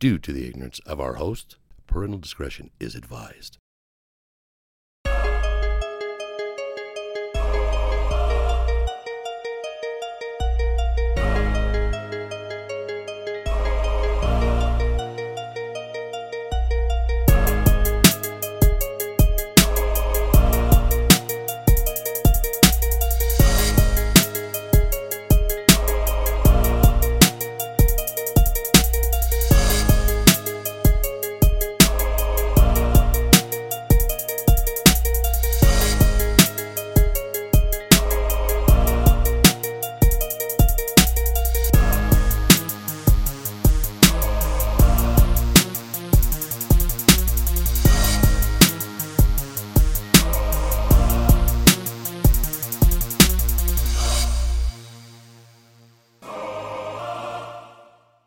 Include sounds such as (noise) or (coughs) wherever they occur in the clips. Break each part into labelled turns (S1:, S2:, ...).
S1: due to the ignorance of our host. Parental discretion is advised.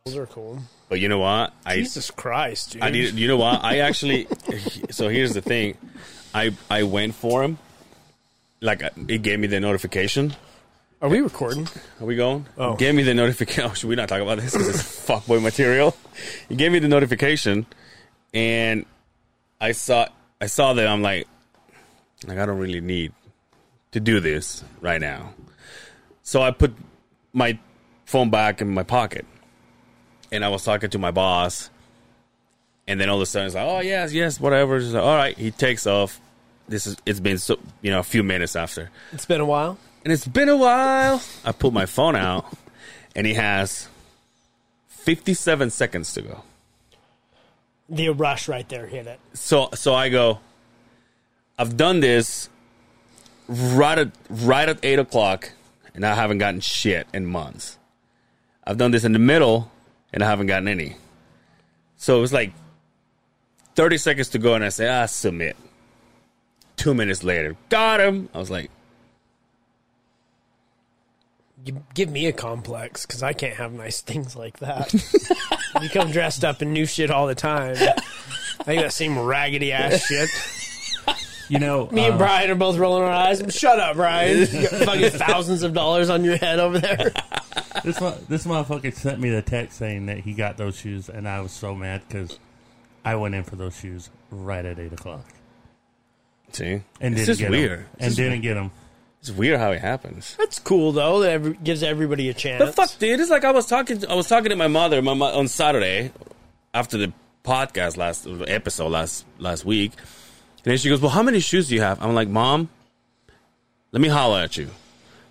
S2: Those are cool.
S3: But you know what? I
S2: Jesus Christ, dude.
S3: I need. You know what? I actually. so here's the thing, I I went for him. Like I- it gave me the notification.
S2: Are we recording?
S3: Are we going?
S2: Oh.
S3: Gave me the notification. (laughs) Oh, should we not talk about this? 'Cause it's fuckboy material. He gave me the notification, and I saw I saw that I'm like, like I don't really need to do this right now. So I put my phone back in my pocket, and I was talking to my boss, and then all of a sudden it's like, oh yes, yes, whatever. It's like, all right, he takes off. This is it's been so you know a few minutes after
S2: It's been a while.
S3: and it's been a while. I pulled my phone out, and he has 57 seconds to go.
S4: The rush right there hit it.
S3: So, so I go. I've done this right at right at eight o'clock, and I haven't gotten shit in months. I've done this in the middle, and I haven't gotten any. So it was like 30 seconds to go, and I say, "Ah, submit." Two minutes later, got him. I was like,
S2: You give me a complex because I can't have nice things like (laughs) that. you come dressed up in new shit all the time. I think that same raggedy ass shit.
S4: You know,
S2: (laughs) Me and
S4: uh,
S2: (laughs) Brian are both rolling our eyes. Shut up, Brian. You (laughs) got fucking thousands of dollars on your head over there.
S5: This mo- this motherfucker sent me the text saying that he got those shoes, and I was so mad because I went in for those shoes right at eight o'clock
S3: "See,
S5: and
S3: it's
S5: didn't
S3: just
S5: get 'em.
S3: weird.
S5: and didn't get them.
S3: It's weird how it happens."
S2: That's cool though. That every, gives everybody a chance.
S3: The fuck, dude! It's like I was talking. I was talking to my mother my, mo- on Saturday after the podcast last episode last last week, and then she goes, "Well, how many shoes do you have?" I'm like, "Mom, let me holler at you."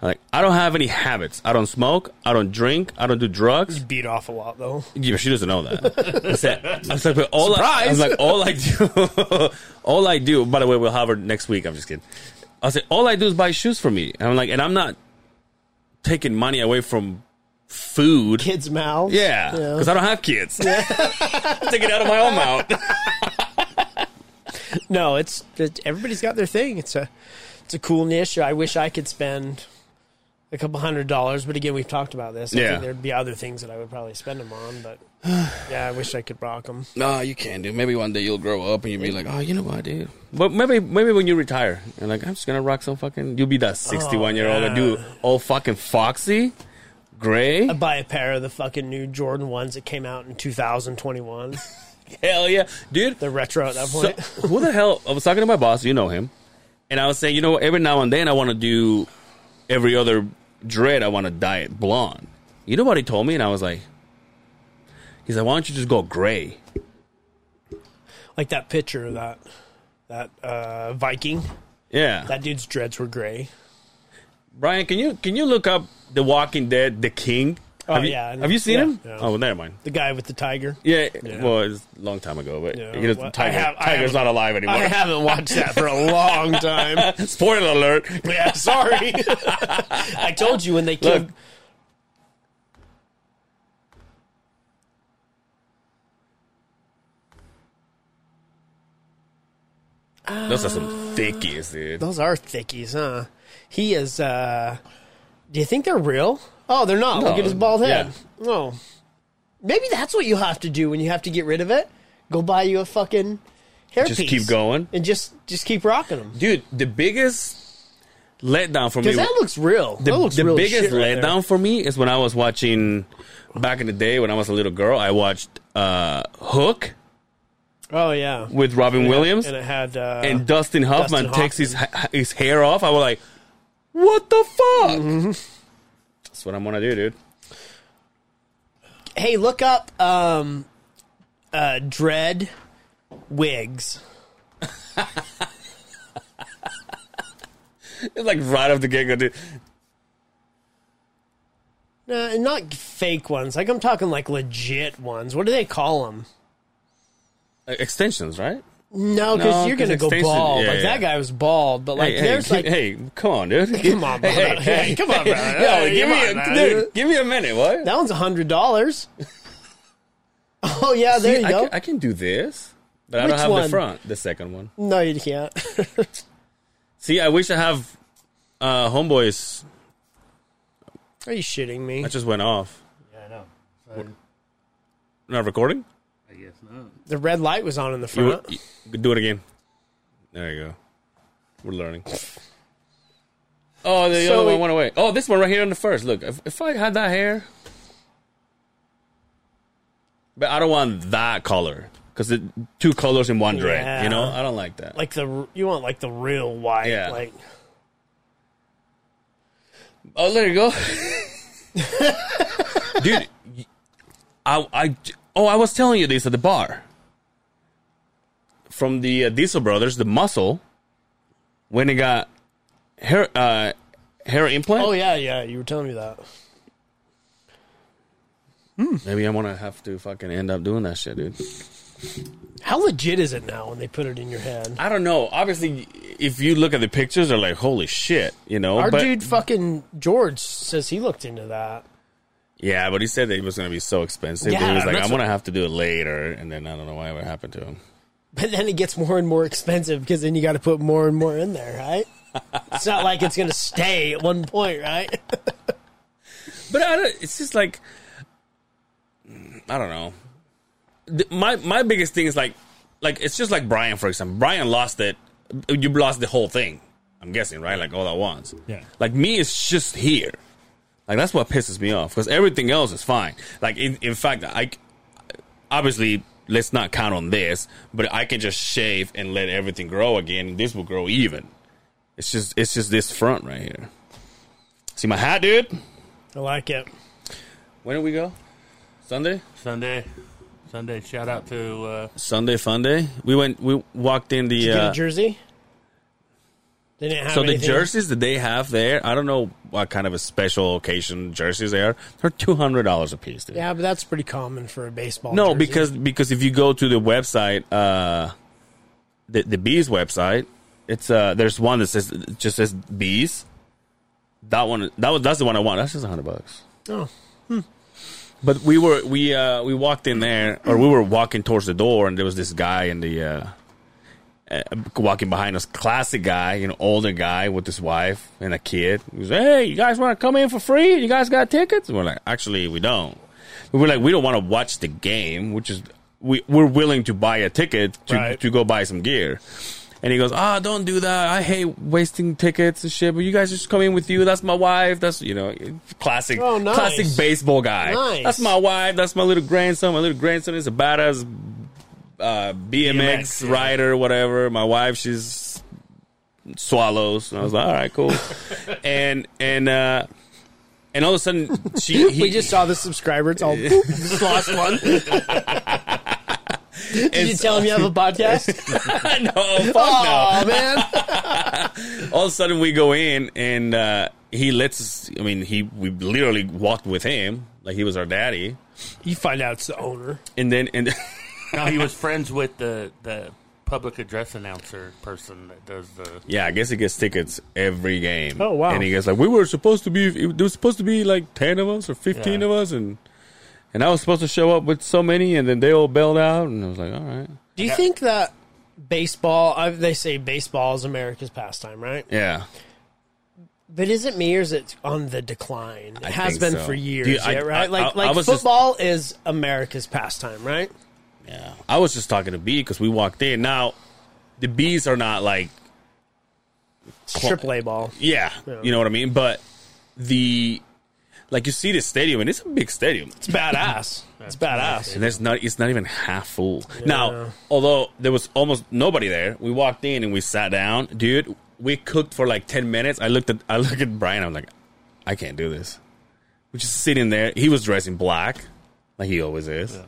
S3: I'm like, I don't have any habits. I don't smoke. I don't drink. I don't do drugs.
S2: Beat off a lot though.
S3: Yeah, but she doesn't know that. I said, I was like, but all I, I was like, all I do, (laughs) all I do. By the way, we'll have her next week. I'm just kidding. I said, all I do is buy shoes for me, and I'm like, and I'm not taking money away from food.
S2: Kids' mouths.
S3: Yeah, because I don't have kids. (laughs) Take it out of my own mouth. (laughs)
S2: No, it's it, everybody's got their thing. It's a it's a cool niche. I wish I could spend a couple hundred dollars, but again, we've talked about this. I
S3: Yeah.
S2: think there'd be other things that I would probably spend them on, but (sighs) yeah, I wish I could rock them.
S3: No, you can't do. Maybe one day you'll grow up and you'll be like, oh, you know what, dude. But maybe, maybe when you retire, you're like, I'm just gonna rock some fucking. You'll be that 61 year old
S2: yeah.
S3: and do all fucking foxy, gray.
S2: I'd buy a pair of the fucking new Jordan ones that came out in 2021.
S3: Hell yeah, dude.
S2: They're retro (laughs) at that
S3: So,
S2: point.
S3: (laughs) who the hell? I was talking to my boss. You know him, and I was saying, you know, every now and then I want to do every other dread. I want to dye it blonde. You know what he told me, and I was like, he's like, why don't you just go gray?
S2: like that picture of that that uh, Viking.
S3: Yeah,
S2: That dude's dreads were gray.
S3: Brian, can you can you look up The Walking Dead, The King?
S2: Oh,
S3: have you,
S2: yeah, I know.
S3: have you seen
S2: Yeah,
S3: him?
S2: yeah.
S3: Oh, well, never mind.
S2: The guy with the tiger.
S3: Yeah, well, it's a long time ago, but
S2: Yeah,
S3: he doesn't-
S2: well, I
S3: Tiger,
S2: have- I
S3: Tiger's
S2: haven't-
S3: not alive anymore.
S2: I haven't watched that (laughs) for a long time.
S3: (laughs) Spoiler alert!
S2: Yeah, sorry. (laughs) I told you when they killed.
S3: Look. (laughs) Those are some thickies, dude.
S2: Those are thickies, huh? He is. uh Do you think they're real? Oh, they're not. Look
S3: No,
S2: at his bald head.
S3: yeah.
S2: Oh, maybe that's what you have to do when you have to get rid of it. Go buy you a fucking hairpiece.
S3: Just keep going.
S2: and just just keep rocking them.
S3: dude the biggest letdown for me.
S2: Because that looks real.
S3: the
S2: that looks
S3: the
S2: real as
S3: biggest
S2: shit right there.
S3: letdown for me is when I was watching back in the day when I was a little girl. I watched uh, Hook
S2: Oh yeah,
S3: with Robin Williams
S2: and it had uh,
S3: and Dustin Hoffman
S2: Dustin
S3: takes his ha- his hair off. I was like, "What the fuck?"
S2: Mm-hmm.
S3: That's what I'm gonna do, dude. (laughs)
S2: hey, look up um, uh, dread wigs.
S3: It's like right off the get go, dude.
S2: No, not fake ones. Like I'm talking like legit ones. What do they call them?
S3: Uh, Extensions, right?
S2: No, because
S3: No,
S2: you're
S3: 'cause
S2: gonna go
S3: extension-
S2: bald.
S3: yeah,
S2: like
S3: yeah.
S2: that guy was bald, but like
S3: hey,
S2: there's
S3: hey,
S2: like
S3: hey, come on, dude.
S2: Come on,
S3: (laughs) hey, hey,
S2: brother.
S3: hey,
S2: Hey, come on, brother.
S3: Yo,
S2: Hey,
S3: give
S2: come
S3: me
S2: on,
S3: a
S2: man.
S3: dude. Give me a minute. What?
S2: that one's a hundred
S3: (laughs)
S2: dollars. oh yeah, there
S3: See,
S2: you
S3: I
S2: go.
S3: Can, I can do this, but I don't
S2: Which
S3: have the
S2: one?
S3: front. The second one.
S2: no, you can't. (laughs)
S3: See, I wish I have uh, homeboys.
S2: Are you shitting me?
S3: I just went off.
S5: Yeah, I know.
S3: Not recording.
S5: I guess not.
S2: The red light was on in the
S3: You,
S2: front.
S3: you- do it again. There you go. We're learning. Oh, the
S2: So
S3: other
S2: we-
S3: one went away. Oh, this one right here on the first. Look, if, if I had that hair, but I don't want that color because two colors in one dread.
S2: Yeah.
S3: You know, I don't like that.
S2: like the you want like the real white.
S3: Yeah.
S2: Like
S3: Oh, there you go, (laughs) dude. y- I, I, oh, I was telling you this at the bar. From the uh, Diesel Brothers, the muscle, when he got hair, uh, hair implant.
S2: oh yeah, yeah. You were telling me that.
S3: Maybe I'm gonna have to fucking end up doing that shit, dude.
S2: How legit is it now when they put it in your head?
S3: I don't know. Obviously, if you look at the pictures, they're like, "Holy shit," you know.
S2: Our
S3: but
S2: dude fucking George says he looked into that.
S3: yeah, but he said that it was gonna be so expensive.
S2: Yeah,
S3: he was like,
S2: that's
S3: "I'm
S2: what-
S3: gonna have to do it later," and then I don't know why what happened to him.
S2: But then it gets more and more expensive because then you got to put more and more in there, right? it's not like it's going to stay at one point, right? (laughs)
S3: But I don't, it's just like I don't know. The- My my biggest thing is like like it's just like Brian for example. Brian lost it. You lost the whole thing. I'm guessing right, like all at once.
S5: Yeah.
S3: Like me, it's just here. Like that's what pisses me off because everything else is fine. Like in, in fact, I obviously let's not count on this, but I can just shave and let everything grow again. And this will grow even. It's just it's just this front right here. See my hat, dude.
S2: I like it.
S3: When did we go? Sunday?
S5: Sunday. Sunday. Shout out to uh,
S3: Sunday fun day. We went we walked in the
S2: Did you get
S3: uh,
S2: a jersey? They didn't have
S3: so the
S2: anything-
S3: jerseys that they have there, I don't know what kind of a special occasion jerseys they are. They're two hundred dollars a piece. Dude.
S2: Yeah, but that's pretty common for a baseball.
S3: No,
S2: jersey.
S3: because because if you go to the website, uh the the bees website, it's uh there's one that says it just says bees. That one that was that's the one I want. That's just hundred bucks.
S2: oh,
S3: But we were we uh we walked in there, or we were walking towards the door, and there was this guy in the uh, uh walking behind us, classic guy, you know, older guy with his wife and a kid. He was, hey, you guys want to come in for free? You guys got tickets? And we're like, actually, we don't. We were like, we don't want to watch the game, which is we we're willing to buy a ticket to
S2: Right.
S3: to go buy some gear. And he goes, ah, don't do that. I hate wasting tickets and shit. But you guys just come in with you. That's my wife. That's you know, classic,
S2: Oh, nice.
S3: classic baseball guy.
S2: Nice.
S3: That's my wife. That's my little grandson. My little grandson is a badass uh, BMX,
S5: BMX, yeah.
S3: rider, whatever. My wife, she's swallows. And I was like, all
S2: (laughs)
S3: right, cool. and and uh, and all of a sudden,
S2: (laughs)
S3: she (laughs) he,
S2: we just saw the subscriber.
S3: (laughs)
S2: It's all boop, just lost one. Did you tell him you
S3: (laughs)
S2: have a podcast?
S3: no, fuck no.
S2: oh
S3: (laughs)
S2: man,
S3: all of a sudden we go in and uh, he lets us i mean he we literally walked with him like he was our daddy
S2: you find out it's the owner.
S3: and then and
S5: No, he (laughs) was friends with the the public address announcer person that does the.
S3: yeah i guess he gets tickets every game
S2: Oh, wow.
S3: and he gets like we were supposed to be there was supposed to be like 10 of us or 15
S5: Yeah.
S3: of us and and i was supposed to show up with so many and then they all bailed out and i was like all right
S2: Do you think that baseball? I, they say baseball is America's pastime, right?
S3: yeah
S2: But is it me or is it on the decline? It has
S3: think
S2: been
S3: so.
S2: for years,
S3: Dude, I-
S2: yeah,
S3: I-
S2: right? like,
S3: I-
S2: like
S3: I was just-
S2: football is America's pastime, right?
S3: Yeah. I was just talking to B because we walked in. Now, the bees are not like
S2: It's triple A ball.
S3: Yeah, you know what I mean. But the like you see the stadium, and it's a big stadium,
S2: It's badass. It's badass.
S3: and there's not it's not even half full. Now, although there was almost nobody there, we walked in and we sat down, dude. We cooked for like ten minutes. I looked at I (laughs) looked at Brian. I'm like, I can't do this. We're just sitting there. He was dressed in black, like he always is,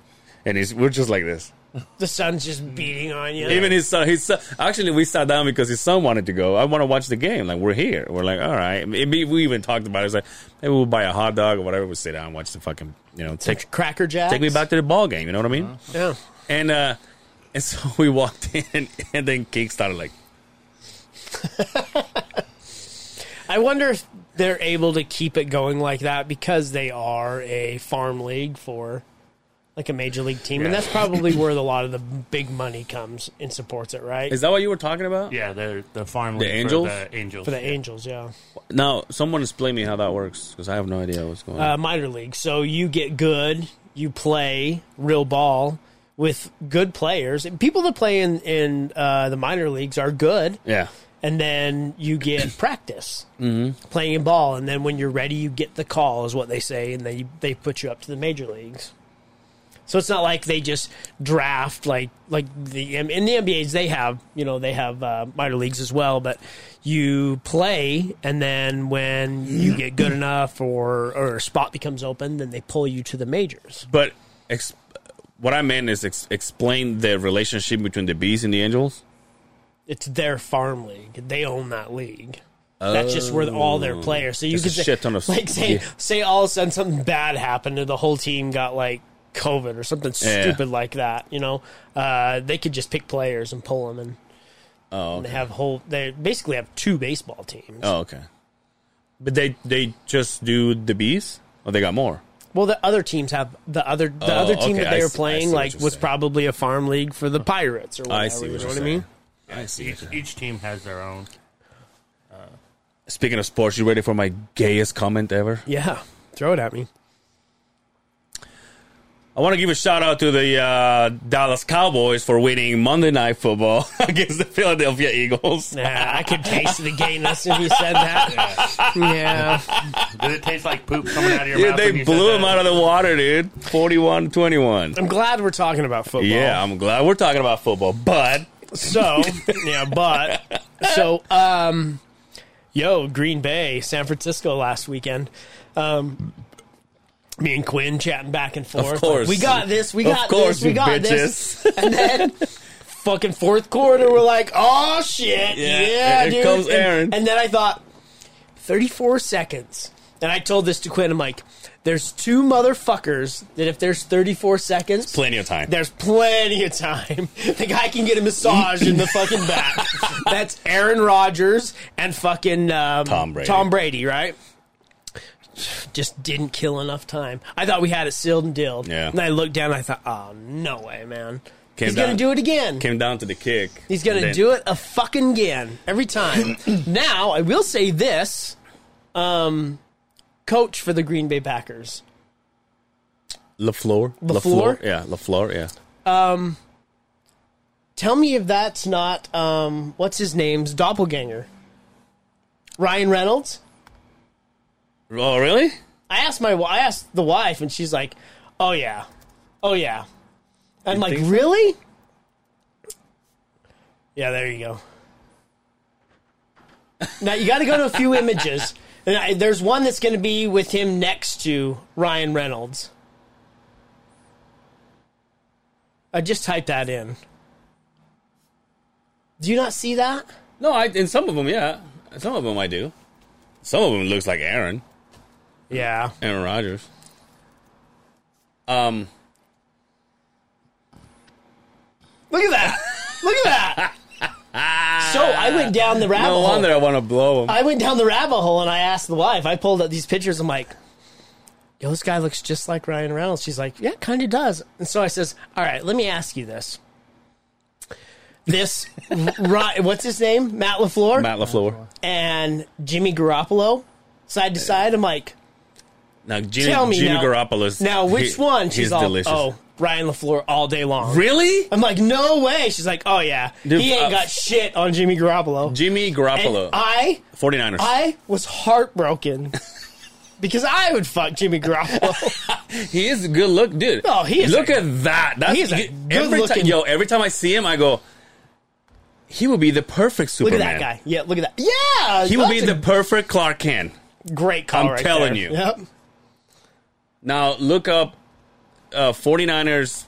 S3: and he's we're just like this.
S2: The sun's just beating on you.
S3: Even his son, his son. Actually, we sat down because his son wanted to go. I want to watch the game. Like we're here. We're like, all right. Maybe we even talked about it. It's like maybe we'll buy a hot dog or whatever. We'll sit down and watch the fucking you know take
S2: Cracker Jack.
S3: take me back to the ball game. You know what I mean?
S2: Yeah.
S3: And uh, and so (laughs) we walked in, and then King started like,
S2: I wonder if they're able to keep it going like that because they are a farm league for like a major league team, and
S3: Yeah.
S2: that's probably where the- a lot of the big money comes and supports it, right?
S3: "Is that what you were talking about?"
S5: Yeah, they're the farm
S3: The
S5: league for
S3: Angels?
S5: the Angels.
S2: for the
S5: yeah.
S2: Angels, yeah,
S3: Now, someone explain me how that works because I have no idea what's going on.
S2: uh, minor league. So you get good, you play real ball with good players. And people that play in in uh, the minor leagues are good,
S3: Yeah,
S2: and then you get practice playing ball, and then when you're ready, you get the call, is what they say, and they they put you up to the major leagues. So it's not like they just draft like like the in the NBA's they have you know they have uh, minor leagues as well, but you play and then when you get good enough or or a spot becomes open, then they pull you to the majors.
S3: but ex- what I meant is ex- explain the relationship between the bees and the angels.
S2: It's their farm league; they own that league. That's just where all their players. So you
S3: There's
S2: could
S3: Oh. a
S2: say,
S3: shit ton
S2: (laughs)
S3: of-
S2: like say
S3: yeah.
S2: say all of a sudden something bad happened and the whole team got like COVID or something
S3: Yeah.
S2: stupid like that. You know, uh, they could just pick players and pull them, and,
S3: Oh,
S2: and they have whole. They basically have two baseball teams.
S3: Oh, okay. But they they just do the bees, or they got more.
S2: Well, the other teams have the other the
S3: Oh,
S2: other team
S3: okay,
S2: that they were
S3: I see- I see
S2: playing
S3: what
S2: like
S3: you're
S2: was
S3: saying.
S2: probably a farm league for the Pirates or whatever.
S3: I see
S2: you
S3: what
S2: know
S3: you're
S2: what I
S3: saying.
S2: mean?
S3: I see.
S5: Each, each team has their own.
S3: Speaking of sports, you ready for my gayest comment ever?
S2: Yeah, throw it at me.
S3: I want to give a shout out to the uh, Dallas Cowboys for winning Monday Night Football (laughs) against the Philadelphia Eagles.
S2: Nah, I could taste the gayness if you said that. yeah.
S5: Did it taste like poop coming out of your
S3: Dude,
S5: mouth? when
S3: they
S5: you said
S3: blew them
S5: that?
S3: out of the water, dude. 41 21.
S2: I'm glad we're talking about football.
S3: Yeah, I'm glad we're talking about football, but
S2: So yeah, but so um, yo, Green Bay, San Francisco last weekend. Um, me and Quinn chatting back and forth.
S3: course.
S2: we got this. We
S3: Of
S2: got
S3: course,
S2: this. We
S3: you
S2: got this. And then. Fucking fourth quarter, we're like, oh shit,
S3: Yeah,
S2: yeah,
S3: here
S2: dude.
S3: comes
S2: And-
S3: Aaron.
S2: and then I thought, 34 seconds. And I told this to Quinn. I'm like, there's two motherfuckers that if there's 34 seconds,
S3: plenty of time.
S2: there's plenty of time. (laughs) The guy can get a massage in the fucking
S3: (laughs)
S2: back. That's Aaron Rodgers and fucking um,
S3: Tom Brady.
S2: Brady, right? Just didn't kill enough time. I thought we had it sealed and dilled.
S3: Yeah.
S2: And I looked down and I thought, oh, no way, man.
S3: Came
S2: He's going
S3: down-
S2: to do it again.
S3: Came down to the kick.
S2: He's going to do it a fucking again every time. (clears throat) now, I will say this um, coach for the Green Bay Packers.
S3: LaFleur.
S2: LaFleur?
S3: Yeah, LaFleur, yeah.
S2: Tell me if that's not um, what's his name's doppelganger, Ryan Reynolds.
S3: Oh, really?
S2: I asked my I asked the wife, and she's like, "Oh yeah, oh yeah." I'm like,
S3: think so?
S2: "Really?" Yeah, there you go. now you got to go to a few images, and I, there's one that's going to be with him next to Ryan Reynolds. I just typed that in. Do you not see that?
S3: No, I in some of them, yeah. Some of them I do. Some of them looks like Aaron.
S2: Yeah.
S3: Aaron Rodgers. Um,
S2: Look at that. Look at that.
S3: (laughs)
S2: so I went down the rabbit
S3: no
S2: hole.
S3: wonder I want to blow him.
S2: I went down the rabbit hole and I asked the wife. I pulled up these pictures. I'm like, yo, this guy looks just like Ryan Reynolds. She's like, yeah, kind of does. And so I says, all right, let me ask you this. This, (laughs) Ry- what's his name? Matt LaFleur
S3: Matt LaFleur.
S2: and Jimmy Garoppolo side to side. I'm like,
S3: Now, Jimmy,
S2: Tell me
S3: Jimmy
S2: now.
S3: Garoppolo.
S2: now which one? She's
S3: he's
S2: all,
S3: delicious.
S2: oh, Ryan LaFleur all day long.
S3: Really?
S2: I'm like, no way. She's like, oh yeah,
S3: Dude,
S2: he ain't
S3: uh,
S2: got shit on Jimmy Garoppolo.
S3: Jimmy
S2: And
S3: Garoppolo.
S2: I
S3: 49ers.
S2: I was heartbroken because I would fuck Jimmy
S3: (laughs)
S2: Garoppolo.
S3: he is a good look, dude.
S2: Oh, he is
S3: Look
S2: a-
S3: at that. That's,
S2: he is a
S3: every
S2: good-looking-
S3: time, Yo, every time I see him, I go, he will be the perfect
S2: look
S3: Superman.
S2: at that guy. Yeah, look at that. Yeah,
S3: He will be
S2: that's
S3: the perfect Clark Kent.
S2: a great call.
S3: I'm
S2: right
S3: telling
S2: there.
S3: you.
S2: Yep.
S3: Now look up uh, 49ers.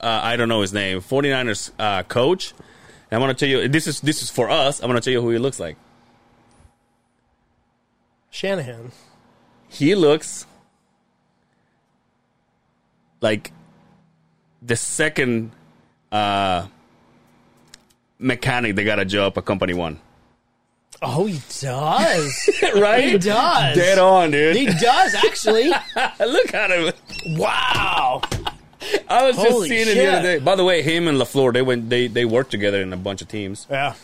S3: Uh, I don't know his name. 49ers uh, coach. And I'm gonna tell you. This is this is for us. I'm gonna tell you who he looks like.
S2: Shanahan.
S3: He looks like the second uh, mechanic they got a job at
S2: (laughs)
S3: Company One.
S2: Oh, he
S3: (laughs)
S2: does.
S3: right?
S2: He does.
S3: Dead on, dude.
S2: he does actually.
S3: (laughs) look at him.
S2: Wow.
S3: I was just
S2: Holy
S3: seeing it the other day.
S2: shit.
S3: By the way, him and Lafleur, they went. They they worked together in a bunch of teams.
S2: Yeah.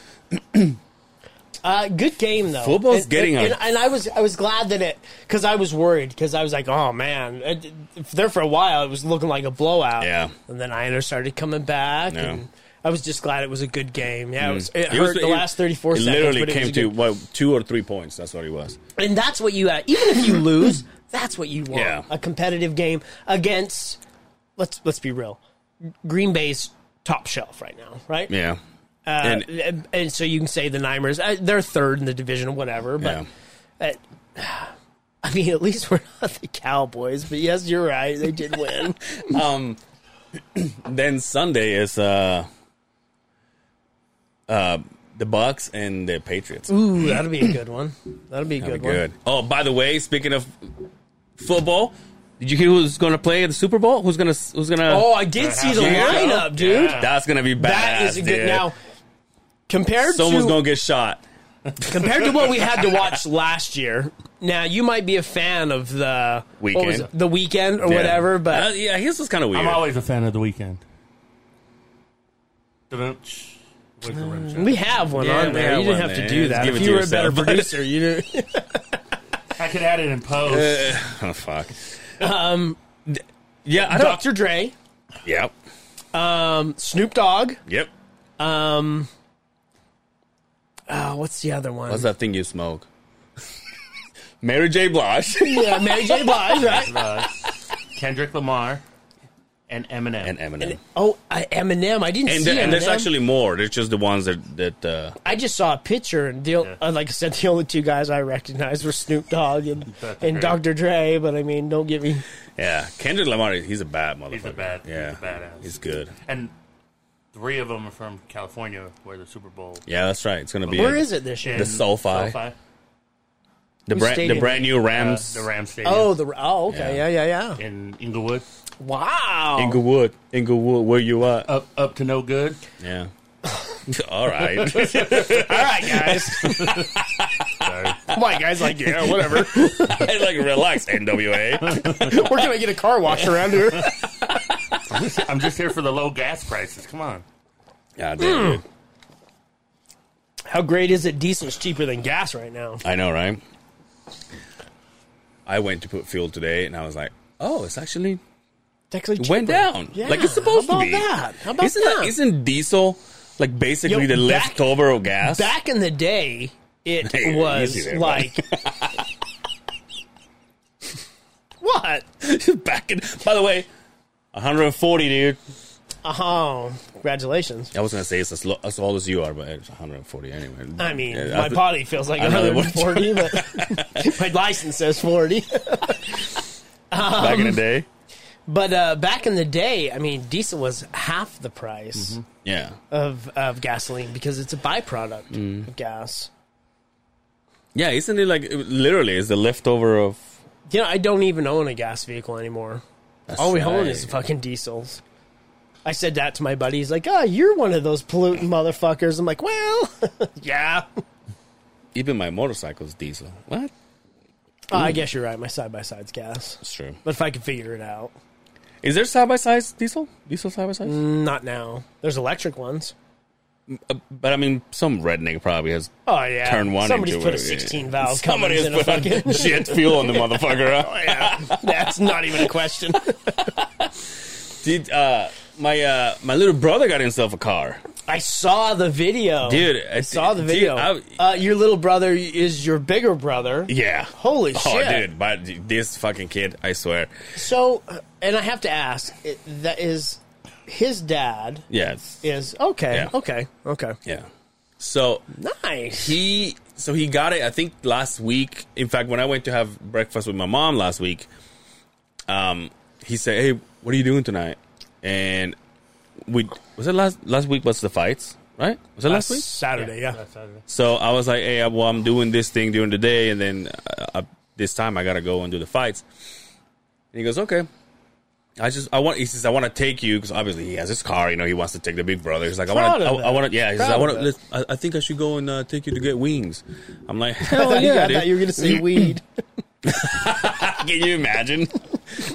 S2: (clears throat) uh, good game though.
S3: Football's
S2: And-
S3: getting
S2: and,
S3: a-
S2: and, and I was I was glad that it because I was worried because I was like, oh man, It- it- there for a while it was looking like a blowout.
S3: Yeah.
S2: and then Islander started coming back.
S3: Yeah.
S2: and I was just glad it was a good game. Yeah, it, was, it
S3: He was-
S2: hurt the
S3: he-
S2: last thirty four
S3: it
S2: seconds.
S3: Literally
S2: but it
S3: came
S2: was a
S3: to
S2: good-
S3: well, two or three points. That's what it was.
S2: and that's what you uh, even
S3: (coughs)
S2: if you lose, that's what you want
S3: Yeah.
S2: a competitive game against. Let's let's be real, Green Bay's top shelf right now, right?
S3: Yeah,
S2: Uh,
S3: and
S2: and, and so you can say the Niners, uh, they're third in the division, or whatever. But
S3: yeah,
S2: I mean, at least we're not the Cowboys. But yes, you're right; they did
S3: (laughs)
S2: win.
S3: Um, (clears throat) then Sunday is uh, uh, the Bucks and the Patriots.
S2: Ooh, that'll be a good one. That'll be a good,
S3: That'd be good. Oh, by the way, speaking of football, did you hear who's going to play at the Super Bowl? Who's gonna who's gonna?
S2: one. Oh, I did see the
S3: Yeah.
S2: lineup, dude.
S3: that's gonna be badass.
S2: That is a good.
S3: dude.
S2: Now, compared
S3: someone's
S2: to
S3: gonna get shot.
S2: compared to what we had to
S3: (laughs)
S2: watch last year, now you might be a fan of the what
S3: Weekend.
S2: was it? the weekend or
S3: Yeah.
S2: whatever.
S3: Uh,
S2: But
S3: yeah, his was kind of weird.
S5: I'm always a fan of the weekend. Da-dunch. Where's the rim shot?
S2: we have one
S3: Yeah,
S2: on
S3: we
S2: there.
S3: have
S2: You didn't
S3: one
S2: have
S3: there.
S2: to do
S3: Just
S2: that.
S3: give
S2: If
S3: it
S2: you
S3: to
S2: were a better
S3: yourself, but-
S2: producer, you didn't.
S3: (laughs)
S5: I could add it in post.
S3: (laughs) oh fuck. Um. Yeah, I don't.
S2: Dr. Dre, um,
S3: Yep.
S2: Snoop Dogg.
S3: Yep.
S2: Oh, Um, what's the other one?
S3: What's that thing you smoke? (laughs) Mary J. Blige
S2: (laughs)
S3: (laughs)
S2: Yeah, Mary J. Blige, right?
S5: Uh, Kendrick Lamar and Eminem.
S3: and Eminem. And,
S2: Oh, I, Eminem. I didn't see
S3: the- and there's
S2: Eminem.
S3: actually more. There's just the ones that that uh,
S2: I just saw a picture, and the, uh, like I said, the only two guys I recognized were Snoop Dogg and,
S3: (laughs)
S5: Dr.
S2: and Dr. Dre. But I mean, don't get me.
S3: yeah. Kendrick Lamar, he's a bad motherfucker.
S5: He's a bad,
S3: yeah.
S5: he's a badass.
S3: He's good.
S5: and three of them are from California, where the Super Bowl.
S3: Yeah, that's right. It's gonna be
S2: Where is it this year?
S5: in
S3: SoFi.
S5: SoFi,
S3: the
S2: Whose
S3: brand
S2: stadium?
S3: the brand new
S5: uh,
S3: Rams
S5: the Ram Stadium.
S2: Oh, the oh, okay, yeah,
S3: Yeah.
S2: yeah, yeah.
S5: in Inglewood,
S2: Wow. (laughs)
S3: Inglewood, Inglewood, where you at?
S5: up up to no good.
S3: yeah. (laughs) All right.
S2: All right, guys.
S5: Sorry.
S2: My guys, like, yeah, whatever.
S3: I (laughs) like relax, NWA.
S2: We're gonna get a car
S3: (laughs)
S2: wash around here.
S5: I'm just here for the low gas prices. Come on,
S3: Yeah, damn, dude.
S2: How great is it? Diesel's cheaper than gas right now.
S3: I know, right? I went to put fuel today, and I was like, "Oh, it's actually
S2: It's actually
S3: it went
S2: cheaper.
S3: down.
S2: Yeah.
S3: Like it's supposed
S2: How about
S3: to be.
S2: That? How about
S3: isn't
S2: that?
S3: Isn't diesel like basically
S2: Yo,
S3: the
S2: back-
S3: leftover of gas?
S2: back in the day, it
S3: Hey,
S2: was
S3: (laughs) easy there, bud.
S2: like what?
S3: (laughs) Back in. By the way, 140, dude.
S2: Oh, congratulations!
S3: I was gonna say it's as, lo- as old as you are, but it's 140 anyway.
S2: I mean,
S3: Yeah,
S2: my
S3: I-
S2: body feels like
S3: know that
S2: 140, but (laughs) my license says 40.
S3: (laughs)
S2: (laughs)
S3: back in the day.
S2: But uh, back in the day, I mean, diesel was half the price
S3: Mm-hmm. Yeah,
S2: of of gasoline because it's a byproduct
S3: Mm.
S2: of gas.
S3: yeah. Isn't it like it literally is the leftover of?
S2: You know, I don't even own a gas vehicle anymore. All we own
S3: right.
S2: is fucking diesels. I said that to my buddy. He's like, oh, you're one of those polluting motherfuckers. I'm like, well, (laughs) yeah.
S3: Even my motorcycle's diesel. What?
S2: Oh, I guess you're right. My side by side's gas.
S3: That's true.
S2: But if I could figure it out.
S3: Is there side by sides diesel? Diesel side by sides?
S2: Not now. There's electric ones.
S3: Uh, but I mean, some redneck probably has
S2: Oh, yeah.
S3: turned one.
S2: Somebody's
S3: into
S2: put a
S3: yeah.
S2: 16 valve
S3: (laughs)
S2: Cummins
S3: Somebody has
S2: in a
S3: put
S2: fucking.
S3: a (laughs)
S2: (laughs)
S3: jet fuel on the motherfucker. huh?
S2: Yeah, that's not even a question.
S3: Did uh, my uh, my little brother got himself a car,
S2: I saw the video,
S3: dude?
S2: I saw the
S3: dude,
S2: video.
S3: I-
S2: uh, your little brother is your bigger brother.
S3: yeah.
S2: Holy
S3: oh,
S2: shit.
S3: dude! But this fucking kid, I swear.
S2: So, uh, and I have to ask, it, that is his dad
S3: Yes.
S2: is okay,
S3: Yeah.
S2: okay, okay,
S3: Yeah. So
S2: nice.
S3: he so he got it. I think last week. In fact, when I went to have breakfast with my mom last week, um, he said, "Hey, what are you doing tonight?" And we was it last last week was the fights, right? Was it last, week?
S2: Saturday, yeah.
S3: So I was like, "Hey, I- well, I'm doing this thing during the day, and then uh, uh, this time I gotta go and do the fights." And he goes, "Okay." I just I want he says I want to take you because obviously he has his car you know he wants to take the big brother he's like I
S2: Proud
S3: want to
S2: of
S3: I, I
S2: that.
S3: want to yeah he says, I
S2: Proud
S3: want
S2: of
S3: to I, I think I should go and uh, take you to get wings I'm like (laughs)
S2: I
S3: hell
S2: thought, you,
S3: yeah
S2: Oh, I
S3: dude.
S2: thought you were gonna say weed.
S3: (laughs) Can you imagine?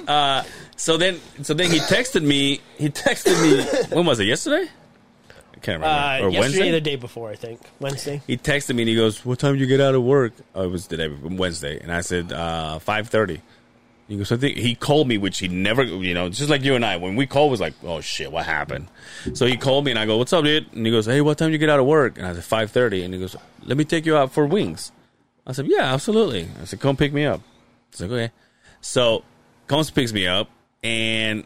S3: Uh, so then, so then he texted me. He texted me. When was it? Yesterday? I can't
S2: (laughs)
S3: remember.
S2: Uh,
S3: or
S2: yesterday,
S3: Wednesday?
S2: or the day before, I think Wednesday.
S3: he texted me and he goes, "What time you get out of work?" Oh, it was today, Wednesday, and I said uh, five thirty. He goes, "I think he called me, which he never, you know, just like you and I. When we call, it was like, oh shit, what happened?" So he called me and I go, "What's up, dude?" And he goes, "Hey, what time you get out of work?" And I said five thirty, and he goes, "Let me take you out for wings." I said, "Yeah, absolutely." I said, "Come pick me up." He's like, "Okay." So comes picks me up and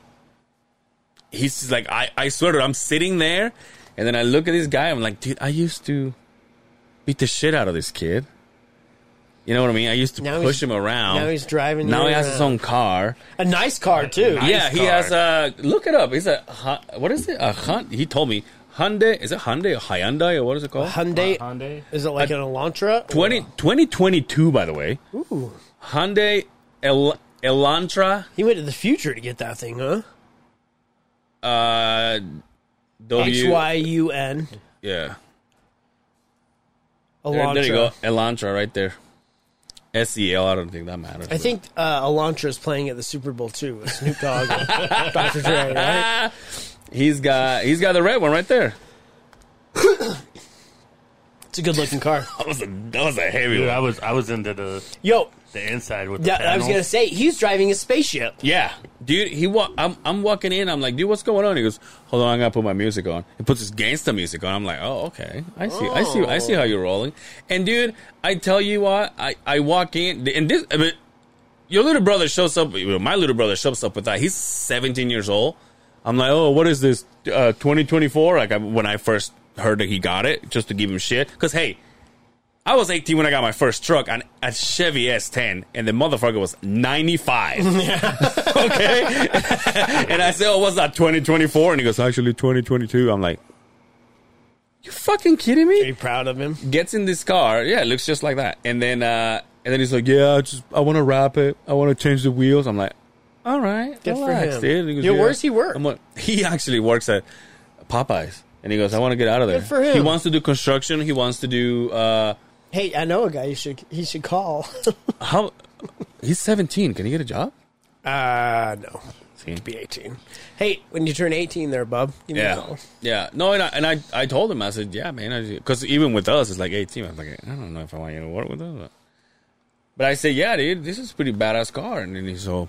S3: he's just like, I, I swear to you, I'm sitting there and then I look at this guy, I'm like, dude, I used to beat the shit out of this kid. You know what I mean? I used to
S2: Now
S3: push
S2: he's-
S3: him around.
S2: now he's driving
S3: Now
S2: you
S3: he has his
S2: around.
S3: own car.
S2: A nice car too.
S3: yeah, he
S5: car.
S3: has a look it up. He's a Hy- what is it? A Hun- he told me Hyundai. Is it Hyundai or Hyundai or what is it called?
S2: Hyundai.
S3: Uh-huh.
S4: Hyundai.
S2: Is it like an Elantra?
S3: 20, 2022, by the way. Ooh. Hyundai El- Elantra.
S2: He went to the future to get that thing, huh?
S3: Uh,
S2: H
S3: w-
S2: Y U N.
S3: Yeah. There,
S2: Elantra.
S3: there you go. Elantra right there. SEL. I don't think that matters.
S2: I think uh, Elantra is playing at the Super Bowl too with Snoop Dogg
S3: (laughs)
S2: and Dr. Dre, right?
S3: he's got he's got the red one right there.
S2: It's a good looking car.
S3: That was a that was a heavy
S5: Dude, I was I was into the
S2: Yo,
S5: the inside with the
S2: yeah, I was
S5: panels.
S2: gonna say he's driving a spaceship.
S3: Yeah, dude. He wa- I'm I'm walking in. I'm like, dude, what's going on? He goes, hold on, I gotta put my music on. He puts his gangsta music on. I'm like, oh, okay. I see. I see. I see how you're rolling. And dude, I tell you what, I I walk in and this. I mean, your little brother shows up. well, My little brother shows up with that. He's 17 years old. I'm like, oh, what is this? Uh, 2024? Like I, when I first heard that he got it, just to give him shit. Because hey, I was 18 when I got my first truck, and a Chevy S10, and the motherfucker was 95. (laughs) okay. (laughs) and I said, "Oh, what's that? 2024?" And he goes, "Actually, 2022." I'm like, "You fucking kidding
S2: Are
S3: me?"
S2: you proud of him?
S3: Gets in this car. Yeah, it looks just like that. And then, uh, and then he's like, "Yeah, I just I want to wrap it. I want to change the wheels." I'm like, "All right,
S2: Good for
S3: relax,
S2: him.
S3: dude." He goes,
S2: Yeah, where's he work?
S3: I'm like, (laughs) he actually works at Popeyes, and he goes, "I want to get out of there."
S2: for him.
S3: He wants to do construction. He wants to do. Uh,
S2: Hey, I know a guy you should he should call. (laughs)
S3: how? He's 17. Can he get a job?
S2: uh no.
S3: See?
S2: Be eighteen. Hey, when you turn eighteen there, bub, give me a
S3: Yeah,
S2: call.
S3: yeah. No, and I, and I I told him I said, yeah, man, because even with us, it's like eighteen. I was like, I don't know if I want you to work with us, but I said, yeah, dude, this is pretty badass car, and then he's all.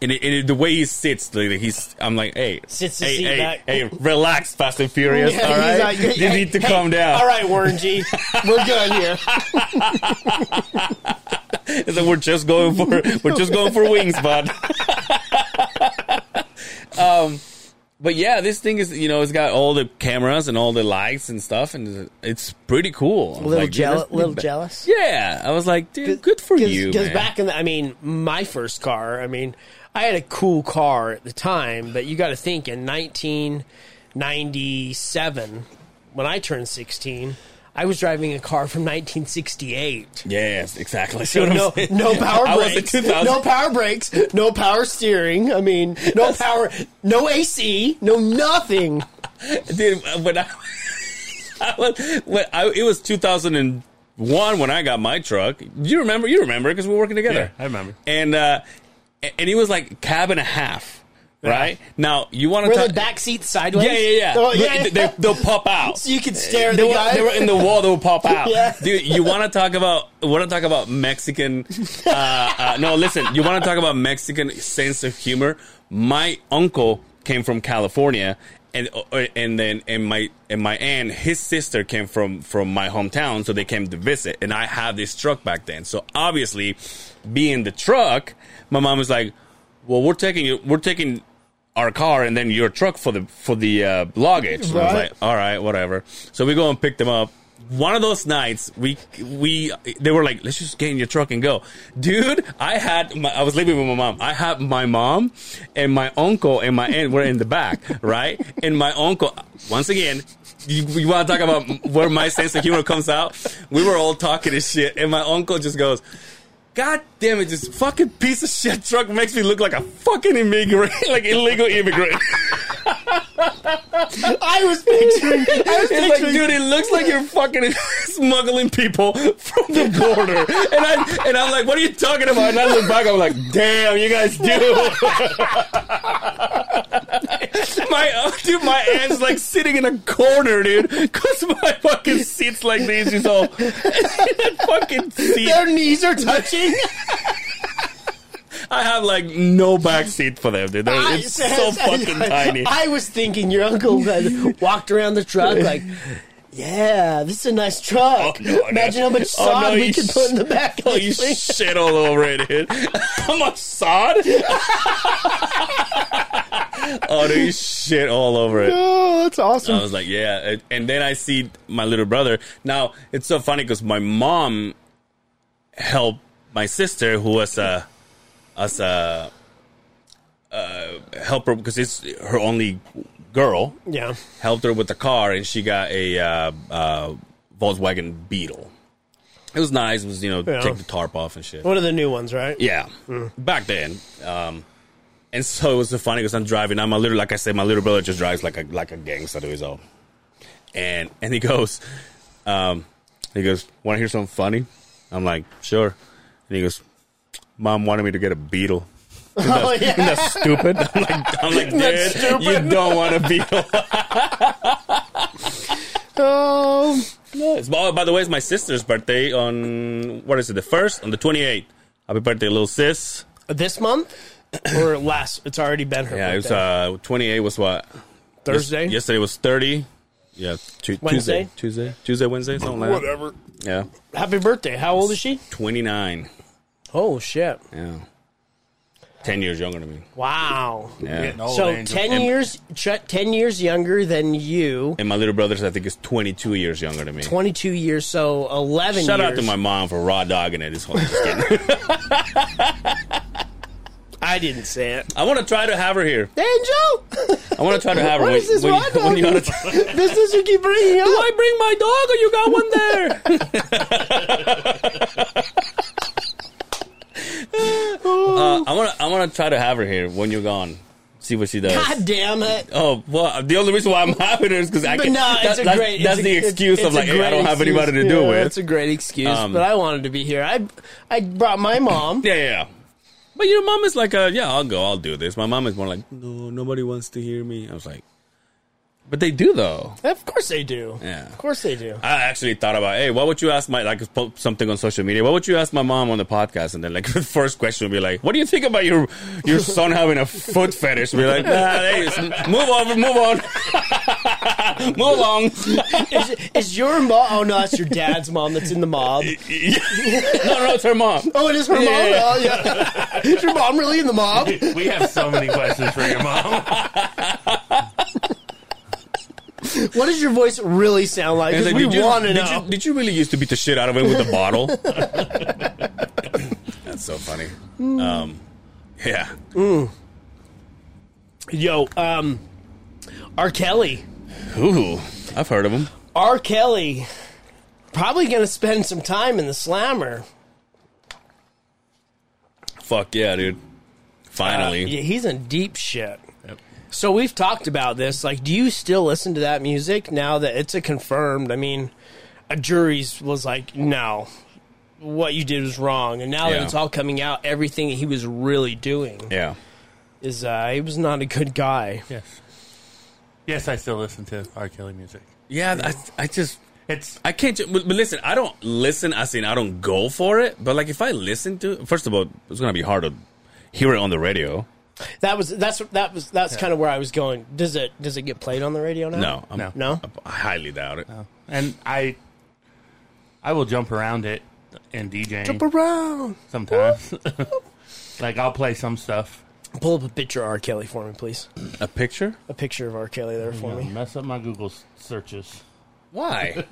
S3: And, it, and it- the way he sits, like he's, I'm like, hey,
S2: Sits his
S3: hey,
S2: seat
S3: hey,
S2: back.
S3: hey, relax, Fast and Furious,
S2: Yeah,
S3: all
S2: he's
S3: right?
S2: like,
S3: you
S2: hey,
S3: need to
S2: hey,
S3: calm down.
S2: All right, Warren
S3: (laughs)
S2: G. We're good here.
S3: It's like we're just going for we're just going for wings, (laughs) bud. um, but yeah, this thing is you know it's got all the cameras and all the lights and stuff, and it's pretty cool. I'm
S2: A little
S3: like, dude,
S2: jealous
S3: that's pretty
S2: little
S3: ba-
S2: jealous.
S3: Yeah, I was like, dude, good for you.
S2: Because
S3: man.
S2: back in the, I mean, my first car, I mean, I had a cool car at the time, but you got to think in 1997, when I turned 16, I was driving a car from 1968.
S3: yes, exactly. (laughs) See
S2: So
S3: what I'm
S2: no,
S3: saying?
S2: no power
S3: I was a
S2: brakes,
S3: 2000
S2: no power brakes, no power steering. I mean, no power, no AC, no nothing.
S3: dude. When I, (laughs) I was, when I, it was 2001 when I got my truck. You remember? You remember because we were working
S5: Yeah,
S3: together.
S5: I remember.
S3: and uh, a- and he was like cab and a half, right? Now you want to
S2: Were
S3: talk?
S2: the back seats sideways?
S3: yeah, yeah, yeah.
S2: Oh, yeah.
S3: They, they, they'll pop out.
S2: (laughs) so you could stare at
S3: they,
S2: the
S3: were,
S2: guy.
S3: they were in the wall. They will pop out,
S2: (laughs) Yeah.
S3: dude. You want to talk about? Want to talk about Mexican? Uh, uh, no, listen. You want to talk about Mexican sense of humor? my uncle came from California, and uh, and then and my and my aunt, his sister came from from my hometown, so they came to visit, and I had this truck back then. So obviously, being the truck, my mom was like, "Well, we're taking you, we're taking." Our car and then your truck for the for the uh, luggage. And I was
S2: Right.
S3: like, all right, whatever. So we go and pick them up. One of those nights, we we they were like, let's just get in your truck and go, dude. I had my, I was living with my mom. I had my mom and my uncle and my aunt were in the back, (laughs) right? And my uncle, once again, you, you want to talk about where my sense of humor comes out? We were all talking and shit, and my uncle just goes. God damn it! This fucking piece of shit truck makes me look like a fucking immigrant, (laughs) like illegal immigrant.
S2: I was
S3: (laughs)
S2: picturing. I was
S3: It's like, dude, it looks like you're fucking (laughs) smuggling people from the border. And I and I'm like, what are you talking about? And I look back, I'm like, damn, you guys do. (laughs) my oh, dude, my aunt's like sitting in a corner, dude, cause my fucking seat's like this. She's (laughs) all fucking seat.
S2: their knees are touching.
S3: (laughs) I have like no back seat for them, dude. They're- It's
S2: (laughs)
S3: so fucking tiny.
S2: I was thinking your uncle had walked around the
S3: (laughs)
S2: truck like, yeah, this is a nice truck.
S3: Oh, no, no.
S2: Imagine how much
S3: Oh, no,
S2: sod we
S3: you
S2: could
S3: sh-
S2: put in the back of
S3: Oh, you
S2: this thing.
S3: shit all over it,
S2: (laughs)
S3: dude. How much sod? (laughs) oh, dude, you shit all over it.
S6: Oh, that's awesome.
S3: I was like, yeah. And- And then I see my little brother. Now, it's so funny because my mom helped my sister, who was a, as a uh, helper, because it's her only girl,
S2: yeah.
S3: helped her with the car, and she got a uh, uh, Volkswagen Beetle. It was nice. It was, you know,
S2: Yeah.
S3: take the tarp off and shit.
S2: One of the new ones, right?
S3: Yeah, back then. Um, and so it was so funny because I'm driving. I'm a little, like I said, my little brother just drives like a like a gangster to his own. And and he goes, um, he goes, want to hear something funny? I'm like, sure. And he goes, Mom wanted me to get a beetle. (laughs)
S2: (laughs) Oh, yeah.
S3: That's stupid. (laughs) I'm like, I'm like,
S2: That's
S3: dude, you don't want a beetle.
S6: Um,
S3: It's- oh, by the way, it's my sister's birthday on what is it? The first on the 28th. Happy birthday, little sis.
S2: This month (clears throat) or last? It's already been her
S3: Yeah, it was
S2: birthday.
S3: uh, 28 was what
S2: Thursday.
S3: Yes- yesterday was 30. Yeah, tu-
S2: Wednesday?
S3: Tuesday, Tuesday, Tuesday, Wednesday, something like that.
S6: whatever.
S3: Yeah,
S2: Happy birthday. How old is she?
S3: 29.
S2: Oh, shit.
S3: Yeah, 10 years younger than me.
S2: Wow.
S3: Yeah,
S2: so 10 years Ch- 10 years younger than you.
S3: and my little brother's I think is 22 years younger than me.
S2: 22 years, so 11
S3: Shout
S2: years.
S3: out to my mom for raw dogging it. This whole just kidding.
S2: I didn't say
S3: (laughs)
S2: it.
S3: I want to try to have her here.
S2: Angel!
S3: I want to try to have her.
S2: What
S3: when-
S2: is this
S3: when,
S2: raw
S3: you- when you
S2: dogging?
S3: wanna t-
S2: (laughs) this is you keep bringing up.
S3: I bring my dog, or you got one there? uh, I want to. I want to try to have her here when you're gone. See what she does.
S2: (laughs) God damn it.
S3: Oh well, the only reason why I'm (laughs) having her is because I
S2: But
S3: can.
S2: no,
S3: that-
S2: it's a
S3: that's-
S2: great-
S3: That's
S2: it's
S3: the
S2: a- it's-
S3: excuse
S2: it's
S3: of
S2: a
S3: like, hey, I
S2: great
S3: don't have
S2: excuse.
S3: anybody to do
S6: yeah,
S3: with.
S6: That's a great excuse,
S3: Um,
S6: but
S2: But I wanted to be here. I I brought my
S3: (laughs)
S2: mom.
S3: (laughs) yeah, yeah, yeah. But your mom is like, uh, yeah, I'll go, I'll do this. My mom is more like, no, nobody wants to hear me. I was like, but they do though.
S2: Of course they do.
S3: Yeah.
S2: Of course they do.
S3: I actually thought about, hey, what would you ask my like po- something on social media? What would you ask my mom on the podcast? And then like (laughs) the first question would be like, what do you think about your your
S2: (laughs)
S3: son having a foot fetish? Be like, nah, hey, move on, (laughs) move on, move (laughs) along.
S2: Is, is your mom? Oh no, it's your dad's mom that's in the mob.
S3: no, no, it's her mom.
S2: Oh, it is her mom. Oh, yeah. is your mom really in the mob?
S5: We have so many questions for your mom.
S2: (laughs) What does your voice really sound like?
S3: And
S2: 'Cause
S3: it's
S2: we
S3: like, did
S2: want
S3: you,
S2: to
S3: did
S2: know.
S3: You, did you really used to beat the shit out of him with
S2: (laughs)
S3: a bottle? That's so funny.
S2: Hmm.
S3: Um, yeah.
S2: Yo, um, R. Kelly.
S3: Ooh, I've heard of him.
S2: R. Kelly probably going to spend some time in the slammer.
S3: Fuck yeah, dude. Uh, Finally.
S2: Yeah, he's in deep shit. So we've talked about this. Like, do you still listen to that music now that it's a confirmed? I mean, a jury's was like, no, what you did was wrong. And now
S3: Yeah.
S2: that it's all coming out, everything that he was really doing
S3: yeah.
S2: is uh, he was not a good guy.
S5: Yes. Yes, I still listen to R. Kelly music.
S3: Yeah, I, I just.
S5: It's
S3: I can't. ju- But, but listen, I don't listen. I in I don't go for it. But like, if I listen to, first of all, it's gonna be hard to hear it on the radio.
S2: That was that's that was that's kind of where I was going. Does it does it get played on the radio now?
S3: No, I'm,
S5: No.
S2: no. Oh.
S3: I highly doubt it.
S5: And I, I will jump around it and DJing
S2: Around.
S5: sometimes. (laughs) like I'll play some stuff.
S2: Pull up a picture of R. Kelly for me, please.
S3: A picture?
S2: A picture of R. Kelly there for me.
S5: Mess up my Google s- searches.
S2: (laughs)
S3: Why?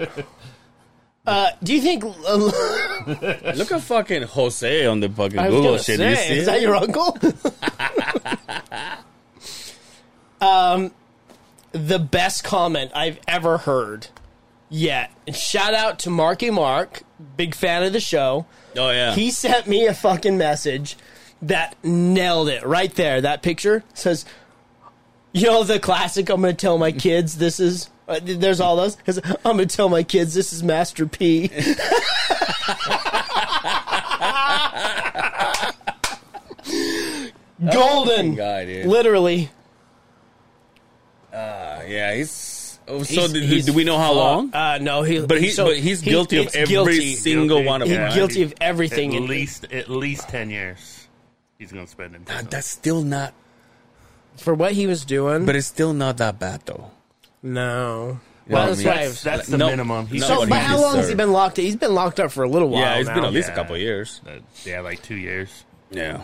S2: Uh, do you think?
S3: Look at fucking Jose on the fucking
S2: I was
S3: Google
S2: gonna
S3: shit.
S2: say,
S3: you see
S2: is
S3: it?
S2: that your
S3: (laughs)
S2: uncle? um, Um, the best comment I've ever heard yet. And shout out to Marky Mark, big fan of the show.
S3: Oh
S2: (laughs)
S3: yeah.
S2: He sent me a fucking message that nailed it right there. That picture says, "You know the classic. I'm going to tell my kids this is." Uh, th- there's all those. Cause I'm going to tell my kids this is Master P. (laughs) Golden,
S3: God, dude.
S2: literally.
S3: yeah, he's. Oh, so
S2: He's-
S3: do, do-
S2: he's
S3: do we know how
S2: fu-
S3: long?
S2: Uh, no, he.
S3: But he-
S2: so
S3: but he's guilty of
S2: it's
S3: every single one of
S2: He's
S3: them.
S2: guilty of everything.
S5: At
S2: in-
S5: least at least ten years. He's gonna spend in prison.
S3: Uh, That's still not.
S2: for what he was doing.
S3: But it's still not that bad though.
S2: no.
S3: know what I
S2: Well, that's
S3: mean?
S2: what I was-
S5: That's the
S3: No,
S5: minimum. He
S3: no,
S5: should
S2: So,
S3: what
S5: be
S2: but how long has he
S3: deserved.
S2: been locked? up? He's been locked up for a little while.
S3: Yeah, it's
S2: now.
S3: been at least a
S5: Yeah.
S3: couple years.
S5: Uh, yeah, like two years.
S3: Yeah.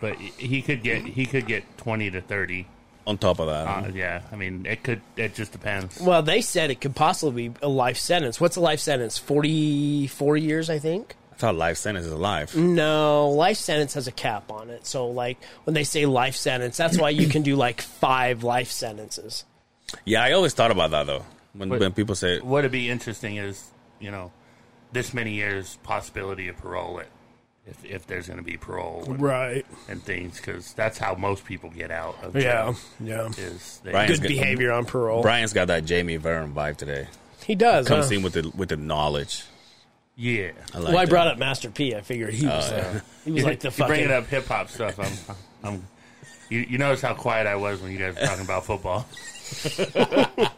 S5: But he- he could get he could get twenty to thirty.
S3: On top of that,
S5: Uh, yeah, I mean it could. It just depends.
S2: Well, they said it could possibly be a life sentence. What's a life sentence? Forty-four years, I think.
S3: I thought life sentence is life.
S2: No, life sentence has a cap on it. So, like when they say life sentence, that's why you can do like five life sentences.
S3: Yeah, I always thought about that though. When
S5: But-
S3: when people say
S5: What'd be interesting is you know this many years possibility of parole it if if there's going to be parole and,
S2: Right.
S5: and things because that's how most people get out. Of
S2: Yeah.
S5: jail,
S2: Yeah.
S5: is they,
S3: Brian's
S2: Good
S3: got-
S2: behavior on parole.
S3: Brian's got that Jamie Vern vibe today.
S2: He does.
S3: Comes
S2: huh?
S3: in with the with the knowledge.
S5: yeah.
S3: I like
S2: Well, I
S3: that. Oh,
S2: brought up Master P. I figured he was. uh, he was
S3: (laughs)
S2: like the
S5: If you
S2: fucking.
S5: bringing up hip hop stuff. I'm I'm. You, you notice how quiet I was when you guys were talking
S2: (laughs)
S5: about football.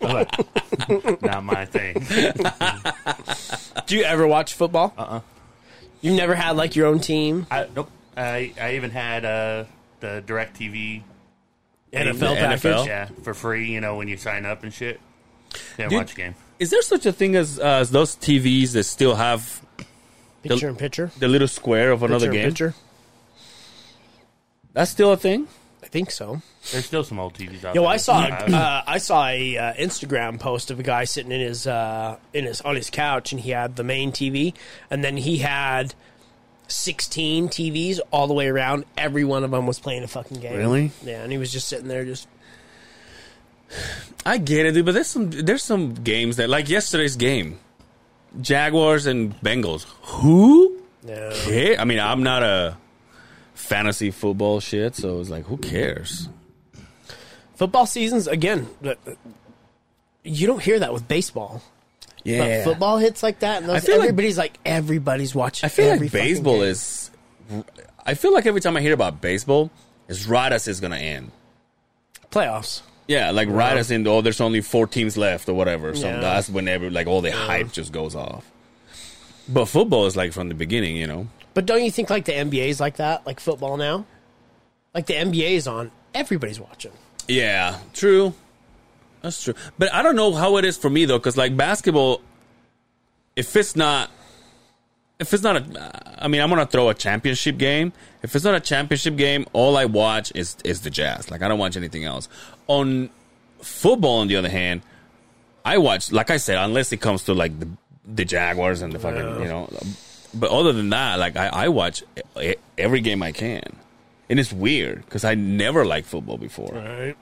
S5: Not my thing.
S2: Do you ever watch football? Uh.
S3: Uh-uh.
S2: uh You've never had like your own team,
S5: I, nope. I, I even had uh, the DirecTV
S2: NFL
S3: The
S2: package.
S3: NFL?
S5: yeah, for free, you know, when you sign up and shit. Can't
S3: Dude.
S5: watch a game.
S3: Is there such a thing as uh, as those TVs that still have
S2: Picture in picture.
S3: the little square of another
S2: Picture in
S3: game?
S2: Picture.
S3: That's still a thing.
S2: I think so.
S5: There's still some old TVs out there.
S2: Yo, I saw
S5: Yeah.
S2: uh, I saw a uh, Instagram post of a guy sitting in his uh, in his on his couch, and he had the main TV, and then he had sixteen TVs all the way around. Every one of them was playing a fucking game.
S3: Really?
S2: Yeah, and he was just sitting there, just
S3: I get it, dude, but there's some there's some games that like yesterday's game, Jaguars and Bengals. Who?
S2: yeah.
S3: Care? I mean, I'm not a fantasy football shit, so it's like, who cares?
S2: Football seasons again. but- You don't hear that with baseball. But football hits like that, and
S3: I
S2: those,
S3: feel like-
S2: everybody's like, everybody's watching.
S3: I feel
S2: every
S3: like
S2: fucking
S3: baseball
S2: game.
S3: is. I feel like every time I hear about baseball, it's right as it's gonna end.
S2: playoffs.
S3: Yeah, like right as in oh, there's only four teams left or whatever. So
S2: Yeah.
S3: that's whenever like all the hype just goes off. But football is like from the beginning, you know.
S2: But don't you think like the NBA is like that, like football now? Like the NBA is on, everybody's watching.
S3: Yeah, true. That's true. But I don't know how it is for me though, because like basketball, if it's not, if it's not a, I mean, I'm gonna throw a championship game. If it's not a championship game, all I watch is is the Jazz. Like I don't watch anything else. On football, on the other hand, I watch. Like I said, unless it comes to like the the Jaguars and the fucking, you know. But other than that, like I, I watch e- every game I can. And it's weird because I never liked football before.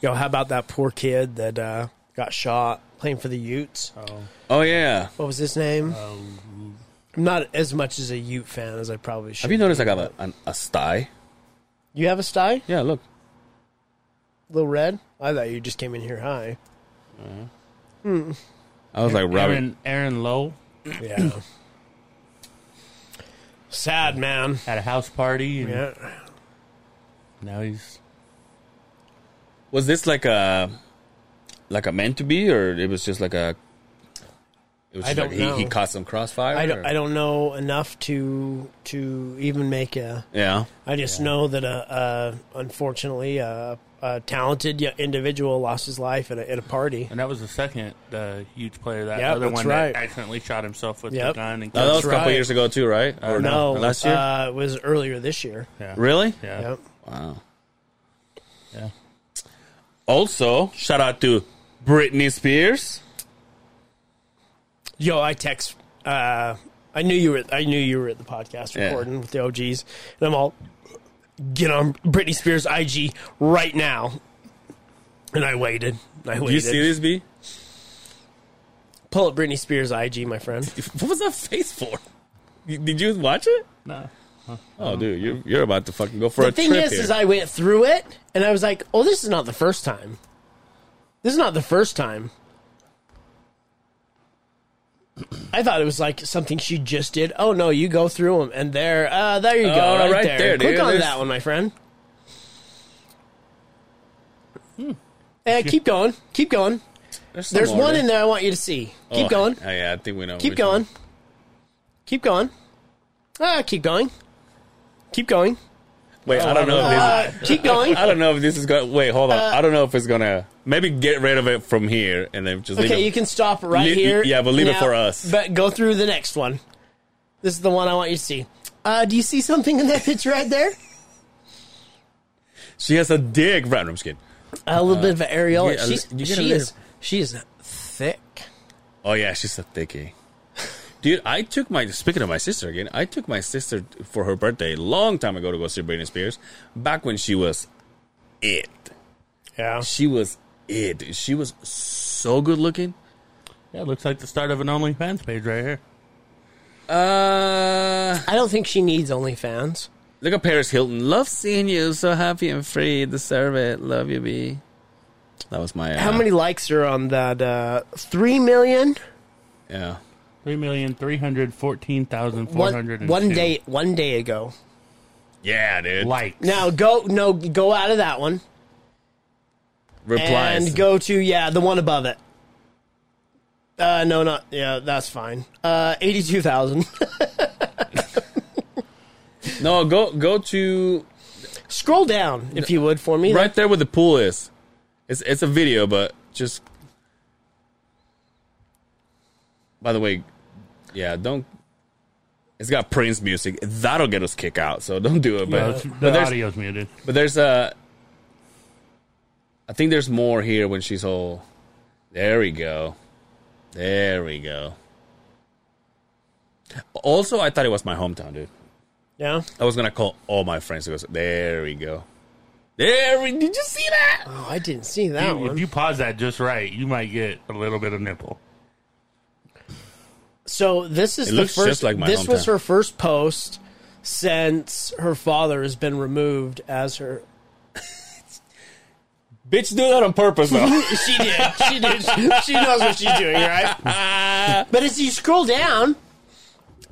S2: Yo, how about that poor kid that uh, got shot playing for the Utes?
S3: Oh yeah.
S2: What was his name? Um, I'm not as much as a Ute fan as I probably should.
S3: Have you noticed I got a, an, a sty?
S2: You have a sty,
S3: Yeah, look.
S2: little red? I thought you just came in here high.
S3: I was like rubbing.
S5: Aaron, Aaron Lowe
S2: Yeah. (coughs) Sad man.
S5: had a house party, and
S2: Yeah.
S5: now he's
S3: Was this like a like a meant to be, or it was just like a It was
S2: I
S3: just
S2: don't
S3: like
S2: know.
S3: He, he caught some crossfire.
S2: I don't,
S3: or-
S2: I don't know enough to to even make a.
S3: Yeah.
S2: I just know that a, a unfortunately a, a talented yet individual lost his life at a, at a party.
S5: And that was the second uh, huge player. That
S2: Yep,
S5: other
S2: that's
S5: one
S2: right.
S5: that accidentally shot himself with
S2: Yep.
S5: the gun. And
S3: No, that was a couple
S2: right.
S3: years ago too, right? Or
S2: No,
S3: last year.
S2: uh, it was earlier this year.
S5: yeah.
S3: really?
S5: Yeah.
S2: Yep.
S3: Wow.
S5: Yeah.
S3: Also, shout out to Britney Spears.
S2: Yo, I text. Uh, I knew you were. I knew you were at the podcast
S3: Yeah.
S2: recording with the OGs, and I'm all get on Britney Spears IG right now. And I waited. I
S3: Do
S2: waited.
S3: you see this, B?
S2: Pull up Britney Spears IG, my friend.
S3: What was that face for? You- Did you watch it?
S5: No.
S3: Oh, dude, you're, you're about to fucking go for a
S2: Uh-huh. the thing
S3: trip
S2: is,
S3: here.
S2: is I went through it and I was like, "Oh, this is not the first time. This is not the first time." (clears throat) I thought it was like something she just did. Oh no, you go through them and there, uh, there you go,
S3: Oh,
S2: right,
S3: right
S2: there.
S3: there,
S2: Click
S3: dude.
S2: on
S3: There's-
S2: that one, my friend. Eh, keep going, keep going.
S3: some
S2: There's
S3: more,
S2: one
S3: dude.
S2: in there I want you to see. Keep
S3: Oh,
S2: going,
S3: oh, yeah, I think we know.
S2: keep
S3: which one.
S2: going, keep going. Ah, keep going, keep going,
S3: Wait, I don't know. If this,
S2: uh, keep
S3: (laughs)
S2: going.
S3: I don't know if this is going. to Wait, hold on.
S2: Uh,
S3: I don't know if it's gonna. Maybe get rid of it from here and then just leave
S2: Okay,
S3: it.
S2: you can stop right
S3: Leave-
S2: here.
S3: yeah, but leave it for us.
S2: But go through the next one. This is the one I want you to see. Uh, do you see something in that picture right there?
S3: she has a dick. Right, no, I'm just kidding.
S2: A little bit of an areola.
S3: Uh, yeah, a
S2: She's,
S3: li- you get a
S2: she
S3: little-
S2: is she is thick.
S3: Oh yeah, she's a
S2: (laughs)
S3: thickie. Dude, I took my speaking of my sister again. I took my sister for her birthday a long time ago to go see Britney Spears. Back when she was it,
S2: Yeah.
S3: she was it. dude. She was so good looking.
S5: Yeah, it looks like the start of an OnlyFans page right here.
S3: Uh,
S2: I don't think she needs OnlyFans.
S3: look at Paris Hilton. Love seeing you. So happy and free. Deserve it. Love you, B. That was my. Uh,
S2: How many likes are on that? Uh, Three million.
S3: Yeah.
S5: Three million three hundred fourteen thousand four hundred
S2: One, one
S5: and
S2: day, one day ago.
S3: Yeah, dude.
S5: like
S2: Now go, no, go out of that one
S3: replies.
S2: and go to yeah, the one above it. Uh, no, not yeah, that's fine. Uh, eighty-two thousand.
S3: no, go go to
S2: Scroll down, if you would, for me.
S3: right there where the pool is. It's it's a video, but just. By the way, yeah, don't. It's got Prince music. That'll get us kicked out. So don't do it.
S5: No,
S3: But
S5: it's-
S3: but
S5: the
S3: there's
S5: audio's muted.
S3: but there's a. I think there's more here when she's all. There we go. There we go. Also, I thought it was my hometown, dude.
S2: Yeah.
S3: I was gonna call all my friends. to go. There we go. There we. Did you see that?
S2: Oh, I didn't see that
S5: You-
S2: one.
S5: if you pause that just right, you might get a little bit of nipple.
S2: so this is
S3: It
S2: the
S3: looks
S2: first.
S3: just like my
S2: this was
S3: hometown.
S2: her first post since her father has been removed as her.
S3: Bitch, do that on
S2: (laughs)
S3: purpose though.
S2: She did. She did. (laughs) She knows what she's doing, right?
S3: (laughs)
S2: but as you scroll down,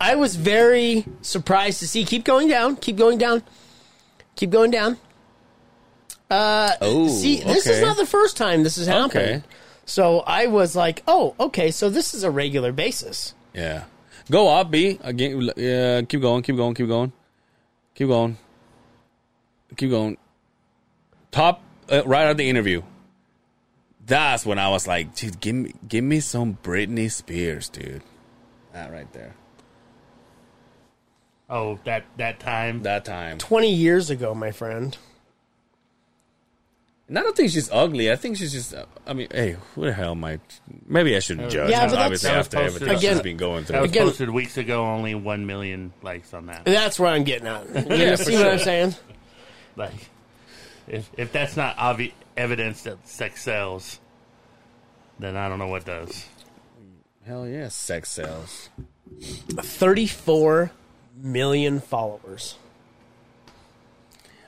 S2: I was very surprised to see. Keep going down. Keep going down. Keep going down.
S3: oh,
S2: See, this is not the first time this has happened.
S3: Okay.
S2: So I was like, oh, okay, so this is a regular basis.
S3: Yeah, go up, B. Again, yeah. Keep going. Keep going. Keep going. Keep going. Keep going. Top uh, right at the interview. That's when I was like, dude, give me, give me some Britney Spears, dude. That right there.
S5: Oh, that that time.
S3: That time.
S2: 20 years ago, my friend.
S3: And I don't think she's ugly. I think she's just. I mean, hey, who the hell am I? Maybe I shouldn't judge.
S2: Yeah, but that's-
S3: obviously
S5: that was
S3: after everything
S5: posted.
S3: she's
S2: Again-
S3: been going
S5: that
S3: through.
S5: was
S2: Again-
S5: posted weeks ago. Only one million likes on that.
S2: That's where I'm getting
S3: (laughs)
S2: at. You
S3: Yeah, for
S2: see what I'm
S3: sure.
S2: saying?
S5: Like, if if that's not obvi- evidence that sex sells, then I don't know what does.
S3: Hell yeah, sex sells.
S2: 34 million followers.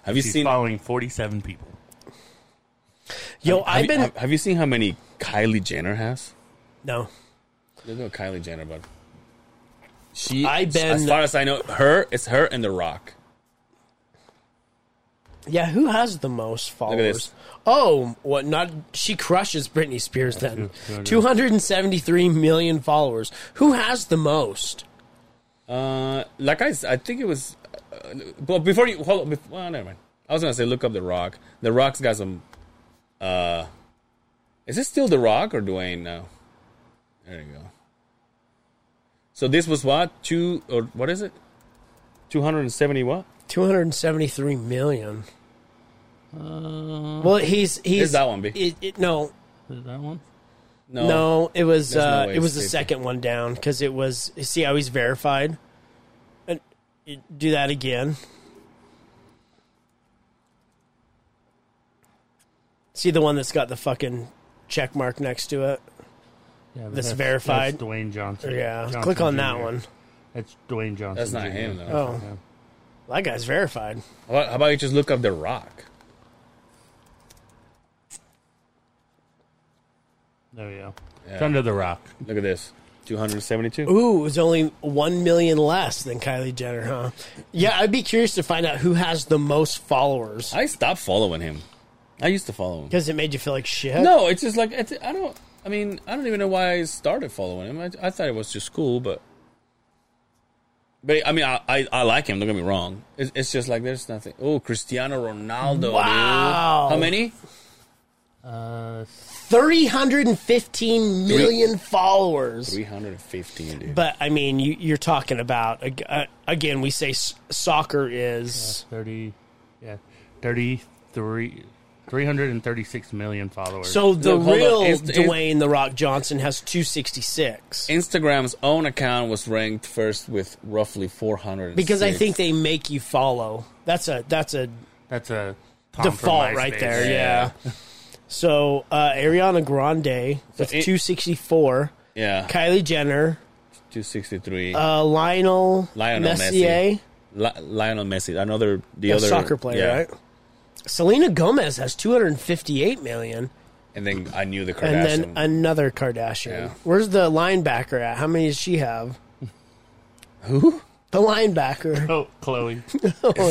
S3: Have you
S5: She's
S3: seen?
S5: following forty-seven people.
S2: Yo,
S3: have
S2: I've
S3: you-
S2: been.
S3: have- have you seen how many Kylie Jenner has?
S2: no.
S3: There's no Kylie Jenner, but she.
S2: I been- uh,
S3: as far as I know, her it's her and The Rock.
S2: Yeah, who has the most
S3: at
S2: followers?
S3: this.
S2: Oh, what? Not she crushes Britney Spears
S3: (laughs)
S2: then.
S5: Yeah,
S2: Two hundred and seventy-three million followers. Who has the most?
S3: Uh, like I, s- I think it was. Uh, but before you hold, before, well, never mind. I was gonna say look up the Rock. The Rock's got some. Uh, is this still the Rock or Dwayne now? There you go. So this was what two or what is it? Two hundred and seventy what?
S2: Two hundred and seventy-three million. well, he's he's
S3: Uh, that one, B.
S2: It, it, no,
S5: Is that one?
S3: No,
S2: no, it was
S3: There's no
S2: uh,
S3: way
S2: it was
S3: it's
S2: the
S3: paper.
S2: second one down because it was. See how he's verified. And you do that again. See the one that's got the fucking check mark next to it.
S5: Yeah, but
S2: That's
S5: that's
S2: verified.
S5: That's Dwayne Johnson.
S2: Yeah,
S5: Johnson
S2: click on that
S5: Jr..
S2: one.
S5: That's Dwayne Johnson.
S3: that's not
S5: Jr..
S3: him though.
S2: Oh, that guy's verified.
S3: How, about, how about you just look up the Rock?
S5: There we go. It's
S3: Yeah.
S5: under the rock.
S3: Look at this. Two hundred seventy-two.
S2: Ooh, it was only one million less than Kylie Jenner, huh? Yeah, I'd be curious to find out who has the most followers
S3: I stopped following him. I used to follow him.
S2: because it made you feel like shit.
S3: No, it's just like it's, I don't. I mean, I don't even know why I started following him. I, I thought it was just cool, but but I mean, I I, I like him. Don't get me wrong. It's, it's just like there's nothing. Oh, Cristiano Ronaldo.
S2: Wow.
S3: Dude. How many?
S5: Uh,
S2: three hundred and fifteen million followers.
S3: Three hundred and fifteen, dude.
S2: But I mean, you, you're talking about ag- uh, again. We say s- soccer is
S5: 30, yeah, 33, 336 million followers.
S2: so the
S3: Look, hold on.
S2: real
S3: It's- it's-
S2: Dwayne the Rock Johnson has two sixty six.
S3: Instagram's own account was ranked first with roughly four hundred.
S2: Because I think they make you follow. That's a that's a
S5: that's a Tom from
S2: default right
S5: MySpace.
S2: there. Yeah. So uh, Ariana Grande with
S3: it-
S2: 264,
S3: yeah,
S2: Kylie Jenner,
S3: two sixty three.
S2: uh, Lionel,
S3: Lionel
S2: Messier,
S3: Messi. Li- Lionel Messi, another the
S2: a
S3: other
S2: soccer player,
S3: yeah.
S2: right? Selena Gomez has 258 million,
S3: And then I knew the Kardashian.
S2: and then another Kardashian.
S3: Yeah.
S2: Where's the linebacker at? How many does she have?
S3: (laughs) Who?
S2: The linebacker.
S5: Oh, Chloe.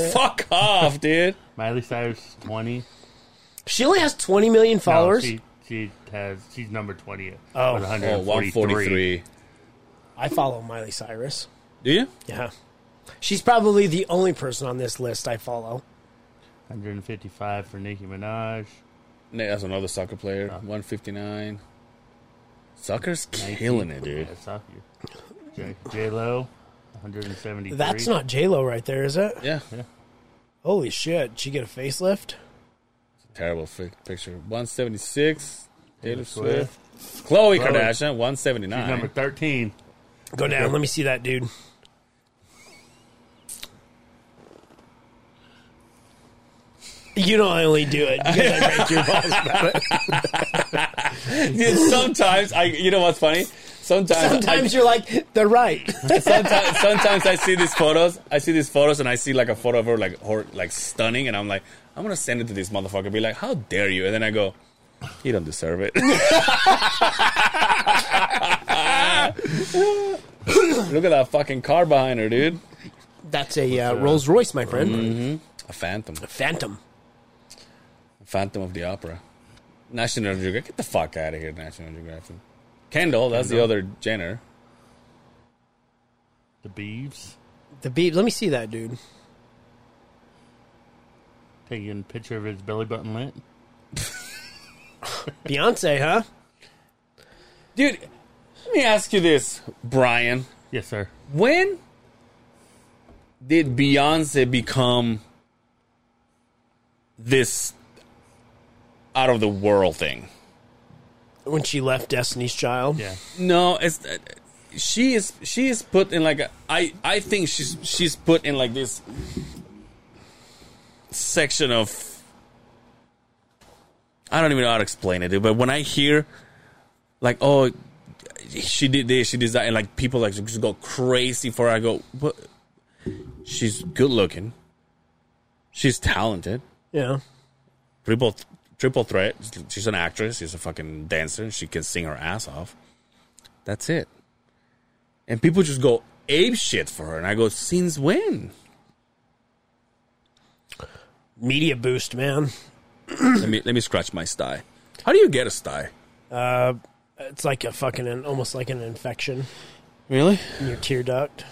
S3: Fuck off, dude.
S5: Miley Cyrus, 20.
S2: She only has 20 million followers.
S5: No, she, she has, she's number 20.
S2: Oh.
S5: with
S3: Oh,
S5: 143.
S3: 143.
S2: I follow Miley Cyrus.
S3: Do you?
S2: Yeah. She's probably the only person on this list I follow.
S5: 155 for Nicki Minaj.
S3: No, that's another soccer player. 159. Soccer's killing it, dude.
S5: Yeah, soccer. J, J-Lo, 173.
S2: That's not J Lo right there, is it?
S3: Yeah.
S2: Holy shit! Did she get a facelift?
S3: Terrible fi- picture. 176. Taylor
S5: Swift.
S3: Swift. Khloe
S5: Khloe.
S3: Kardashian,
S5: She's
S3: 179. (laughs)
S5: number 13.
S2: Go down. Let me see that dude. You know I only
S3: (laughs)
S2: do it because I make your balls about it.
S3: Dude, sometimes, I, you know what's funny? Sometimes, I,
S2: Sometimes you're like, they're right.
S3: sometimes, sometimes I see these photos. I see these photos, and I see like a photo of her like hor- like stunning, and I'm like, I'm gonna send it to this motherfucker. Be like, how dare you? And then I go, he don't deserve it. (laughs) Look at that fucking car behind her, dude.
S2: That's a uh, Rolls Royce, my friend.
S3: A phantom,
S2: Phantom.
S3: Phantom of the Opera. National Geographic, get the fuck out of here, National Geographic. Kendall, that's the other Jenner.
S5: The Beeves.
S2: The beep. Let me see that dude.
S5: Taking a picture of his belly button lint.
S2: Beyonce, huh?
S3: Dude, let me ask you this, Brian.
S5: Yes, sir.
S3: When did Beyonce become this out of the world thing?
S2: When she left Destiny's Child.
S5: Yeah.
S3: No, it's uh, she is she is put in like a, I I think she's she's put in like this section of I don't even know how to explain it, dude, but when I hear like oh she did this, she did that, and like people like just go crazy for her. I go, but she's good looking, she's talented,
S2: Yeah.
S3: triple triple threat. She's an actress. She's a fucking dancer. She can sing her ass off. That's it. And people just go ape shit for her, and I go, since when?
S2: media boost, man.
S3: let me let me scratch my sty. How do you get a sty?
S2: Uh, it's like a fucking, an, almost like an infection
S3: Really?
S2: in your tear duct.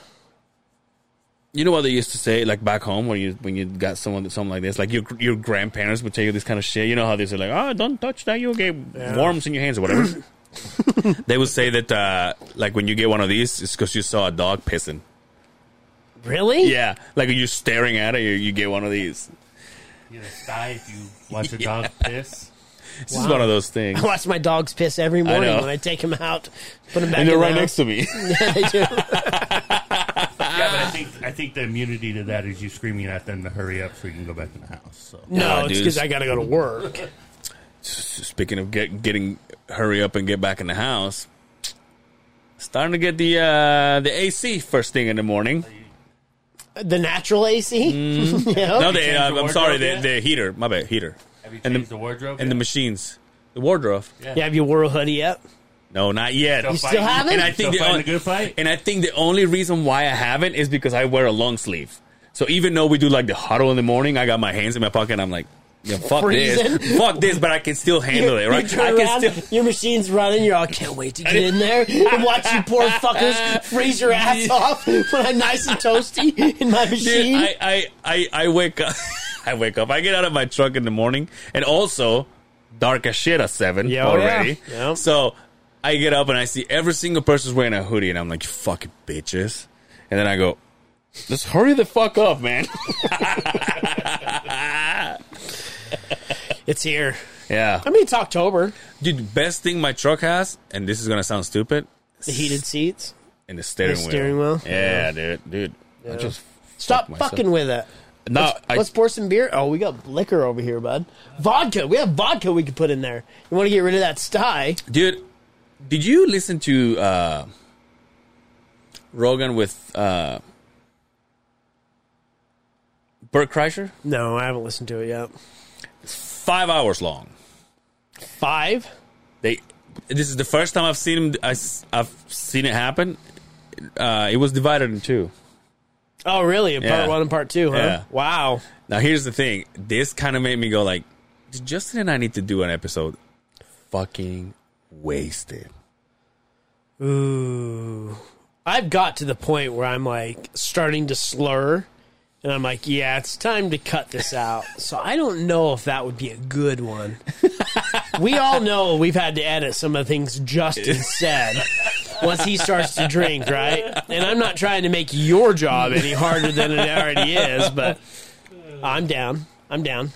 S3: You know what they used to say, like back home, when you when you got someone something like this, like your your grandparents would tell you this kind of shit. You know how they say like, "Oh, don't touch that, you'll get worms in your hands or whatever." they would say that uh, like when you get one of these, it's because you saw a dog pissing.
S2: Really?
S3: (laughs) Yeah, like you're staring at it, you, you get one of these.
S5: You get a sty if you watch a dog piss.
S3: It's just one of those things,
S2: I watch my dogs piss every morning
S3: know.
S2: when I take them out, put them back.
S3: and they're
S2: in
S3: right
S2: the
S3: next
S2: house.
S3: to (laughs) me.
S2: (laughs) Yeah, they do.
S5: Yeah, but I think I think the immunity to that is you screaming at them to hurry up so you can go back in the house. So
S2: No,
S3: (laughs) Nah,
S2: it's
S3: dude.
S2: because I gotta go to work.
S3: (laughs) Speaking of get, getting hurry up and get back in the house, starting to get the uh, the AC first thing in the morning.
S2: The natural AC. (laughs) yeah.
S3: No, they,
S5: changed
S3: uh,
S5: the
S3: I'm sorry, the,
S5: wardrobe
S3: the heater. My bad, heater.
S5: have you
S3: And
S5: changed
S3: the-
S5: the, wardrobe?
S3: And the machines. The wardrobe.
S2: You have your wore a hoodie yet?
S3: No, not yet.
S5: Still You
S2: still haven't?
S3: And I think
S5: Still
S3: the
S5: fighting
S3: on-
S5: a oh, good fight?
S3: And I think the only reason why I haven't is because I wear a long sleeve. So even though we do like the huddle in the morning, I got my hands in my pocket. and I'm like, yeah, fuck
S2: Freezing.
S3: this, (laughs) fuck this, but I can still handle it,
S2: (laughs)
S3: right?
S2: You turn
S3: I can
S2: around,
S3: still.
S2: your machine's running. You're all, can't wait to get in there and watch you
S3: (laughs)
S2: poor fuckers freeze your ass off when I'm nice and toasty in my
S3: (laughs) Dude,
S2: machine.
S3: I, I, I, I wake up. (laughs) I wake up. I get out of my truck in the morning, and also dark as shit at seven
S2: Yeah, oh,
S3: already.
S2: yeah. Yeah.
S3: So I get up and I see every single person's wearing a hoodie, and I'm like, "You "Fucking bitches!" And then I go, "Just hurry the fuck up, man." (laughs)
S2: it's here.
S3: yeah,
S2: I mean, it's October.
S3: dude. Best thing my truck has, and this is gonna sound stupid,
S2: The heated seats.
S3: and the steering
S2: The
S3: wheel.
S2: steering wheel?
S3: Yeah, dude, dude. I just
S2: Stop
S3: myself.
S2: fucking with it. Oh,
S3: no. I,
S2: Let's pour some beer. Oh, we got liquor over here, bud. Vodka. We have vodka we could put in there. You want to get rid of that sty?
S3: dude did you listen to uh rogan with uh bert kreischer
S2: No, I haven't listened to it yet.
S3: five hours long
S2: Five.
S3: they this is the first time i've seen him I, have seen it happen uh it was divided in two
S2: Oh, really? Part
S3: Yeah.
S2: one and part two, huh?
S3: Yeah.
S2: Wow.
S3: now here's the thing this kind of made me go like justin and i need to do an episode fucking wasted
S2: Ooh. I've got to the point where I'm like starting to slur and I'm like, yeah, it's time to cut this
S3: (laughs)
S2: out. So I don't know if that would be a good one. (laughs) we all know we've had to edit some of the things Justin said once he starts to drink, right? And I'm not trying to make your job any harder than it already is, but I'm down. I'm down.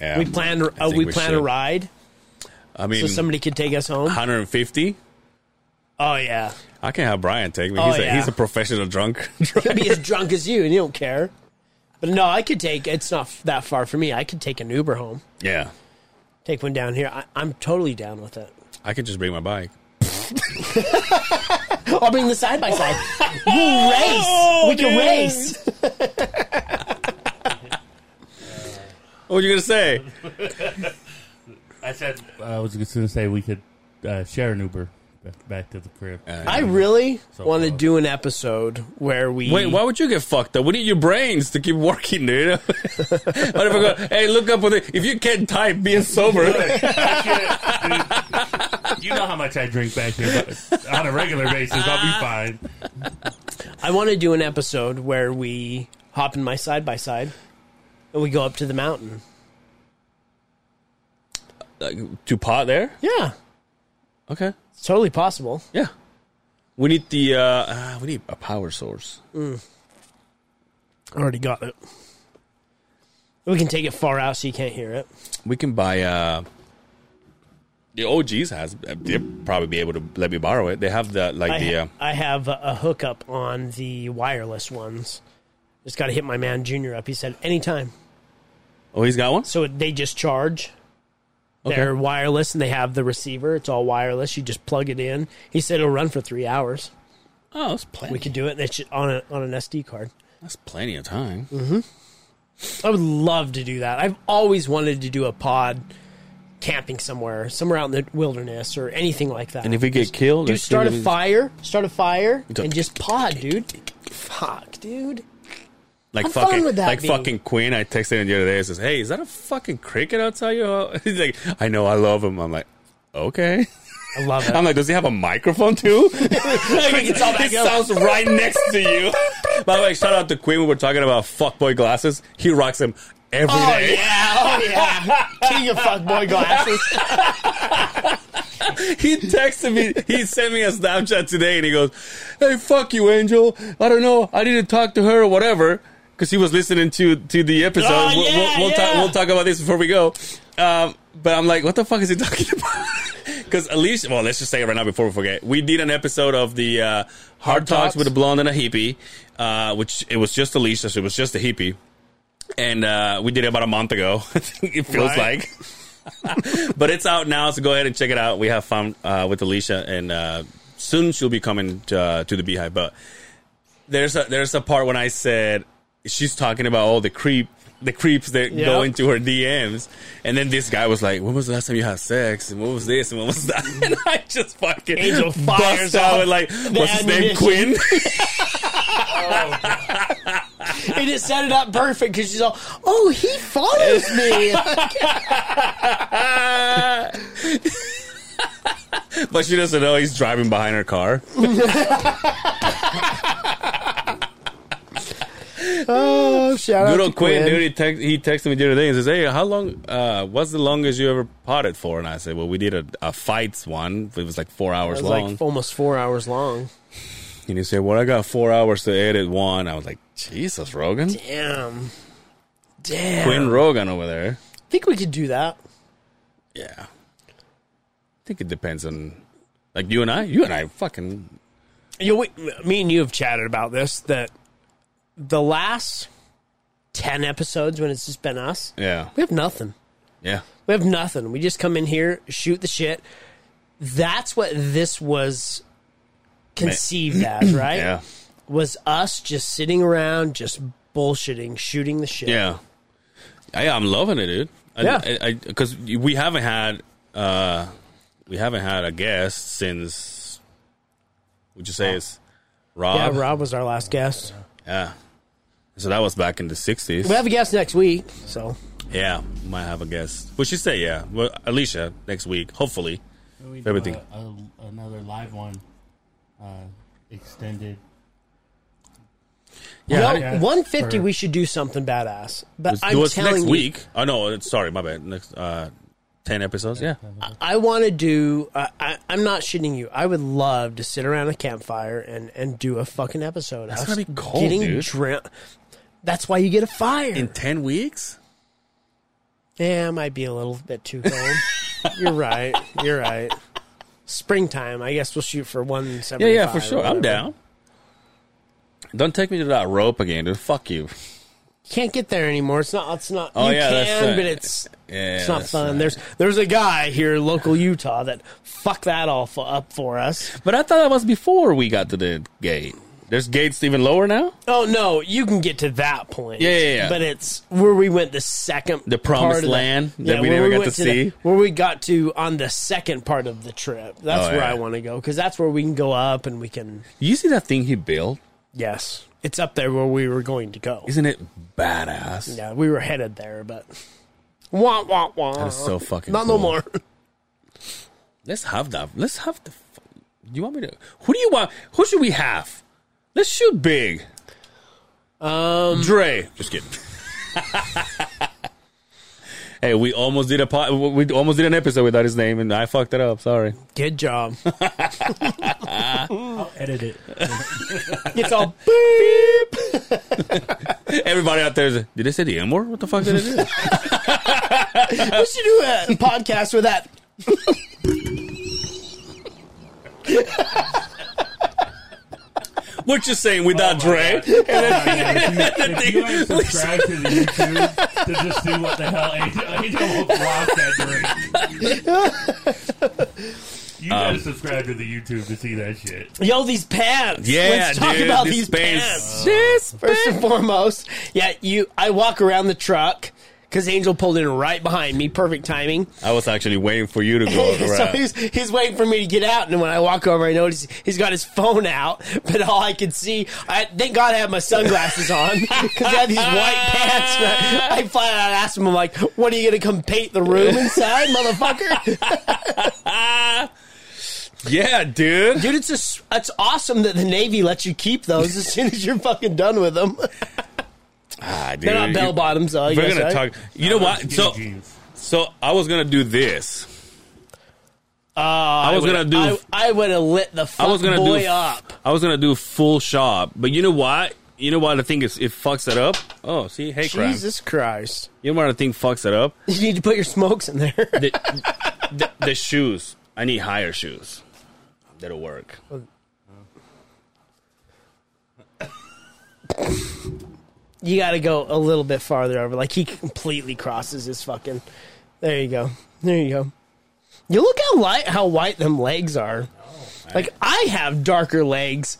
S3: yeah,
S2: We plan
S3: Um, I
S2: uh,
S3: think
S2: we plan a
S3: should.
S2: ride
S3: i mean
S2: so somebody can take us home.
S3: 150
S2: Oh yeah.
S3: I can have Brian take me.
S2: Oh,
S3: he's, a,
S2: yeah.
S3: he's a professional drunk. (laughs)
S2: He'll be as drunk as you, and you don't care. But no, I could take. It's not f- that far for me. I could take an Uber home.
S3: yeah.
S2: Take one down here. I, I'm totally down with it.
S3: I could just bring my bike.
S2: I'll bring the side by (laughs) side. We'll race. we can
S3: dude.
S2: race.
S3: What were you gonna say?
S5: I said I was just gonna say we could uh, share an Uber back, back to the crib.
S2: I really
S5: So
S2: want to
S5: close.
S2: do an episode where we.
S3: Wait, why would you get fucked up? We need your brains to keep working, dude. (laughs) what if I go, hey, look up with it. If you can't type, being sober. (laughs)
S5: you know how much I drink back here but on a regular basis. I'll be fine.
S2: I want to do an episode where we hop in my side by side, and we go up to the mountain.
S3: like, to pot there?
S2: Yeah,
S3: Okay.
S2: it's totally possible.
S3: Yeah. We need the, uh, uh we need a power source.
S2: I already got it. We can take it far out so you can't hear it.
S3: We can buy, uh, the OGs has, they'll probably be able to let me borrow it. They have the, like,
S2: I,
S3: the,
S2: ha-
S3: uh,
S2: I have a a hookup on the wireless ones. Just got to hit my man Junior up. He said anytime.
S3: oh, he's got one?
S2: So they just charge.
S3: Okay.
S2: They're wireless and they have the receiver. It's all wireless. You just plug it in. He said it'll run for three hours.
S3: Oh, that's
S2: We
S3: plenty.
S2: could do it. That's ju- on a, on an SD card.
S3: That's plenty of time.
S2: Mm-hmm. I would love to do that. I've always wanted to do a pod camping somewhere, somewhere out in the wilderness or anything like that.
S3: And if we get killed,
S2: Dude,
S3: let's
S2: start a
S3: do it.
S2: fire, start a fire,
S3: don't-
S2: and just pod, dude. Fuck, dude.
S3: Like
S2: How fun
S3: fucking,
S2: would that
S3: like
S2: be?
S3: fucking Queen. I texted him the other day. and says, "Hey, is that a fucking cricket outside your?" house?" (laughs) He's like, "I know, I love him." I'm like, "Okay."
S2: I
S3: (laughs)
S2: love it.
S3: I'm like, "Does he have a
S2: (laughs)
S3: microphone too?" like, it's all it sounds right next to
S2: (laughs)
S3: you. By the way, shout out to Queen. We were talking about fuckboy glasses. He rocks them every day.
S2: yeah, oh yeah. (laughs) King of fuckboy glasses.
S3: he texted me. He sent me a Snapchat today, and he goes, "Hey, fuck you, Angel. I don't know. I need to talk to her or whatever." Because he was listening to to the episode.
S2: Oh,
S3: we'll,
S2: yeah,
S3: we'll, we'll, Talk,
S2: yeah.
S3: we'll talk about this before we go. Um, but I'm like, what the fuck is he talking (laughs) about? Because at least, well, let's just say it right now before we forget. We did an episode of the uh, Hard, Talks,
S2: Talks.
S3: with a Blonde and a Hippie, uh, which it was just Alicia, so it was just a hippie. And uh, we did it about a month ago, (laughs) I think it feels
S2: Right.
S3: like but it's out now, so go ahead and check it out. We have fun uh, with Alicia, and uh, soon she'll be coming to, uh, to the Beehive. But there's a there's a part when I said she's talking about all the creep the creeps that
S2: Yeah.
S3: go into her DMs, and then this guy was like, "When was the last time you had sex? And what was this? And what was that?" (laughs) And I just fucking
S2: Angel fires
S3: bust out
S2: up
S3: with like, "What's his name?
S2: ammunition."
S3: Quinn." (laughs)
S2: He just set it up perfect because she's all, oh, he follows (laughs) me.
S3: but she doesn't know he's driving behind her car.
S6: Oh, shout out
S3: Good
S6: to
S3: old Quinn,
S6: Quinn.
S3: dude. He, text, he texted me the other day and says, "Hey, how long? Uh, what's the longest you ever potted for?" And I said, "Well, we did a, a fights one. It was like four hours
S2: It's
S3: long."
S2: like almost four hours long.
S3: and he said, "Well, I got four hours to edit one." I was like, "Jesus, Rogan,
S2: Damn. Damn.
S3: Quinn Rogan over there."
S2: think we could do that.
S3: Yeah, I think it depends on like you and I. You and I, fucking
S2: You know, we, me and you have chatted about this that the last 10 episodes when it's just been us,
S3: yeah,
S2: we have nothing.
S3: yeah.
S2: We have nothing. We just come in here, shoot the shit. That's what this was
S3: (clears throat)
S2: conceived as, right?
S3: Yeah,
S2: Was us just sitting around, just bullshitting, shooting the shit.
S3: yeah. I, I'm loving it, dude. I,
S2: Yeah.
S3: I because we haven't had uh, we haven't had a guest since. Would you say it's Rob?
S2: Yeah, Rob was our last guest.
S3: Yeah. So that was back in the '60s.
S2: We have a guest next week, so
S3: yeah, might have a guest. Would she say yeah? Well, Alicia next week, hopefully.
S5: We
S3: Everything.
S5: A, a, another live one, uh, (laughs) extended.
S2: No,
S5: Yeah.
S2: 150,
S5: Or-
S2: we should do something badass. But
S3: It's-
S2: I'm
S3: it was
S2: telling
S3: next
S2: you,
S3: week. Oh no, it's- sorry, my bad. Next uh, ten episodes. Yeah.
S2: I want to do. I, I, I'm not shitting you. I would love to sit around a campfire and and do a fucking episode. That's
S3: gonna be cold, dude.
S2: That's why you get a fire.
S3: In ten weeks.
S2: yeah, it might be a little bit too
S3: (laughs)
S2: cold. You're right. You're right. Springtime. I guess we'll shoot for one
S3: Yeah,
S2: seventy.
S3: yeah, for sure. I'm down. Don't take me to that rope again, dude. Fuck you.
S2: Can't get there anymore. It's not. It's not.
S3: Oh,
S2: you
S3: yeah,
S2: can,
S3: that's right.
S2: but it's
S3: Yeah,
S2: it's not
S3: that's
S2: fun.
S3: right.
S2: There's there's a guy here, in local Utah, that fucked that all fu- up for us.
S3: But I thought that was before we got to the gate. There's gates even lower now.
S2: Oh no, you can get to that point.
S3: Yeah, yeah, yeah.
S2: But it's where we went the second
S3: The promised
S2: part of the-
S3: land that we
S2: where
S3: never got
S2: went
S3: to
S2: the-
S3: see.
S2: where we got to on the second part of the trip. That's
S3: Oh,
S2: where
S3: yeah.
S2: I want to go because that's where we can go up and we can.
S3: You see that thing he built?
S2: Yes, it's up there where we were going to go.
S3: Isn't it badass?
S2: Yeah, we were headed there, but wah wah wah.
S3: That is so fucking.
S2: Not
S3: cool.
S2: no more.
S3: Let's have that. Let's have the. f- You want me to? Who do you want? Who should we have? Let's shoot big. Um, Dre. Just kidding. (laughs) hey, we almost did a po- we almost did an episode without his name, and I fucked it up. Sorry.
S2: Good job.
S5: I'll edit it.
S2: It's all
S3: Everybody out there, is, did they say the M word? What the fuck did
S2: (laughs)
S3: it do?
S2: we should do a podcast with that.
S3: We're just saying
S2: Oh
S3: without Dre.
S5: Uh, if you ain't subscribed to the YouTube to just see what the hell Angel, Angel will block that drink. You
S3: Um,
S5: gotta subscribe to the YouTube to see that shit.
S2: Yo, these pants.
S3: Yeah,
S2: Let's talk
S3: dude,
S2: about
S3: these
S2: these
S3: pants.
S2: pants. First and foremost, yeah, you. I walk around the truck because Angel pulled in right behind me, perfect timing.
S3: I was actually waiting for you to go around.
S2: (laughs) so he's he's waiting for me to get out, and when I walk over, I notice he's got his phone out, but all I could see, I thank God I have my sunglasses on (laughs) because I had these white pants. man. I flat out asked him, I'm like, "What are you gonna come paint the room inside,
S3: (laughs)
S2: motherfucker?"
S3: yeah, dude.
S2: Dude, it's a s it's awesome that the Navy lets you keep those as soon as you're fucking done with them. (laughs)
S3: Ah, dude,
S2: They're not
S3: you-
S2: bell bottoms, though. I
S3: If We're
S2: guess,
S3: gonna
S2: right?
S3: talk. You know what?
S5: Skinny
S3: uh, So,
S5: jeans.
S3: so I was gonna do this.
S2: I
S3: was
S2: would-
S3: gonna do-
S2: Uh, I, I would have lit the fuck
S3: I was gonna
S2: boy
S3: do.
S2: up.
S3: I was gonna do full shop, but you know what? You know what? I think is it fucks it up. Oh, see, hey, crap.
S2: Jesus Christ! (laughs)
S3: You know what I think fucks it up?
S2: You need to put your smokes in there. (laughs)
S3: The, the, the shoes. I need higher shoes. That'll work.
S2: you got to go a little bit farther over. Like he completely crosses his fucking. There you go. There you go. You look how light, how white them legs are.
S3: Oh,
S2: Like I have darker legs.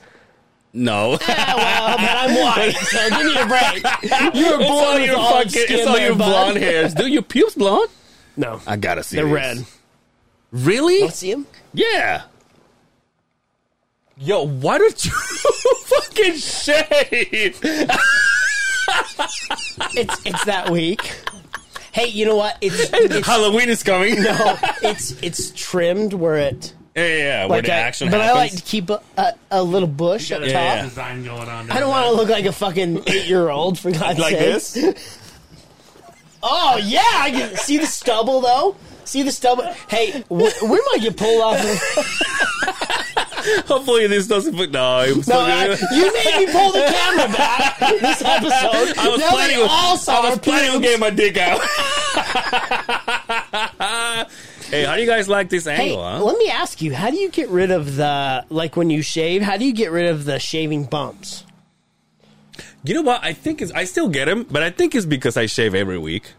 S3: No,
S2: Yeah, well, but I'm white, (laughs) so give me a break. You were
S3: (laughs) it's all
S2: born with
S3: your
S2: olive
S3: fucking,
S2: skin
S3: it's all
S2: there,
S3: your
S2: bud.
S3: blonde
S2: (laughs)
S3: hairs. Do your pubes blonde?
S2: No,
S3: I gotta see.
S2: they're
S3: this.
S2: red.
S3: Really?
S2: Don't see him.
S3: Yeah. Yo, why don't you (laughs) fucking shave?
S2: It's it's that week. Hey, you know what? It's
S3: (laughs)
S2: it's,
S3: Halloween is (laughs) coming.
S2: no, it's it's trimmed where it
S3: Yeah, yeah, yeah, where
S2: like
S3: the
S2: I-
S3: action
S2: but I like
S3: happens.
S2: to keep a, a, a little bush at the
S3: yeah,
S2: top.
S3: yeah.
S5: Design going on.
S2: I don't want to look like a fucking eight year old for God's
S3: Like
S2: sake.
S3: this?
S2: (laughs) Oh yeah, I can see the stubble though. See the stubble. Hey, wh- we might get pulled off.
S3: (laughs)
S2: Of-
S3: Hopefully this doesn't. Put, no, I'm
S2: no,
S3: still (laughs)
S2: I-
S3: gonna-
S2: you made me pull the camera back this episode.
S3: I was
S2: Now
S3: planning.
S2: they all saw
S3: I was
S2: our
S3: planning on
S2: pubes.
S3: getting my dick out. (laughs) hey, how do you guys like this
S2: Hey,
S3: angle? huh?
S2: let me ask you: How do you get rid of the like when you shave? How do you get rid of the shaving bumps?
S3: You know what? I think is I still get him, but I think it's because I shave every week.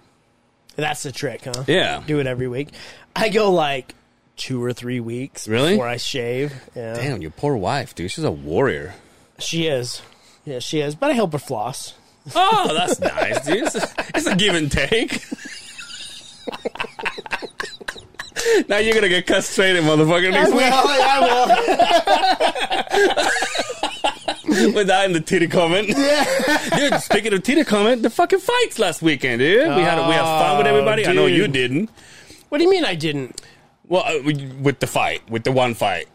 S2: That's the trick, huh?
S3: Yeah.
S2: do it every week. I go like two or three weeks
S3: Really?
S2: before I shave. Yeah.
S3: Damn, your poor wife, dude. She's a warrior.
S2: She is. Yeah, she is. But I help her floss.
S3: Oh, that's nice, dude. It's a, it's a give and take. now you're gonna get castrated, motherfucker, next week
S2: I will.
S3: with that in the titty comment. dude, speaking of titty comment, the fucking fights last weekend, dude. We had we had fun with everybody. I know
S2: Oh, dude.
S3: you didn't.
S2: What do you mean I didn't?
S3: Well, uh, with- with the fight, with the one fight.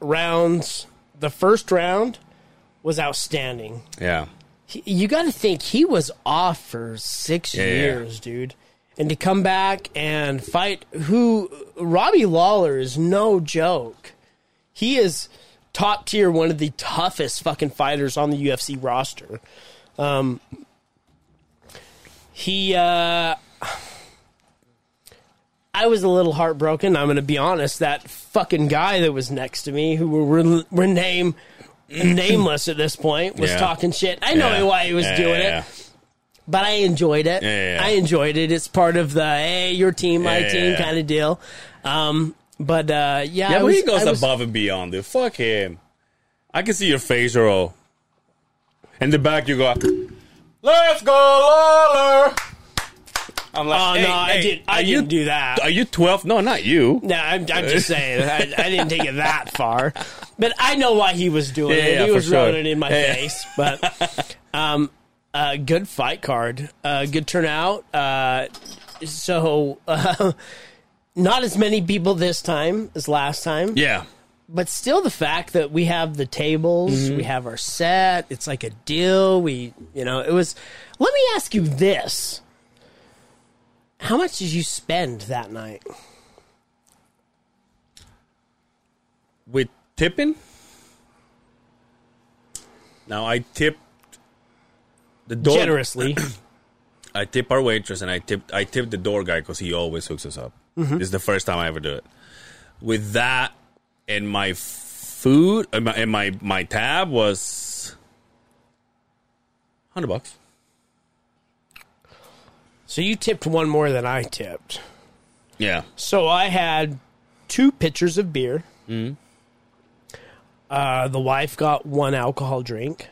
S2: Rounds. The first round was outstanding.
S3: Yeah.
S2: He, you got to think he was off for six
S3: Yeah, yeah.
S2: years, dude. And to come back and fight who Robbie Lawler is no joke. He is top tier, one of the toughest fucking fighters on the UFC roster. Um, he, uh, I was a little heartbroken. I'm going to be honest. That fucking guy that was next to me, who will re- rename nameless at this point, was
S3: Yeah.
S2: talking shit. I know
S3: Yeah.
S2: why he was
S3: Yeah,
S2: doing
S3: yeah,
S2: it, but I enjoyed it.
S3: Yeah, yeah.
S2: I enjoyed it. It's part of the hey, your team, my
S3: Yeah, yeah,
S2: team
S3: yeah.
S2: kind of deal. Um, but uh, yeah,
S3: Yeah,
S2: I
S3: but
S2: was,
S3: he goes
S2: I was-
S3: above and beyond, dude. Fuck him. I can see your face roll. In the back, you go, let's go, Lawler. I'm like,
S2: Oh
S3: hey,
S2: no, I
S3: hey,
S2: did. I
S3: are you-
S2: didn't do that.
S3: Are you 12? No, not you.
S2: No, I'm, I'm just saying. I, I didn't take it
S3: (laughs)
S2: that far, but I know why he was doing
S3: Yeah,
S2: it.
S3: yeah,
S2: he
S3: for
S2: was
S3: sure.
S2: throwing it in my
S3: Yeah.
S2: face, but um, uh, good fight card, uh, good turnout. Uh, so, uh, (laughs) not as many people this time as last time,
S3: Yeah.
S2: but still, the fact that we have the tables, we have our set. It's like a deal. We, you know, it was. Let me ask you this: How much did you spend that night?
S3: With tipping? Now, I tipped the door.
S2: Generously.
S3: I tip our waitress and I tip I tip the door guy because he always hooks us up. This is the first time I ever do it. With that and my food and my and my, my tab was hundred bucks.
S2: So you tipped one more than I tipped.
S3: Yeah,
S2: So I had two pitchers of beer.
S3: Mm-hmm.
S2: Uh, the wife got one alcohol drink.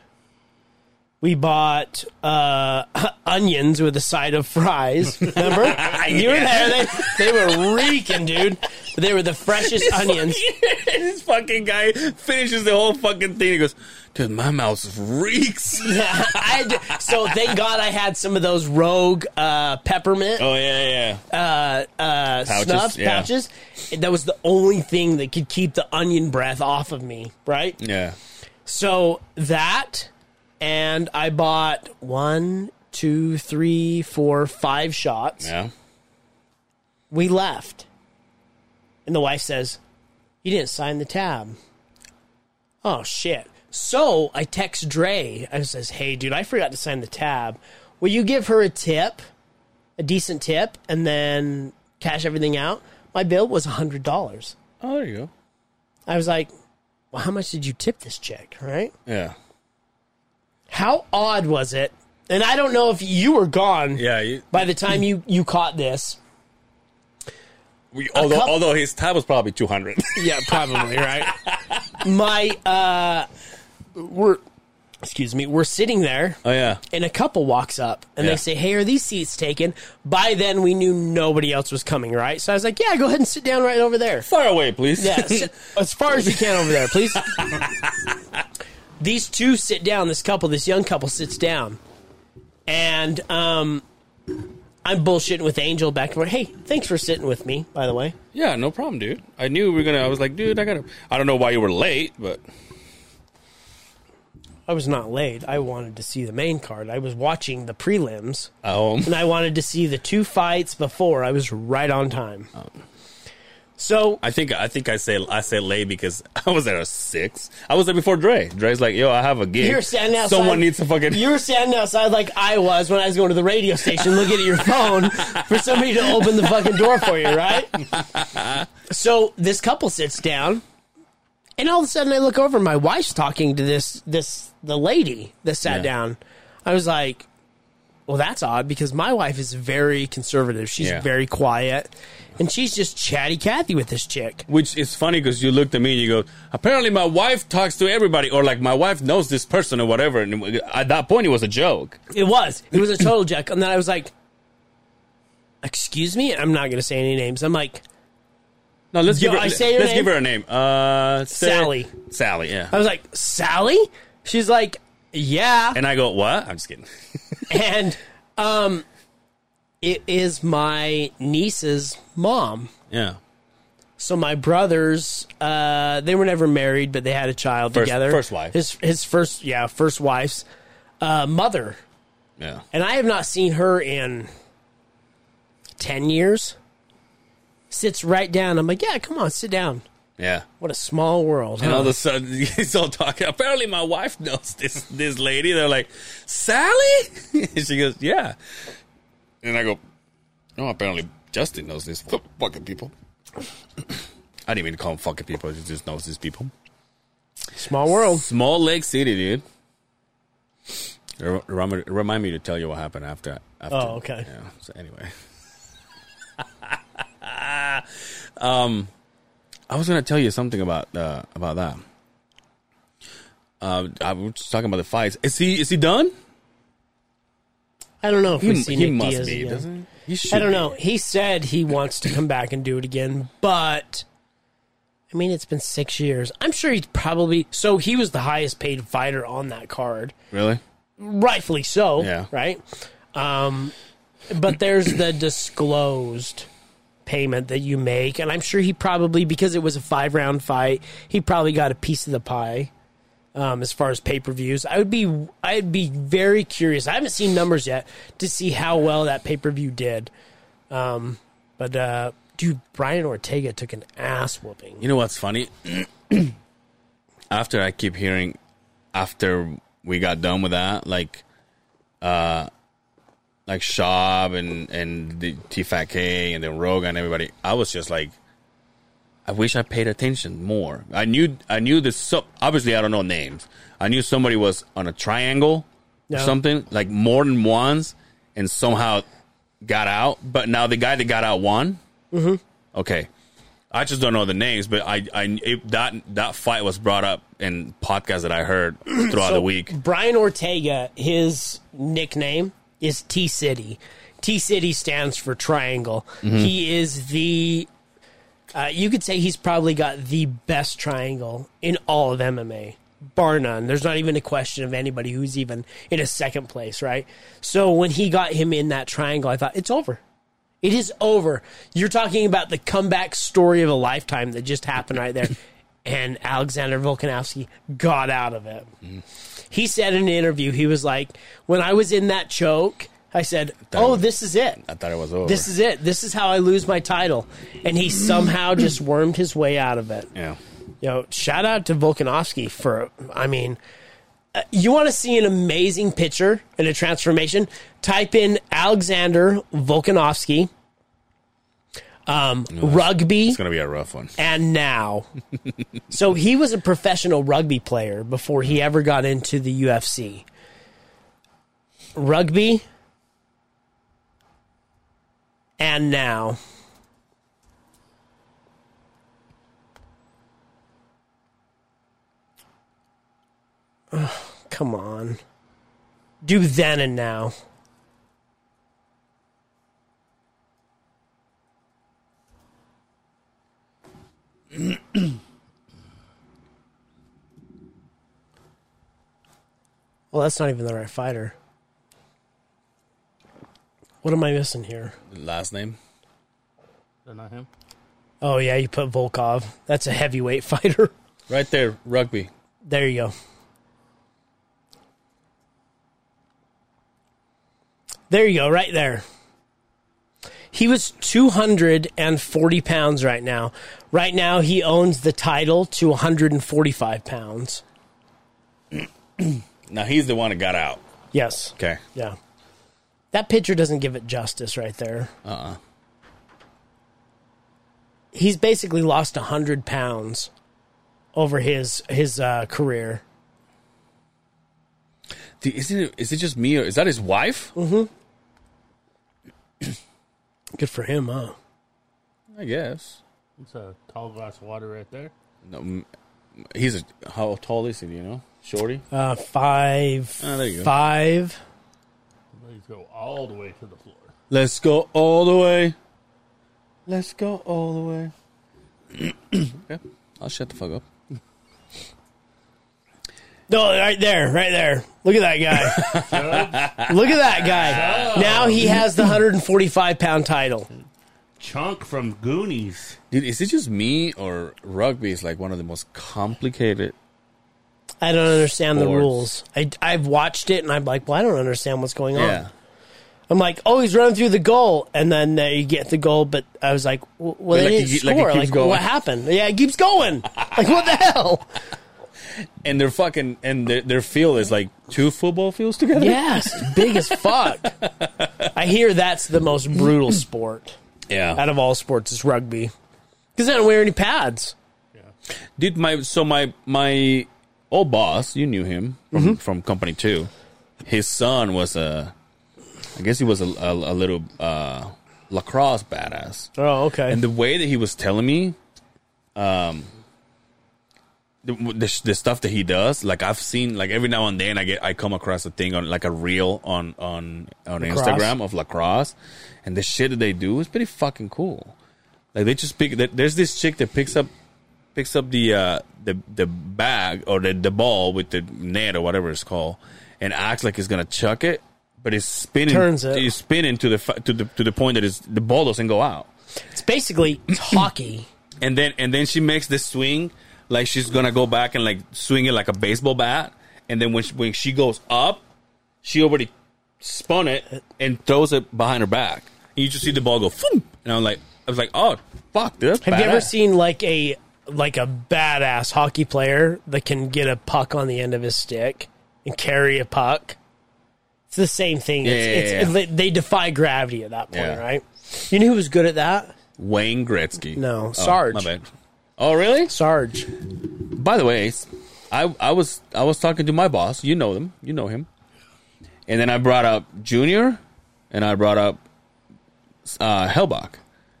S2: We bought uh, (laughs) onions with a side of
S3: (laughs)
S2: fries. Remember? you were there. They, they were reeking, dude. They were the
S3: (laughs)
S2: freshest onions.
S3: (laughs)
S2: (laughs)
S3: this fucking guy finishes the whole fucking thing. He goes, dude, my mouth reeks.
S2: I d- so thank God I had some of those rogue uh, peppermint
S3: (laughs) Oh, yeah, yeah.
S2: uh, uh,
S3: Pouches,
S2: snuffs
S3: yeah.
S2: pouches. That was the only thing that could keep the onion breath off of me, right?
S3: Yeah.
S2: So that, and I bought one, two, three, four, five shots.
S3: Yeah.
S2: We left. And the wife says, You didn't sign the tab. Oh, shit. So I text Dre. I says, Hey, dude, I forgot to sign the tab. Will you give her a tip, a decent tip, and then cash everything out? My bill was $100.
S3: Oh, there you go.
S2: I was like, Well, how much did you tip this chick, right?
S3: Yeah.
S2: How odd was it? And I don't know if you were gone
S3: Yeah. You,
S2: by the time you, you caught this.
S3: we, although,
S2: couple-
S3: although his tab was probably (laughs) 200.
S2: Yeah, probably right. (laughs) My uh, we're excuse me, we're sitting there,
S3: oh, yeah.
S2: and a couple walks up, and
S3: Yeah.
S2: they say, "Hey, are these seats taken?" By then, we knew nobody else was coming, right? So I was like, "Yeah, go ahead and sit down right over there."
S3: Far away, please.
S2: Yeah,
S3: (laughs)
S2: sit (laughs) as far as you can over there, please. (laughs) These two sit down. This couple, this young couple, sits down, and um, I'm bullshitting with Angel back and forth. Hey, thanks for sitting with me, by the way.
S3: yeah, no problem, dude. I knew we were going to. I was like, dude, I got to. I don't know why you were late, but.
S2: I was not late. I wanted to see the main card. I was watching the prelims
S3: Um,
S2: and I wanted to see the two fights before. I was right on time. So
S3: I think I think I say I say late because (laughs) I was there at six. I was there before Dre. Dre's like, yo, I have a gig.
S2: you're standing outside.
S3: Someone needs to fucking.
S2: You were standing outside like I was when I was going to the radio station looking at your phone for somebody to open the fucking door for you, right? So this couple sits down, and all of a sudden I look over. My wife's talking to this this the lady that sat
S3: Yeah.
S2: down. I was like, "Well, that's odd," because my wife is very conservative. She's
S3: Yeah.
S2: very quiet, and she's just chatty Cathy with this chick.
S3: Which is funny because you looked at me and you go, apparently my wife talks to everybody, or like my wife knows this person or whatever. And at that point, it was a joke.
S2: It was. It was a total (clears throat) jack. And then I was like, "Excuse me, I'm not going to say any names." I'm like.
S3: No, let's
S2: Yo,
S3: give her.
S2: I say your
S3: let's
S2: name?
S3: give her a name. Uh, Sa-
S2: Sally.
S3: Sally. Yeah.
S2: I was like, Sally? She's like,
S3: (laughs)
S2: yeah.
S3: and I go, what? I'm just kidding. (laughs)
S2: And um, it is my niece's mom.
S3: Yeah.
S2: So my brothers, uh, they were never married, but they had a child
S3: First-
S2: together.
S3: first wife.
S2: His his first, yeah, first wife's uh, mother.
S3: Yeah.
S2: And I have not seen her in ten years. Sits right down. I'm like, yeah, come on, sit down.
S3: Yeah.
S2: What a small world.
S3: And
S2: huh?
S3: all of a sudden, (laughs) he's all talking. Apparently, my wife knows this this lady. They're like, Sally. (laughs) And she goes, yeah. And I go, no. Apparently, Justin knows this fu- fucking people. (clears throat) I didn't mean to call him fucking people. He just knows these people.
S2: small world.
S3: Small Lake City, dude. Re- Remind remind me to tell you what happened after. after
S2: Oh, okay.
S3: Yeah. So
S2: (laughs)
S3: anyway, um, Um, I was gonna tell you something about uh, about that. Uh, I was just talking about the fights. Is he is he done?
S2: I don't know if
S3: He,
S2: we see
S3: he
S2: Nick
S3: must
S2: Diaz
S3: be,
S2: again.
S3: doesn't he? He should
S2: I don't
S3: be.
S2: know. He said he wants to come back and do it again, but I mean, it's been six years. I'm sure he's probably so he was the highest paid fighter on that card,
S3: Really?
S2: rightfully so.
S3: Yeah.
S2: Right. Um, but there's the disclosed payment that you make, and I'm sure he probably because it was a five round fight, he probably got a piece of the pie. Um, as far as pay per views, I would be I'd be very curious. I haven't seen numbers yet to see how well that pay per view did. But uh dude, Brian Ortega took an ass whooping.
S3: You know what's funny? (clears throat) after I keep hearing, after we got done with that, like, uh, like Shab and and the T Fat K and then Rogan and everybody, I was just like, I wish I paid attention more. I knew I knew this. So obviously, I don't know names. I knew somebody was on a triangle or
S2: Yeah.
S3: something like more than once, and somehow got out. But now the guy that got out won. Mm-hmm. Okay, I just don't know the names, but I, I it, that that fight was brought up in podcasts that I heard (clears throat) throughout
S2: So,
S3: the week.
S2: Brian Ortega, his nickname is T City. T City stands for triangle.
S7: Mhm.
S2: He is the. Uh, you could say he's probably got the best triangle in all of MMA, bar none. There's not even a question of anybody who's even in a second place, right? So when he got him in that triangle, I thought it's over. It is over. You're talking about the comeback story of a lifetime that just happened right there. and Alexander Volkanovsky got out of it. He said in an interview, he was like, When I was in that choke, I said, Oh, this is it.
S3: I thought it was over.
S2: This is it. This is how I lose my title. And he somehow just wormed his way out of it.
S3: Yeah.
S2: You know, shout out to Volkanovski for, I mean, uh, you want to see an amazing picture and a transformation? Type in Alexander Volkanovski, um, rugby. It's
S3: going to be a rough one.
S2: And now. so he was a professional rugby player before he ever got into the UFC. Rugby. And now. Ugh, come on. Do then and now. Well, that's not even the right fighter. What am I missing here?
S3: Last name?
S5: They're not him.
S2: Oh yeah, you put Volkov. That's a heavyweight (laughs) fighter.
S3: Right there, rugby.
S2: There you go. There you go, right there. He was 240 pounds right now. Right now, he owns the title to 145 pounds.
S3: Now he's the one that got out.
S2: Yes.
S3: Okay.
S2: Yeah. That picture doesn't give it justice right there.
S3: Uh. uh
S2: He's basically lost 100 pounds over his his uh, career.
S3: Dude, isn't it? Is it just me or is that his wife?
S2: Mm-hmm. Good for him, huh?
S3: I guess.
S5: It's a tall glass of water right there.
S3: No, m- he's a, how tall is he? Do you know, shorty.
S2: Uh, five.
S3: Ah, there you go.
S2: Five.
S5: Let's go all the way to the floor.
S3: Let's go all the way.
S5: Let's go all the way.
S3: (clears throat) Okay, I'll shut the fuck up.
S2: No, right there, right there. Look at that (laughs) guy. Look at that guy. Now he has the 145 pound title.
S5: Chunk from Goonies.
S3: Dude, is it just me or rugby is like one of the most complicated?
S2: I don't understand the
S3: Sports.
S2: rules. I, I've watched it and I'm like, well, I don't understand what's going on.
S3: Yeah.
S2: I'm like, oh, he's running through the goal, and then uh, you get the goal. But I was like, w- well,
S3: But
S2: they
S3: like
S2: didn't
S3: it- like it
S2: score.
S3: keeps
S2: Like,
S3: going.
S2: what happened? Yeah, it keeps (laughs) going. like, what the hell?
S3: And their fucking and their, their field is like two football fields together.
S2: Yes, it's big as fuck. (laughs) I hear that's the most brutal sport
S3: Yeah.
S2: out of all sports is rugby because they don't wear any pads.
S3: Dude, my so my my old boss, you knew him from, from company two. His son was a, I guess he was a, a, a little uh, lacrosse badass.
S2: Oh, okay.
S3: And the way that he was telling me, um, the, the the stuff that he does, like I've seen, like every now and then, I get I come across a thing on like a reel on on on
S5: Lacrosse.
S3: Instagram of lacrosse, and the shit that they do is pretty fucking cool. Like they just pick. there- There's this chick that picks up picks up the uh, the the bag or the the ball with the net or whatever it's called, and acts like he's gonna chuck it, but it's spinning.
S2: Turns it.
S3: It's spinning to the fu- to the to the point that it's, the ball doesn't go out.
S2: It's basically (clears throat) it's hockey.
S3: And then and then she makes this swing like she's gonna go back and like swing it like a baseball bat. And then when she, when she goes up, she already spun it and throws it behind her back. And you just see the ball go. Foom! And I'm like, I was like, oh fuck, dude. that's
S2: Have you ever
S3: badass.
S2: seen like a like a badass hockey player that can get a puck on the end of his stick and carry a puck? It's the same thing.
S3: Yeah,
S2: it's,
S3: yeah,
S2: it's,
S3: yeah,
S2: They defy gravity at that point,
S3: Yeah.
S2: right? You know who was good at that?
S3: Wayne Gretzky.
S2: No,
S3: Oh,
S2: Sarge.
S3: my bad. Oh, really?
S2: Sarge.
S3: By the way, I I was I was talking to my boss. You know them. You know him. And then I brought up Junior, and I brought up uh, Hellbach.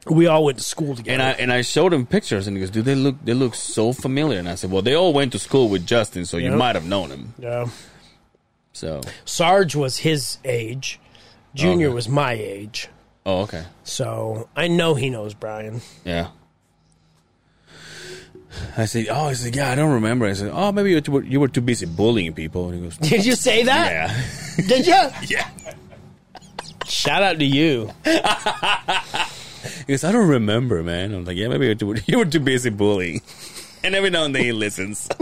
S2: We all went to school together.
S3: And I and I showed him pictures, and he goes, "Dude, they look they look so familiar." And I said, "Well, they all went to school with Justin, so you
S2: Yep.
S3: might have known him."
S2: Yeah.
S3: So,
S2: Sarge was his age. Junior
S3: Okay.
S2: was my age.
S3: oh okay,
S2: So I know he knows Brian. (laughs)
S3: yeah. I said, "Oh, I said, yeah, I don't remember." I said, "Oh, maybe you were too, you were too busy bullying people." And he goes,
S2: Did you say that?
S3: "Yeah."
S2: Did you?
S3: Yeah.
S2: Shout out to you.
S3: He goes, I don't remember, man. I'm like, yeah, maybe you were too, (laughs) you were too busy bullying. (laughs) And every now and then he listens. (laughs)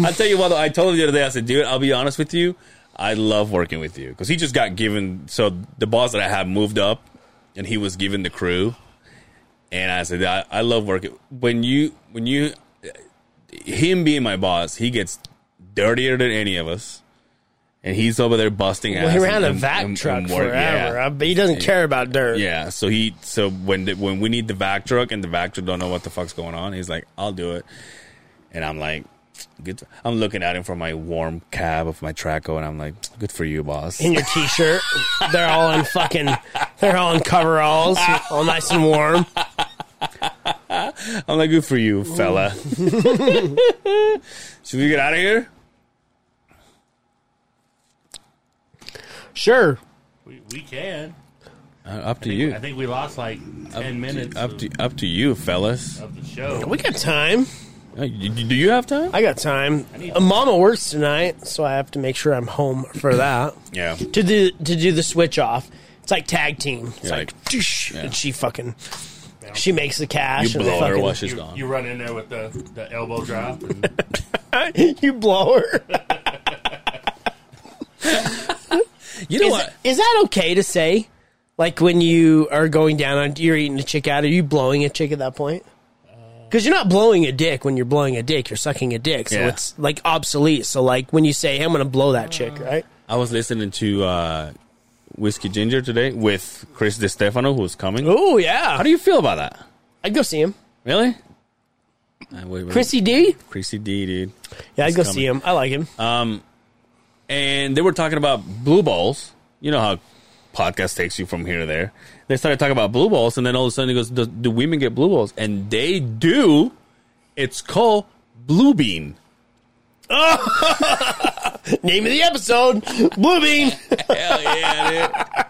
S3: I'll tell you what, though, I told him the other day, I said, dude, I'll be honest with you. I love working with you. Because he just got given, so the boss that I had moved up and he was given the crew. And I said, I, I love working. When you, when you, him being my boss, he gets dirtier than any of us. And he's over there busting
S2: Well,
S3: ass.
S2: he ran
S3: and-
S2: a
S3: and-
S2: vac
S3: and- and
S2: truck
S3: work- yeah.
S2: forever. I- but he doesn't care about dirt.
S3: Yeah, so he so when the, when we need the vac truck and the vac truck don't know what the fuck's going on, he's like, "I'll do it," and I'm like, "Good." f-" I'm looking at him from my warm cab of my Traco, and I'm like, "Good for you, boss."
S2: In your t-shirt,
S3: (laughs)
S2: they're all in fucking, they're all in coveralls, all nice and warm.
S3: I'm like, "Good for you,
S5: (laughs)
S3: fella." Should we get out of here?
S2: Sure.
S5: We, we can.
S3: Uh, up to you.
S5: I think we lost like ten minutes
S3: Up
S5: of,
S3: to up to you, fellas.
S5: of the show.
S2: We got time.
S3: Uh, you- Do you have time?
S2: I got time.
S5: need-
S2: Uh, Mama works tonight, so I have to make sure I'm home for that.
S3: Yeah.
S2: to do to do the switch off. It's like tag team. It's
S3: You're
S2: like,
S3: like,
S2: "Doosh,"
S3: yeah.
S2: and she fucking she makes the cash.
S3: You
S2: and the
S3: blow her
S2: fucking,
S3: while she's
S5: you,
S3: gone.
S5: you run in there with the, the elbow drop.
S3: (laughs)
S2: (laughs)
S5: And
S2: you blow her.
S3: You know
S2: Is,
S3: what?
S2: is that okay to say? Like when you are going down on, you're eating a chick out. Are you blowing a chick at that point? Because you're not blowing a dick when you're blowing a dick. You're sucking a dick, so
S3: Yeah.
S2: it's like obsolete. So like when you say, "Hey, I'm gonna blow that chick,"
S3: Mm.
S2: right?
S3: I was listening to uh, Whiskey Ginger today with Chris DeStefano, who's coming.
S2: Oh yeah,
S3: How do you feel about that?
S2: I'd go see him.
S3: Really? Uh, wait, wait.
S2: Chrissy D.
S3: Chrissy D, dude.
S2: Yeah, I'd go
S3: coming. Uh.
S2: see him. I like
S3: (laughs)
S2: him.
S3: And they were talking about blue balls. You know how podcast takes you from here to there. They started talking about blue balls, and then all of a sudden it goes, do, do women get blue balls? And they do. It's called blue bean.
S2: Name of the episode: Blue Bean.
S3: Hell yeah,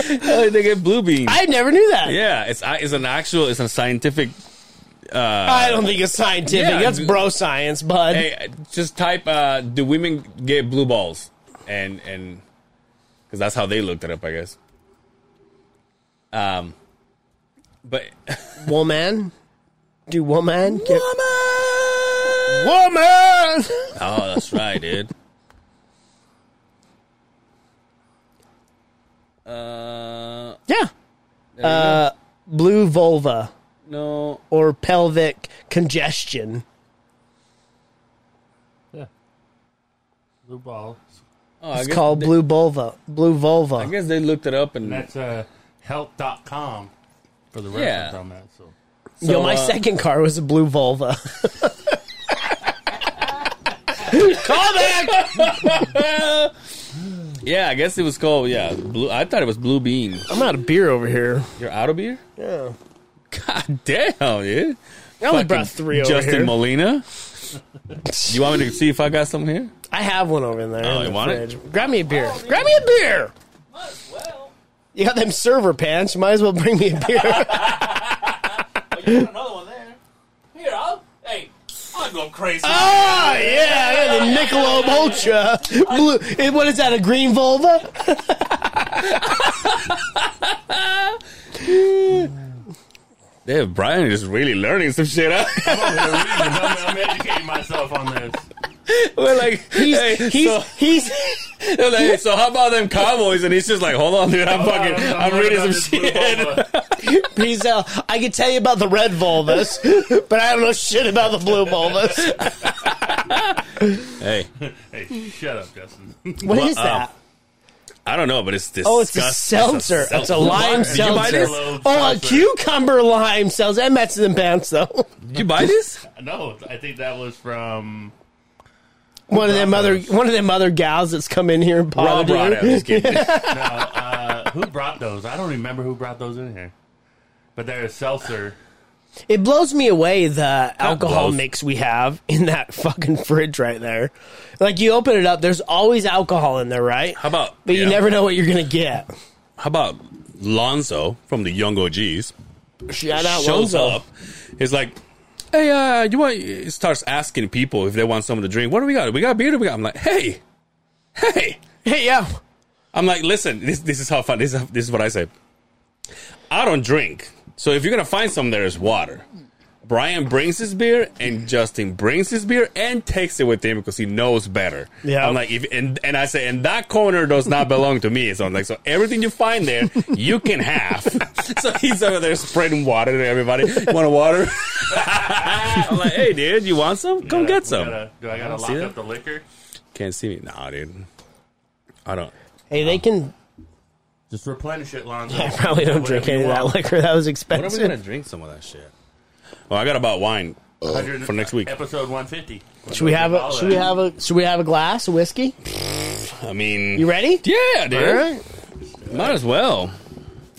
S3: dude. (laughs) Hell, they get blue bean.
S2: I never knew that.
S3: yeah, it's it's an actual, it's a scientific.
S2: I don't think it's scientific.
S3: Yeah,
S2: That's
S3: d-
S2: bro science, bud.
S3: Hey, just type, uh, do women get blue balls? And, and, because that's how they looked it up, I guess. Um, but (laughs)
S2: Woman. Do woman get
S3: Woman!
S2: woman?
S3: Oh, that's right, dude. Uh,
S2: Yeah. Uh, blue vulva
S3: no. Oh,
S2: or pelvic congestion.
S5: blue balls.
S3: Oh, I
S2: It's
S3: guess
S2: called
S3: they-
S2: blue vulva. Blue vulva.
S3: I guess they looked it up and. (laughs)
S5: That's uh, help.com for the reference
S3: Yeah.
S5: on that. So
S3: so,
S2: Yo, my
S3: uh,
S2: second car was a blue
S3: (laughs)
S2: vulva. Call back.
S3: Yeah, I guess it was called. Yeah, blue. I thought it was blue bean.
S2: I'm out of beer over here.
S3: You're out of beer.
S2: Yeah.
S3: God damn, dude.
S2: I only
S3: Fucking
S2: brought three over
S3: Justin
S2: here.
S3: Molina. Do you want me to see if I got some here?
S2: I have one over there.
S3: Oh,
S2: in
S3: you
S2: the
S3: want it?
S2: fridge. Grab me a beer. Grab me a beer. You got them server pants. You might as well bring me a beer. (laughs)
S7: another one there. Here, I'll. Hey, I'll go crazy.
S3: Ah!
S2: oh yeah, yeah, the Michelob Ultra blue. eh, What is that? A green vulva?
S3: Damn, Brian is really learning some shit. Huh? (laughs)
S5: I'm, over here reading. I'm, I'm educating myself on this.
S3: We're like,
S2: (laughs) He's
S3: hey,
S2: he's
S3: so-
S2: he's. (laughs)
S3: They're like, "Hey, so how about them cowboys? And he's just like, hold on, dude, I'm fucking,
S5: on,
S3: I'm,
S5: learning
S3: reading
S5: about
S3: some
S5: this blue
S3: shit. (laughs)
S5: vulva.
S2: He's, uh, I could tell you about the red vulvas, but I don't know shit about the blue vulvas.
S3: hey,
S5: hey, shut up, Justin. (laughs)
S2: What is
S3: Well, uh,
S2: that?
S3: I don't know, but it's this.
S2: Oh, it's a seltzer. It's a, lime
S3: Did you buy
S2: seltzer.
S3: this?
S5: Hello,
S2: Oh, a
S5: seltzer.
S2: cucumber lime seltzer. That matches them pants though. (laughs)
S3: Did you buy this?
S5: No, I think that was from.
S2: One of them other one of them other gals that's come in here and potted
S3: Rob brought it.
S2: you.
S3: Just kidding.
S5: Uh, who brought those? I don't remember who brought those in here. But there is seltzer.
S2: (laughs) It blows me away the alcohol
S5: blows.
S2: mix we have in that (laughs) fucking fridge right there. Like you open it up, there's always alcohol in there, right?
S3: How about?
S2: But you
S3: yeah.
S2: never know what you're gonna get.
S3: How about Lonzo from the Young OGs?
S2: Shout out
S3: shows
S2: Lonzo.
S3: up. He's like, "Hey, uh, you want?" He starts asking people if they want something to drink. What do we got? We got beer. or We got. I'm like, "Hey, hey,
S2: hey, yeah."
S3: I'm like, "Listen, this this is how fun. This is this is what I say. I don't drink, so if you're gonna find some, there is water." Brian brings his beer and Justin brings his beer and takes it with him because he knows better.
S2: Yeah.
S3: I'm like, if, and, and I say, and that corner does not belong to me. So I'm like, so everything you find there, you can have. (laughs) so he's over there spreading water to everybody. Want a water? (laughs) I'm like, hey, dude, you want some? Come
S5: Gotta-
S3: get
S5: we
S3: some.
S5: gotta- do I gotta
S3: See
S5: lock
S3: that?
S5: up the liquor?
S3: Can't see me. Nah, dude. I don't.
S2: Hey, they can
S5: Just replenish it, Lonzo.
S2: (laughs) I probably don't
S5: Whatever
S2: drink any
S5: you
S2: of that
S5: want.
S2: liquor. That was
S3: When are we going to
S2: expensive.
S3: drink some of that shit? Well, I got about wine
S5: Hundred-
S3: for next week.
S5: Episode 150.
S2: Should we have a should we have a should we have a glass of whiskey?
S3: I mean,
S2: You ready?
S3: yeah, dude.
S2: All right.
S3: Might as well.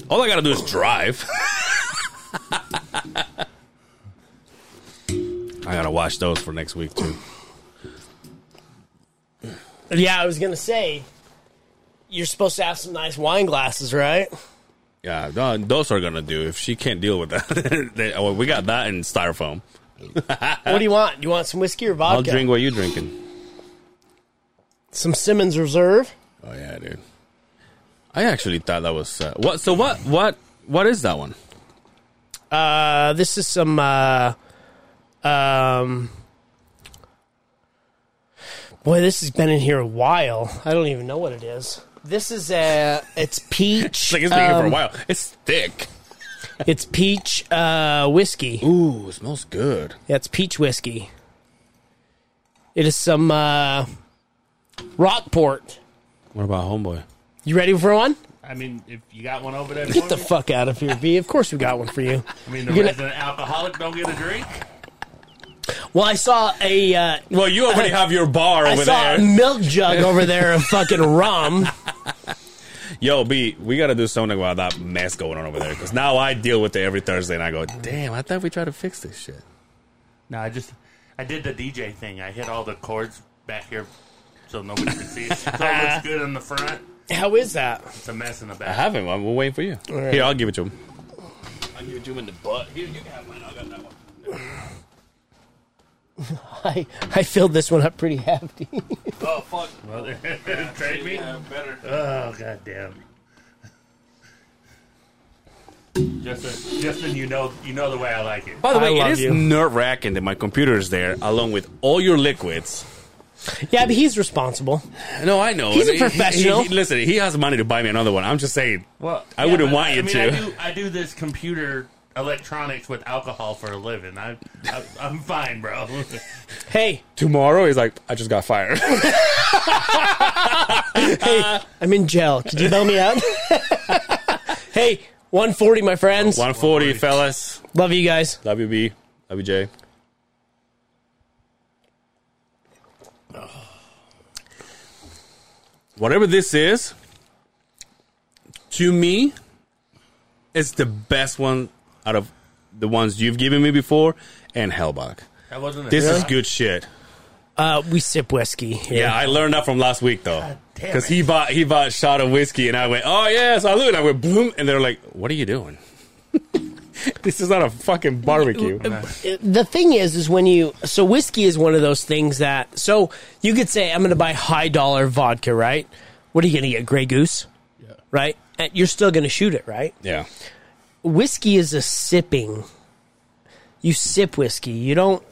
S3: All I gotta do is drive. (laughs) I gotta watch those for next week too.
S2: Yeah, I was gonna say you're supposed to have some nice wine glasses, right?
S3: Yeah, th- those are gonna do. If she can't deal with that, (laughs) then, oh, we got that in styrofoam.
S2: What do you want? Do you want some whiskey or
S3: I'll
S2: vodka?
S3: drink what you drinking.
S2: some Simmons Reserve.
S3: Oh yeah, dude. I actually thought that was uh, what. So what? What? What is that one?
S2: Uh, this is some uh, um. Boy, this has been in here a while. I don't even know what it is. This is a it's peach.
S3: It's (laughs) like it's been here for a
S2: um,
S3: while. It's thick.
S2: It's peach uh, whiskey.
S3: Ooh, it smells good.
S2: Yeah, it's peach whiskey. It is some uh, Rockport.
S3: What about homeboy?
S2: You ready for one?
S5: I mean, if you got one over there,
S2: Get the fuck out of here, V. Of course we got one for you.
S5: I mean, the
S2: You're gonna-
S5: resident alcoholic don't get a drink.
S2: Well, I saw a uh,
S3: Well, you already have your bar
S2: I
S3: over
S2: saw
S3: there.
S2: a milk jug over there of fucking rum.
S3: Yo, B, we gotta do something about that mess going on over there. Because now I deal with it every Thursday, and I go, "Damn, I thought we tried to fix this shit."
S5: No, I just I did the DJ thing. I hit all the chords back here so nobody could see it. So it looks
S2: (laughs)
S5: good in the front.
S2: How is that?
S5: It's a mess in the
S3: I
S5: back. (laughs)
S3: haven't. I'm we're waiting for you.
S2: right.
S3: Here, I'll give it to him. I'll give it to him in the butt. Here, you can have mine. I got that one.
S2: I I filled this one up pretty hefty.
S3: Oh fuck!
S5: Trade me.
S3: better.
S5: Oh goddamn. Justin, Justin, you know you know the way I like it.
S3: By the
S2: I
S3: way,
S2: love
S3: it is
S2: you.
S3: nerve wracking that my computer is there along with all your liquids.
S2: yeah, but he's responsible.
S3: No, I know.
S2: He's a
S3: He- he- he-
S2: professional.
S3: he- listen, he has money to buy me another one. I'm just saying.
S5: Well,
S3: I wouldn't
S5: but
S3: want you
S5: I mean,
S3: to.
S5: I do, I do this computer electronics with alcohol for a living. I, I I'm fine, bro.
S2: Hey,
S3: Tomorrow, he's like, I just got (laughs) fired.
S2: hey, uh, I'm in jail. Could you bail me out? (laughs) hey, 140, my friends.
S3: 140, fellas.
S2: Love you guys.
S3: Love you, B. Love you, Jay. Whatever this is, to me, it's the best one out of the ones you've given me before and Hellbach.
S5: (laughs) That wasn't a
S3: This is good shit.
S2: Uh, we sip whiskey. Here.
S3: Yeah, I learned that from last week though,
S5: damn
S3: because
S5: it.
S3: he bought he bought a shot of whiskey, and I went, "Oh yeah, salute!" And I went, "Boom!" And they're like, "What are you doing? (laughs) this is not a fucking barbecue."
S2: the thing is is when you so whiskey is one of those things that so you could say i'm going to buy high dollar vodka right what are you going to get gray goose yeah. right and you're still going to shoot it right
S3: Yeah.
S2: whiskey is a sipping you sip whiskey you don't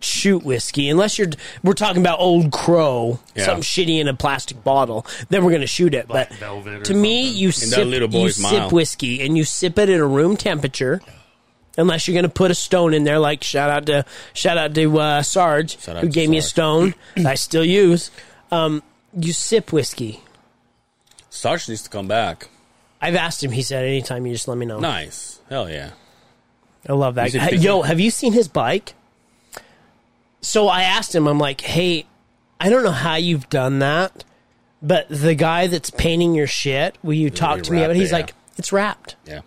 S2: shoot whiskey unless you're we're talking about old crow
S3: Yeah.
S2: something shitty in a plastic bottle then we're going to shoot it
S5: Black
S2: but
S5: Velvet or
S2: to me
S5: something.
S2: you
S3: that
S2: sip
S3: little
S2: you
S3: boy's mile.
S2: sip whiskey and you sip it at a room temperature unless you're going to put a stone in there like shout out to shout out to uh, Sarge
S3: Shout out
S2: who
S3: to
S2: gave me a
S3: Sarge. (clears throat)
S2: stone that I still use um, you sip whiskey
S3: Sarge needs to come back.
S2: I've asked him he said anytime you just let me know
S3: Nice. Hell yeah.
S2: I love that.
S3: He's a
S2: guy.
S3: big-
S2: Yo, have you seen his bike? So I asked him, I'm like, hey, I don't know how you've done that, But the guy that's painting your shit, will you talk
S3: we
S2: to me
S3: wrapped
S2: about? it? He's
S3: it, yeah.
S2: like, it's wrapped.
S3: Yeah.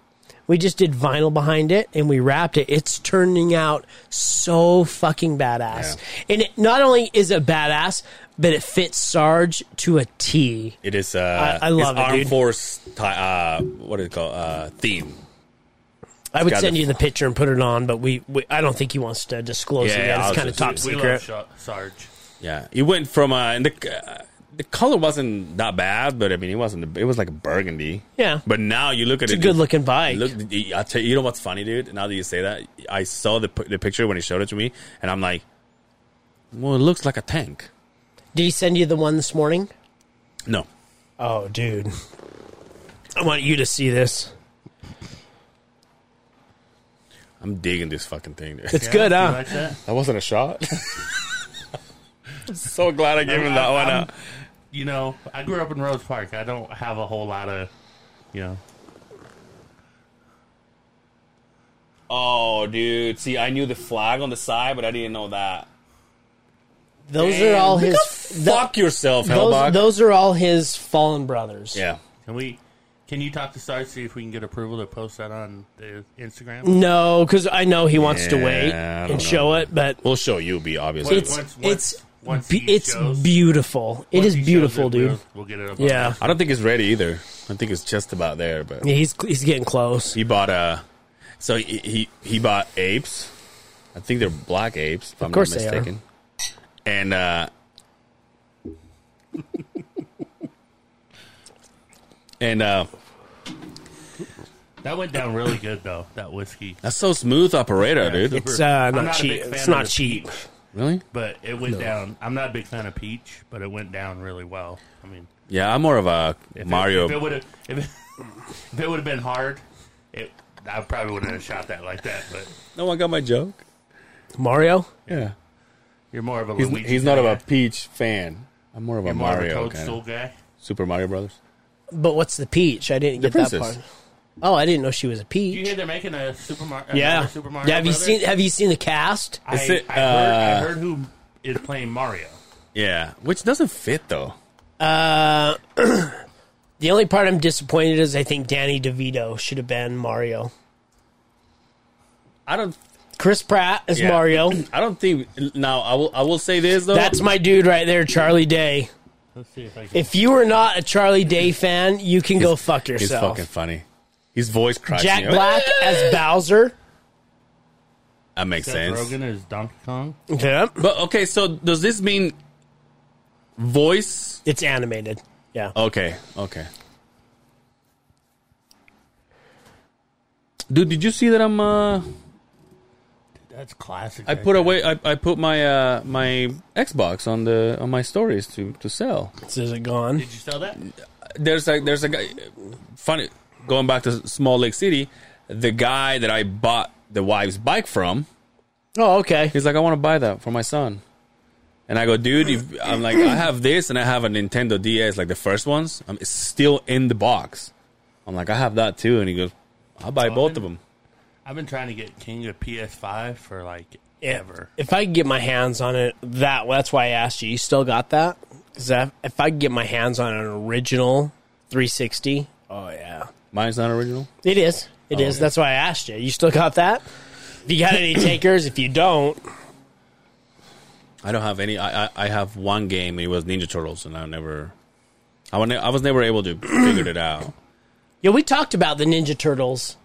S2: We just did vinyl behind it and we wrapped it. It's turning out so fucking badass. And it not only is it badass, but it fits Sarge to a T.
S3: It is. Uh,
S2: I- I love it,
S3: it's Armed
S2: dude.
S3: Force. Ti- uh, what is it called? Uh, theme.
S2: I would
S3: got
S2: send
S3: the-
S2: you the picture and put it on, but we, we I don't think he wants to disclose
S3: Yeah,
S2: it yet.
S3: I'll
S2: It's kind of
S3: just-
S2: top
S5: We
S2: secret.
S5: love Sha- Sarge.
S3: Yeah, it went from uh, and the uh, the color wasn't that bad, but I mean, it wasn't. It was like a burgundy.
S2: Yeah.
S3: But now you look at
S2: It's
S3: it.
S2: a good looking bike.
S3: Look, I tell you, you know what's funny, dude? Now that you say that, I saw the pi- the picture when he showed it to me, and I'm like, well, it looks like a tank.
S2: Did he send you the one this morning?
S3: No,
S2: Oh, dude. I want you to see this.
S3: I'm digging this fucking thing. Dude.
S2: It's good,
S5: You
S2: huh?
S5: like that?
S3: That wasn't a shot. (laughs) I'm so glad I gave him that one up.
S5: You know, I grew up in Rose Park. I don't have a whole lot of, you know.
S3: Oh, dude! See, I knew the flag on the side, but I didn't know that.
S2: Those are all his. th-
S3: Fuck yourself,
S2: those,
S3: Hellbach.
S2: those are all his fallen brothers.
S3: yeah.
S5: Can we? Can you talk to Sarge see if we can get approval to post that on the Instagram?
S2: No, because I know he wants to
S3: Yeah,
S2: wait
S3: I don't
S2: and show
S3: know.
S2: it, but
S3: We'll show you, be obviously.
S2: it's
S5: once-
S2: it's
S5: once
S2: be-
S5: he
S2: it's
S5: shows-
S2: beautiful. It
S5: Once
S2: is
S5: he shows
S2: beautiful,
S5: it,
S2: dude.
S5: We'll, we'll get it up. on
S2: Yeah.
S3: I don't think it's ready either. I think it's just about there. But
S2: yeah, he's he's getting close.
S3: he bought a. So he he, he bought apes. I think they're black apes. If I'm
S2: course
S3: not
S2: they are.
S3: mistaken. And uh, (laughs) and uh,
S5: That went down really good though. That whiskey.
S3: that's so smooth operator, dude. (laughs)
S5: super-
S2: It's uh,
S5: I'm
S2: not,
S5: not a
S2: cheap.
S5: big fan
S2: It's
S5: of
S2: not
S5: the
S2: cheap.
S3: Really?
S5: But it went down. I'm not a big fan of peach, but it went down really well. I mean,
S3: Yeah, I'm more of a
S5: if
S3: Mario.
S5: It, if it would have, if it, (laughs) if it would have been hard, it I probably wouldn't have shot that like that. But
S3: no one got my joke.
S2: Mario,
S3: Yeah,
S5: you're more of a
S3: he's,
S5: Luigi
S3: he's not of
S5: guy.
S3: a Peach fan. I'm more of a
S5: You're more of a
S3: Mario.
S5: Toadstool
S3: Kind
S5: guy.
S3: Super Mario Brothers.
S2: but what's the peach? I didn't
S3: The
S2: get that
S3: princess.
S2: part. Oh, I didn't know she was a
S5: Do you
S2: peach.
S5: hear they're making a Super Mario?
S2: Yeah.
S5: Super Mario.
S2: yeah. Have you
S5: Brothers?
S2: seen Have you seen the cast?
S5: I,
S3: Is it,
S5: I, heard, I
S3: uh,
S5: heard who is playing Mario.
S3: Yeah, which doesn't fit though.
S2: Uh, the only part I'm disappointed is I think Danny DeVito should have been Mario.
S3: I don't.
S2: Chris Pratt is
S3: Yeah. (clears throat)
S2: Mario.
S3: I don't think. Now I will. I will say this though.
S2: That's my dude right there, Charlie Day.
S5: Let's see if I can.
S2: If you are not a Charlie Day fan, you can go fuck
S3: He's
S2: yourself.
S3: fucking funny. His voice cracks
S2: Jack
S3: me up.
S2: Black as Bowser.
S3: That makes
S5: Seth
S3: sense.
S5: Rogen is Donkey Kong.
S2: Yeah.
S3: But okay, so does this mean voice?
S2: It's animated. Yeah.
S3: Okay, okay. Dude, did you see that I'm? uh
S5: That's classic.
S3: I
S5: right
S3: put
S5: there.
S3: away. I, I put my uh my Xbox on the on my stories to to sell.
S2: This is it gone?
S5: Did you sell that?
S3: there's a there's a guy funny going back to small lake city the guy that i bought the wife's bike from
S2: Oh, okay.
S3: he's like i want to buy that for my son and i go dude you've, i'm like i have this and i have a nintendo ds like the first ones i'm it's still in the box i'm like i have that too and he goes i'll buy both of them
S5: I've been trying to get King of PS5 for like ever.
S2: If I could get my hands on it, that that's why I asked you. You still got that? Because if I could get my hands on an original 360, oh yeah,
S3: mine's not original
S2: it is.
S5: Oh,
S2: It is. That's why I asked you. You still got that? If you got any
S5: (clears throat)
S2: takers, if you don't,
S3: i don't have any i i, I have one game and it was ninja turtles and i never I, wa- I was never able to figure it (clears throat) out
S2: yeah, we talked about the Ninja Turtles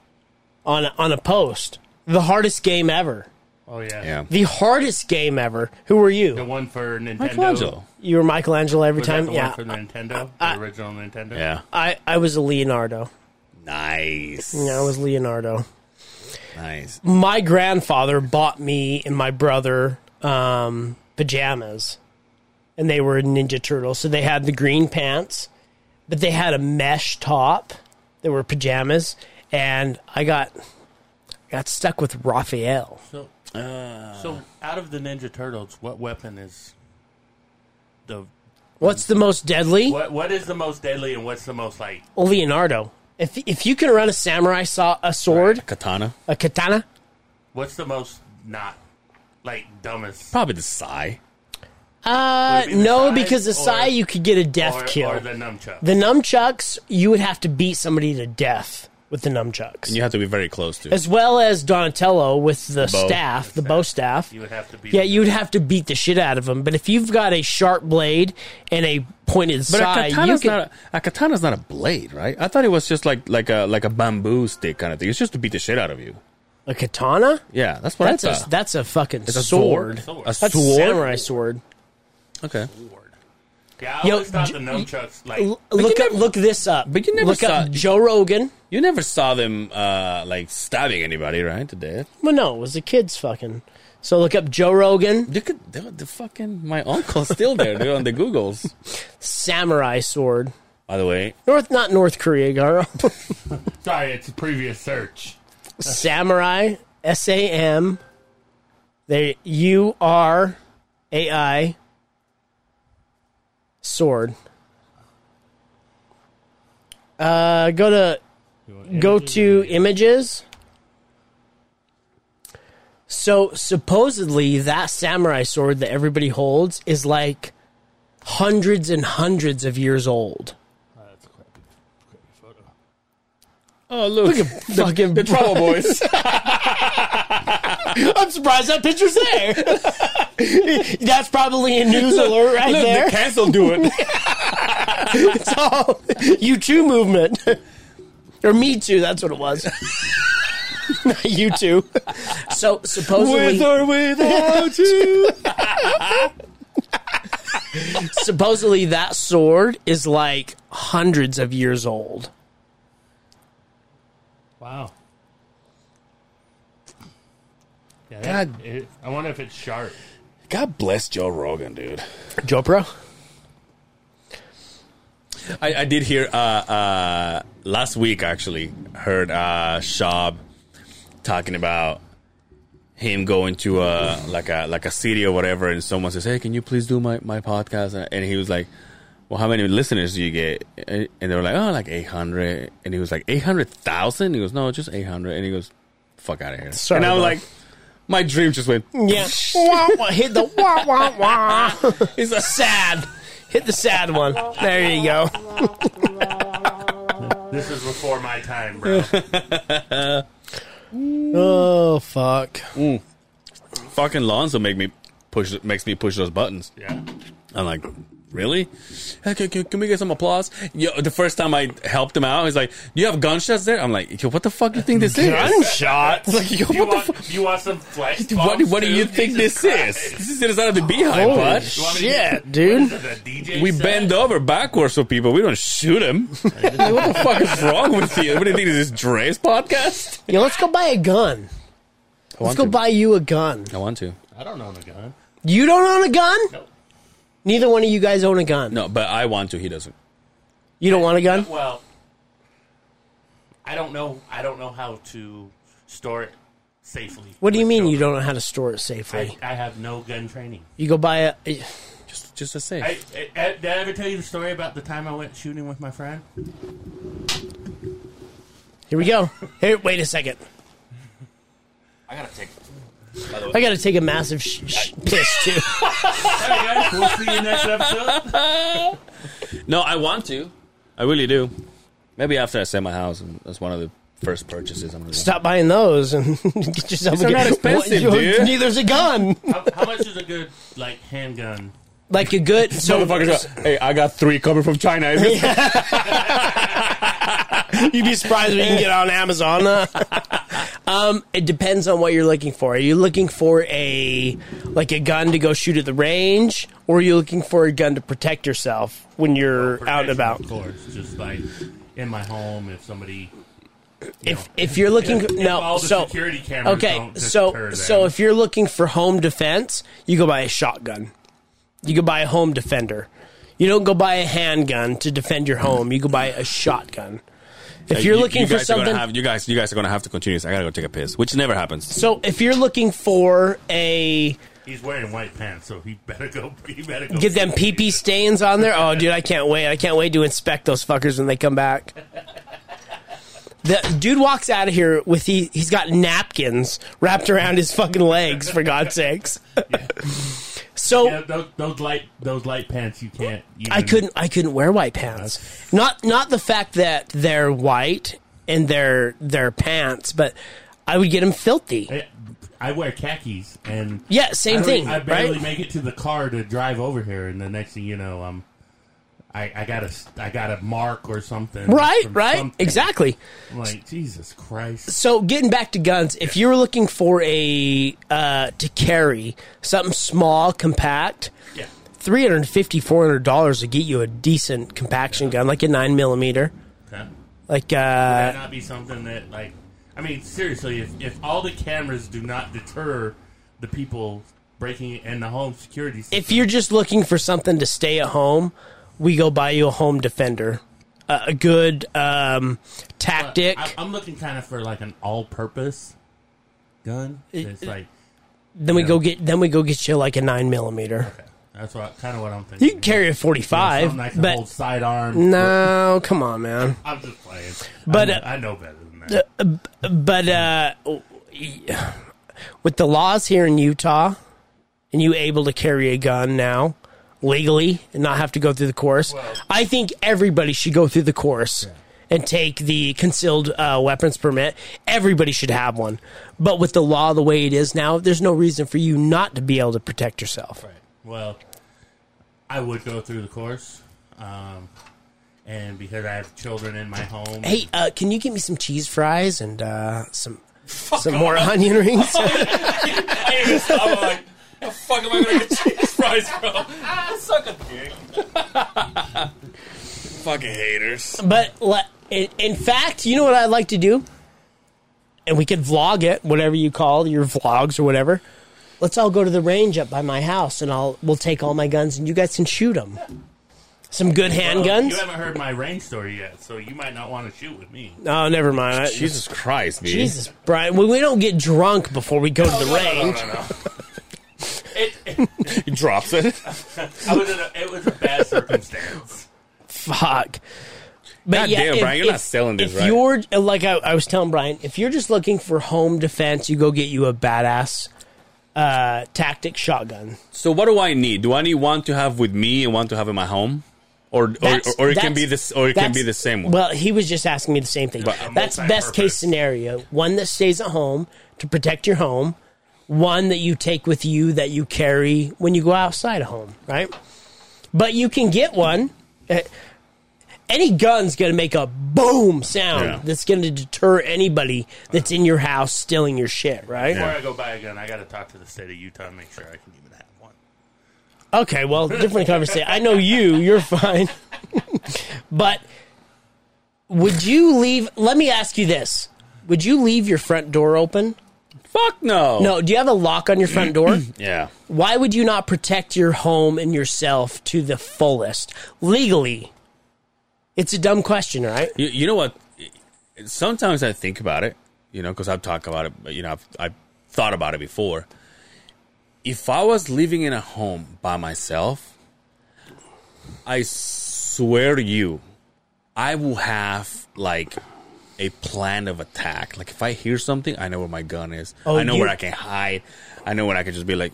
S2: on a, on a post. The hardest game ever.
S5: Oh yeah.
S3: yeah
S2: The hardest game ever. Who were
S5: The
S2: you?
S5: one for Nintendo.
S3: Michelangelo.
S2: You were Michelangelo every
S5: Was that
S2: time.
S5: the
S2: yeah,
S5: one for the Nintendo,
S2: I-
S5: the original Nintendo.
S3: yeah
S2: I I was a Leonardo.
S3: nice
S2: Yeah, I was Leonardo.
S3: nice
S2: my grandfather bought me and my brother um, pajamas, and they were Ninja Turtles. So they had the green pants, but they had a mesh top. They were pajamas, and I got got stuck with Raphael.
S5: So,
S2: Uh.
S5: so out of the Ninja Turtles, what weapon is the
S2: What's the most deadly?
S5: what what is the most deadly and what's the most like?
S2: Well, Leonardo. If if you can run a samurai saw a sword,
S3: katana
S2: a katana,
S5: What's the most not like dumbest?
S3: Probably the Psy.
S2: Uh,
S5: Would it be the
S2: no,
S5: sai
S2: because the
S5: or-
S2: Psy, you could get a death
S5: or,
S2: kill.
S5: or the nunchuck.
S2: The nunchucks, you would have to beat somebody to death with the nunchucks.
S3: And you have to be very close to
S2: As well as Donatello with the
S3: Bow.
S2: staff, the bow staff.
S5: You would have to beat
S2: Yeah,
S5: him.
S2: you'd have to beat the shit out of him. But if you've got a sharp blade and a pointed
S3: But
S2: sai,
S3: a
S2: you
S3: katana's
S2: can.
S3: not a, a katana's not a blade, right? I thought it was just like like a like a bamboo stick kind of thing. It's just to beat the shit out of you.
S2: A katana?
S3: Yeah, that's what
S2: That's
S3: I
S2: a,
S3: thought.
S2: that's a fucking
S3: It's a
S2: sword.
S3: sword. Sword. A
S2: That's
S3: sword?
S2: samurai sword.
S3: okay,
S5: Yeah, I
S2: Yo,
S5: always thought
S2: j-
S5: the nunchucks like
S2: L- look up, look this up.
S3: but you never
S2: look
S3: saw-
S2: up Joe Rogan.
S3: you never saw them uh like stabbing anybody, right? To death.
S2: Well, no, it was the kids fucking. So look up Joe Rogan
S3: Look at the, the fucking my uncle's still there dude, on the Googles.
S2: samurai sword.
S3: By the way, (laughs)
S2: North, not North Korea, Garo.
S5: sorry, it's a previous search.
S2: samurai. S A M. They U R A I. Sword. Uh, go to go to images. So supposedly that samurai sword that everybody holds is like hundreds and hundreds of years old.
S3: oh look,
S2: Look
S3: (laughs)
S2: at fucking
S3: the Trouble Boys.
S2: (laughs) I'm surprised that picture's there. (laughs) That's probably a news alert right
S3: look,
S2: there.
S3: the cancel do it.
S2: it's all (laughs) you too movement. Or me too, that's what it was. (laughs) Not you too. So supposedly
S3: With or without you.
S2: supposedly that sword is like hundreds of years old.
S5: Wow. Yeah,
S3: God.
S5: that- it- I wonder if it's sharp.
S3: God bless Joe Rogan, dude.
S2: Jopra?
S3: I, I did hear uh, uh, last week actually heard uh, Shab talking about him going to uh, like a like a city or whatever, and someone says, "Hey, can you please do my, my podcast?" And- And he was like, "Well, how many listeners do you get?" And and they were like, "Oh, like 800." And he was like, "800,000?" He goes, "No, just 800." And he goes, "Fuck out of here."
S2: Sorry,
S3: and I was
S2: bro.
S3: like, my dream just went.
S2: Yeah. (laughs) wah, wah, hit the wah wah wah. (laughs) It's a sad. Hit the sad one. There you go.
S5: This is before my time,
S3: (laughs)
S5: bro.
S2: Oh fuck.
S3: Fucking Lonzo make me push makes me push those buttons.
S5: yeah.
S3: I'm like, really? Hey, can, can, can we get some applause? Yo, the first time I helped him out, he's like, "You have gunshots there." I'm like, "Yo, what the fuck do you think this is?"
S2: Gunshots.
S3: Like, yo,
S5: You
S3: what the
S5: want,
S3: fuck?
S5: you want some flesh?
S3: (laughs) What,
S5: bombs,
S3: what do you
S5: dude?
S3: think this
S5: Jesus Christ.
S3: is? This is inside of the beehive, bud.
S5: You want me to
S2: Shit,
S5: get-
S2: dude.
S5: what
S3: (laughs)
S5: is it, the DJ
S3: We
S5: set?
S3: bend over backwards for people. We don't shoot them.
S2: (laughs)
S3: like, what the fuck is wrong with you? What do you think this is Dre's podcast?
S2: Yeah, let's go buy a gun.
S3: I
S2: Let's
S3: want
S2: go
S3: to.
S2: buy you a gun.
S3: I want to.
S5: I don't own a gun.
S2: You don't own a gun?
S5: Nope.
S2: Neither one of you guys own a gun.
S3: No, but I want to. He doesn't.
S2: You don't want a gun?
S5: Well, I don't know. I don't know how to store it safely.
S2: What do you
S5: with
S2: mean you
S5: children.
S2: don't know how to store it safely?
S5: I, I have no gun training.
S2: You go buy a. eh,
S3: Just, just to say.
S5: I, I, I- did I ever tell you the story about the time I went shooting with my friend?
S2: Here we go. Here, wait a second.
S7: I gotta take.
S2: I gotta take a massive sh- sh- piss too.
S5: Hey guys, we'll see you next episode.
S3: No, I want to. I really do. Maybe after I sell my house, and that's one of the first purchases I'm gonna do.
S2: Stop buying those and (laughs) get yourself
S3: These
S2: a
S3: are
S2: gun.
S3: not expensive,
S2: What-
S3: dude.
S2: Neither's a gun.
S5: How, how much is a good like handgun?
S2: Like a good. So,
S3: Motherfuckers, are, hey, I got three coming from China. Is (laughs) this-
S2: You'd be surprised when you can get it on Amazon.
S3: (laughs)
S2: uh. um, it depends on what you're looking for. Are you looking for a like a gun to go shoot at the range, or are you looking for a gun to protect yourself when you're out and about?
S5: Of course, just like in my home if somebody.
S2: If if you're looking
S5: if
S2: no,
S5: all the
S2: so
S5: security cameras.
S2: okay,
S5: don't deter
S2: so
S5: them.
S2: so if you're looking for home defense, you go buy a shotgun. You go buy a home defender. You don't go buy a handgun to defend your home. You go buy a shotgun. If you're
S3: You-
S2: looking
S3: you
S2: for
S3: guys are gonna
S2: something,
S3: have- you guys, you guys are gonna have to continue this. I gotta go take a piss, which never happens. (laughs)
S2: so if you're looking for a
S5: he's wearing white pants, so he better go. (laughs) He better go
S2: Get them pee pee stains on there. Oh, dude, I can't wait. I can't wait to inspect those fuckers when they come back. The dude walks out of here with he he's got napkins wrapped around his fucking legs for God's sakes. (laughs) So
S5: yeah, those, those light those light pants you can't. Even,
S2: I couldn't I couldn't wear white pants. Not not the fact that they're white and they're they're pants, but I would get them filthy.
S5: I, Eh, I wear khakis and
S2: Yeah, same
S5: I don't-
S2: thing,
S5: I barely
S2: right?
S5: make it to the car to drive over here, and the next thing you know, um, I I got a s- I got a mark or something.
S2: Right,
S5: from
S2: right,
S5: something.
S2: exactly.
S5: I'm like Jesus Christ.
S2: So getting back to guns, if you were looking for a uh, to carry something small, compact,
S5: Yeah.
S2: three hundred fifty four hundred dollars to get you a decent compaction gun, like a nine millimeter,
S5: Okay.
S2: like
S5: that
S2: uh,
S5: not be something that like I mean seriously if, if all the cameras do not deter the people breaking and the home security system,
S2: if you're just looking for something to stay at home, we go buy you a home defender, uh, a good um, tactic.
S5: I, I'm looking kind of for like an all-purpose gun it's like
S2: then we
S5: yeah.
S2: go get then we go get you like a nine millimeter.
S5: that's what kind of what I'm thinking
S2: You can carry a forty five,
S5: something that can hold
S2: but
S5: sidearm
S2: no, come on, man.
S5: I'm just playing
S2: But,
S5: I know,
S2: uh,
S5: I know better than that
S2: but uh, with the laws here in Utah, and you able to carry a gun now legally and not have to go through the course, I think everybody should go through the course and take the concealed uh, weapons permit. Everybody should have one. But with the law the way it is now, there's no reason for you not to be able to protect yourself.
S5: Right. Well, I would go through the course um, and because I have children in my home
S2: Hey, uh, can you get me some cheese fries and uh, some some more onion rings?
S7: I even stopped. I'm like, the fuck am I gonna get cheese fries from?
S3: (laughs)
S7: Ah, suck a dick.
S3: Fucking haters.
S2: But le- in, in fact, you know what I'd like to do? And we could vlog it, whatever you call your vlogs or whatever. Let's all go to the range up by my house, and I'll we'll take all my guns, and you guys can shoot them. Some good
S5: Well,
S2: handguns.
S5: Oh, You haven't heard my range story yet, so you might not want to shoot with me.
S2: oh, never mind. I-
S3: Jesus Christ, dude.
S2: Jesus, Brian. We, we don't get drunk before we go
S3: Oh,
S2: to the range.
S5: It, it,
S3: He drops it.
S5: I was in a, it was a bad circumstance.
S2: Fuck. But
S3: God damn, Brian, you're not selling this,
S2: if
S3: right?
S2: You're like I, I was telling Brian, if you're just looking for home defense, you go get you a badass uh, tactic shotgun.
S3: (laughs) So what do I need? Do I need one to have with me and one to have in my home, or or, or,
S2: That's-
S3: it can
S2: that's-
S3: be this, or it can
S2: that's-
S3: be the same one?
S2: Well, he was just asking me the same thing.
S3: But-
S2: that's best case
S5: multi-purpose.
S2: scenario: one that stays at home to protect your home, one that you take with you that you carry when you go outside of home, right? But you can get one. eh, Any gun's going to make a boom sound
S3: Yeah.
S2: that's going to deter anybody that's in your house stealing your shit, right?
S5: Before I go buy a gun, I got to talk to the state of Utah and make sure I can even have one.
S2: Okay, well, different conversation. I know you. You're fine. but would you leave? Let me ask you this: Would you leave your front door open?
S3: Fuck no.
S2: No. Do you have a lock on your front
S3: (clears throat)
S2: door?
S3: Yeah.
S2: Why would you not protect your home and yourself to the fullest legally? It's a dumb question, right?
S3: You, you know what? Sometimes I think about it, you know, because I've talked about it, but, you know, I've, I've thought about it before. If I was living in a home by myself, I swear to you, I will have like a plan of attack. Like if I hear something, I know where my gun is.
S2: Oh,
S3: I know
S2: you-
S3: where I can hide. I know where I can just be like,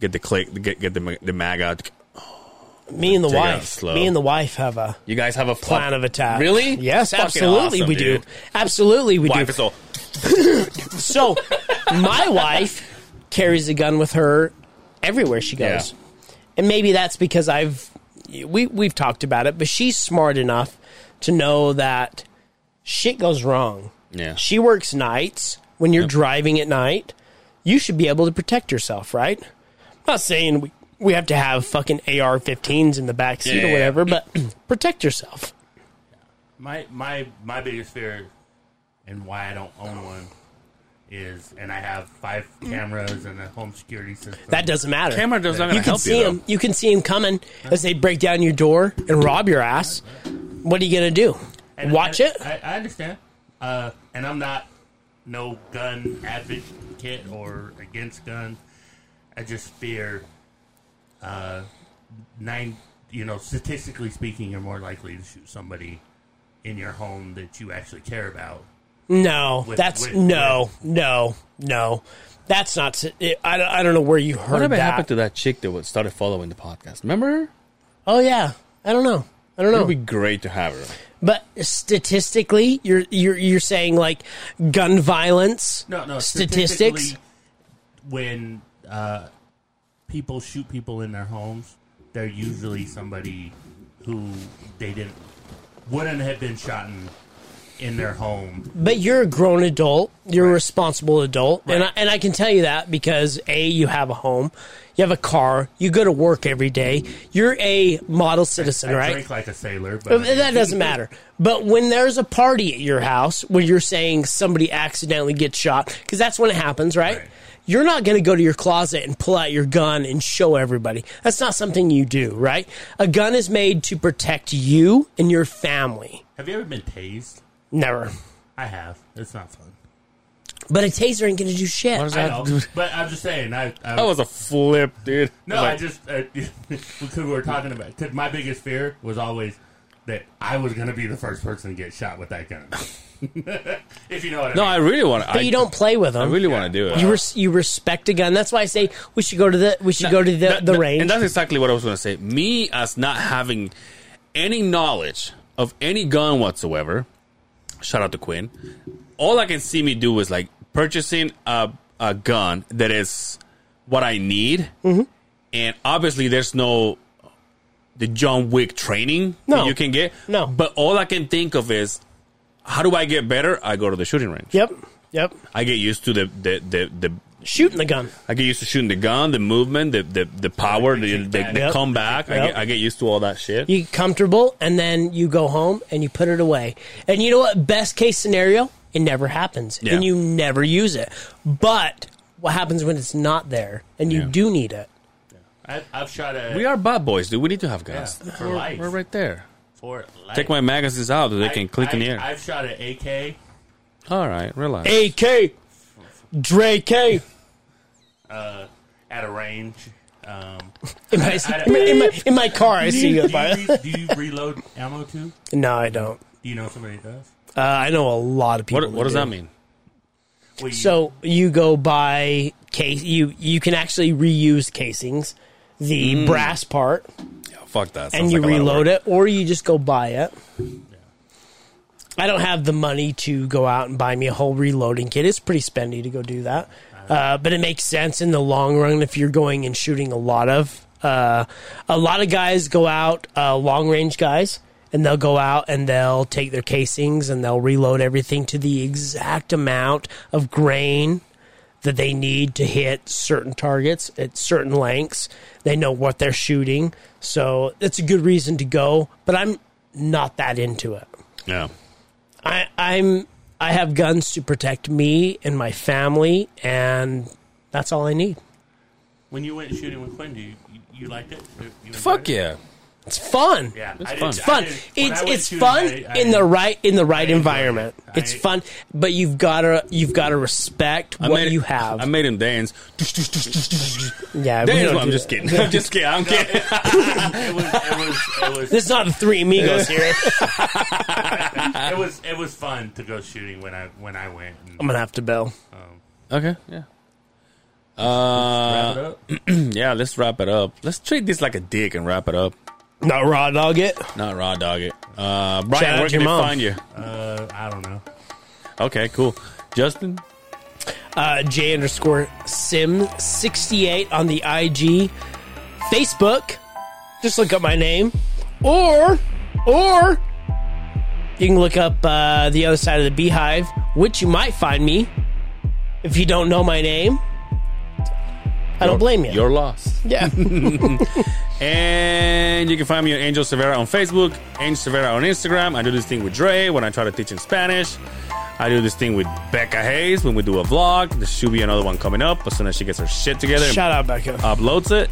S3: get the click, get get the ma- the mag out.
S2: Me and the
S3: Take it out
S2: wife.
S3: slow.
S2: Me and the wife have a
S3: You guys have a
S2: plan of attack.
S3: Really?
S2: Yes,
S3: Fucking
S2: absolutely
S3: awesome,
S2: we do.
S3: dude.
S2: Absolutely we do.
S3: Wife is all.
S2: So, my wife carries a gun with her everywhere she goes,
S3: Yeah.
S2: and maybe that's because I've we we've talked about it, but she's smart enough to know that shit goes wrong.
S3: Yeah.
S2: She works nights when you're driving at night. You should be able to protect yourself, right? I'm not saying we we have to have fucking AR-15s in the back seat
S3: Yeah,
S2: or
S3: yeah,
S2: whatever, but (clears throat) protect yourself.
S5: My my my biggest fear and why I don't own one is, and I have five cameras and a home security system.
S2: That doesn't matter.
S3: Camera does not gonna
S2: you can
S3: help
S2: see
S3: you,
S2: them. You can see them coming as they break down your door and rob your ass. What are you gonna do?
S5: And
S2: Watch
S5: I-
S2: it.
S5: I, I understand. Uh, and I'm not no gun advocate or against guns. I just fear uh, nine. You know, statistically speaking, you're more likely to shoot somebody in your home that you actually care about.
S2: No,
S5: With-
S2: that's
S5: with-
S2: no, no, no. That's not. It, I, don't- I don't know where you heard
S3: Whatever
S2: that.
S3: happened to that chick that was- started following the podcast? Remember?
S2: Oh yeah, I don't know. I don't
S3: It
S2: know.
S3: would be great to have her.
S5: Oh.
S2: But statistically, you're you're you're saying like gun violence.
S5: No, no.
S2: Statistics.
S5: statistically, When uh, people shoot people in their homes, they're usually somebody who they didn't wouldn't have been shot in, in their home.
S2: But you're a grown adult. You're a responsible adult, and I, and I can tell you that because a you have a home, you have a car, you go to work every day. You're a model citizen,
S5: I
S2: right?
S5: drink like a sailor,
S2: Uh,
S5: but
S2: That doesn't matter. But when there's a party at your house where you're saying somebody accidentally gets shot, because that's when it happens, right? You're not going to go to your closet and pull out your gun and show everybody. That's not something you do, right? A gun is made to protect you and your family.
S5: Have you ever been tased?
S2: Never.
S5: I have. It's not fun.
S2: But a taser ain't going to do shit.
S5: I know, but I'm just saying. I, I
S3: That was a flip, dude.
S5: No,
S3: Like,
S5: I just uh, (laughs) because we were talking about. Cause my biggest fear was always that I was going to be the first person to get shot with that gun. (laughs) if you know what I
S3: no,
S5: mean.
S3: I really want to.
S2: But
S3: I,
S2: you don't play with
S3: I
S2: them.
S3: really want to do it.
S2: you res- you respect a gun. That's why I say we should go to the we should
S3: That-
S2: go to the,
S3: that-
S2: the
S3: that-
S2: range.
S3: And that's exactly what I was going to say. Me, as not having any knowledge of any gun whatsoever, shout out to Quinn, all I can see me do is like purchasing a, a gun that is what I need.
S2: Mm-hmm.
S3: And obviously, there's no the John Wick training
S2: No.
S3: that you can get.
S2: No.
S3: But all I can think of is how do I get better? I go to the shooting range.
S2: yep, yep.
S3: I get used to the, the, the, the
S2: Shooting the gun.
S3: I get used to shooting the gun, the movement, the the, the power, the, the, the
S2: Yep.
S3: comeback. I,
S2: Yep.
S3: get, I get used to all that shit.
S2: you get comfortable and then you go home and you put it away and you know what best case scenario it never happens
S3: Yeah.
S2: and you never use it but what happens when it's not there and you
S3: Yeah.
S2: do need it
S5: I, I've shot a
S3: We are bad boys, dude. We need to have guns.
S5: Yeah, for
S3: we're,
S5: life.
S3: we're right there.
S5: for life.
S3: Take my magazines out so they
S5: I-
S3: can click
S5: I,
S3: in the air.
S5: I've shot an AK.
S3: all right, relax.
S2: ak drake
S5: uh, at a range. Um,
S2: in my, in my, in my, in my car i see
S3: (laughs)
S2: you
S5: do, you, do you reload ammo too?
S2: no i don't
S5: Do you know somebody that does?
S2: uh, i know a lot of people
S3: what what does
S2: do.
S3: that mean?
S5: Well, you-
S2: So you go by case you you can actually reuse casings, the brass part,
S3: Fuck that.
S2: and you reload it, or you just go buy it. I don't have the money to go out and buy me a whole reloading kit. It's pretty spendy to go do that, uh, but it makes sense in the long run if you're going and shooting a lot of. Uh, a lot of guys go out, uh, long range guys, and they'll go out and they'll take their casings and they'll reload everything to the exact amount of grain that they need to hit certain targets at certain lengths. They know what they're shooting, so it's a good reason to go. But I'm not that into it.
S3: Yeah.
S2: I, I'm I have guns to protect me and my family, and that's all I need.
S5: when you went shooting with Quinn, do you, you, you liked it? You enjoyed
S3: Fuck
S5: it?
S3: yeah.
S2: It's fun.
S5: Yeah,
S3: It's
S5: I did-
S3: fun.
S5: I
S3: It's
S2: Fun.
S5: did- when
S2: It's
S5: I went
S2: it's
S5: shooting,
S2: fun
S5: I- I-
S2: in the right in the right
S5: enjoyed
S2: environment.
S5: it.
S2: It's
S5: I-
S2: fun, but you've gotta you've gotta respect
S3: I
S2: what
S3: made-
S2: you have.
S3: I made him dance.
S2: yeah, we
S3: dance
S2: don't
S3: well, I'm
S2: do
S3: just
S2: that.
S3: kidding. I'm just kidding.
S2: (laughs)
S3: I'm kidding.
S5: It was, it was, it was,
S2: This is not the three amigos here. (laughs)
S5: it was it was fun to go shooting when I when I went. And,
S2: I'm gonna have to bail.
S3: okay. Yeah. Uh,
S5: Wrap it
S2: Uh,
S5: up.
S3: yeah, let's wrap it up. Let's treat this like a dick and wrap it up.
S2: Not raw dog it.
S3: Not raw dog it. Uh, Brian,
S2: out
S3: where
S2: to your
S3: can they
S2: mom.
S3: find you?
S5: Uh, I don't know.
S3: Okay, cool. Justin,
S2: uh, J underscore Sim sixty eight on the IG, Facebook. Just look up my name, or or you can look up uh, the other side of the beehive, which you might find me if you don't know my name. I don't blame you.
S3: your loss. (laughs)
S2: Yeah,
S3: And you can find me at Angel Severa on Facebook, Angel Severa on Instagram. I do this thing with Dre when I try to teach in Spanish. I do this thing with Becca Hayes when we do a vlog. There should be another one coming up as soon as she gets her shit together and
S2: shout out Becca.
S3: uploads it.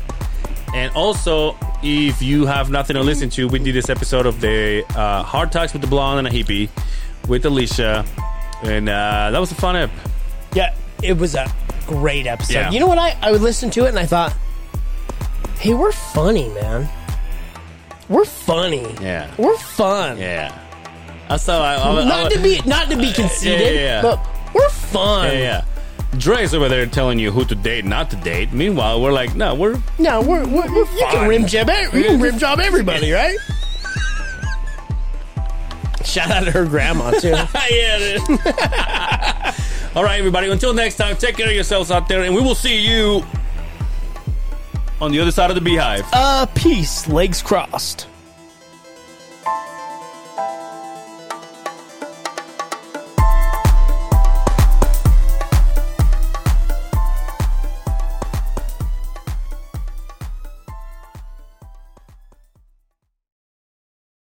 S3: And also, if you have nothing to listen to, we did this episode of the uh, Hard Talks with the Blonde and a Hippie with Alicia. And uh, that was a fun ep.
S2: Yeah, it was a great episode.
S3: Yeah.
S2: You know what? I, I would listen to it and I thought, hey, we're funny, man. We're funny.
S3: Yeah.
S2: We're fun.
S3: Yeah. Also, I, I, I,
S2: Not to be not to be conceited,
S3: yeah, yeah.
S2: but we're fun.
S3: Yeah, yeah. Dre's over there telling you who to date, not to date. Meanwhile, we're like, no, we're (laughs)
S2: No, we're, we're, we're you can
S3: fine.
S2: rim job. e- You can rim job (laughs) everybody, right? Shout out to her grandma (laughs) too.
S3: yeah, dude. (laughs) All right, everybody. Until next time, take care of yourselves out there, and we will see you on the other side of the beehive.
S2: uh, peace, legs crossed.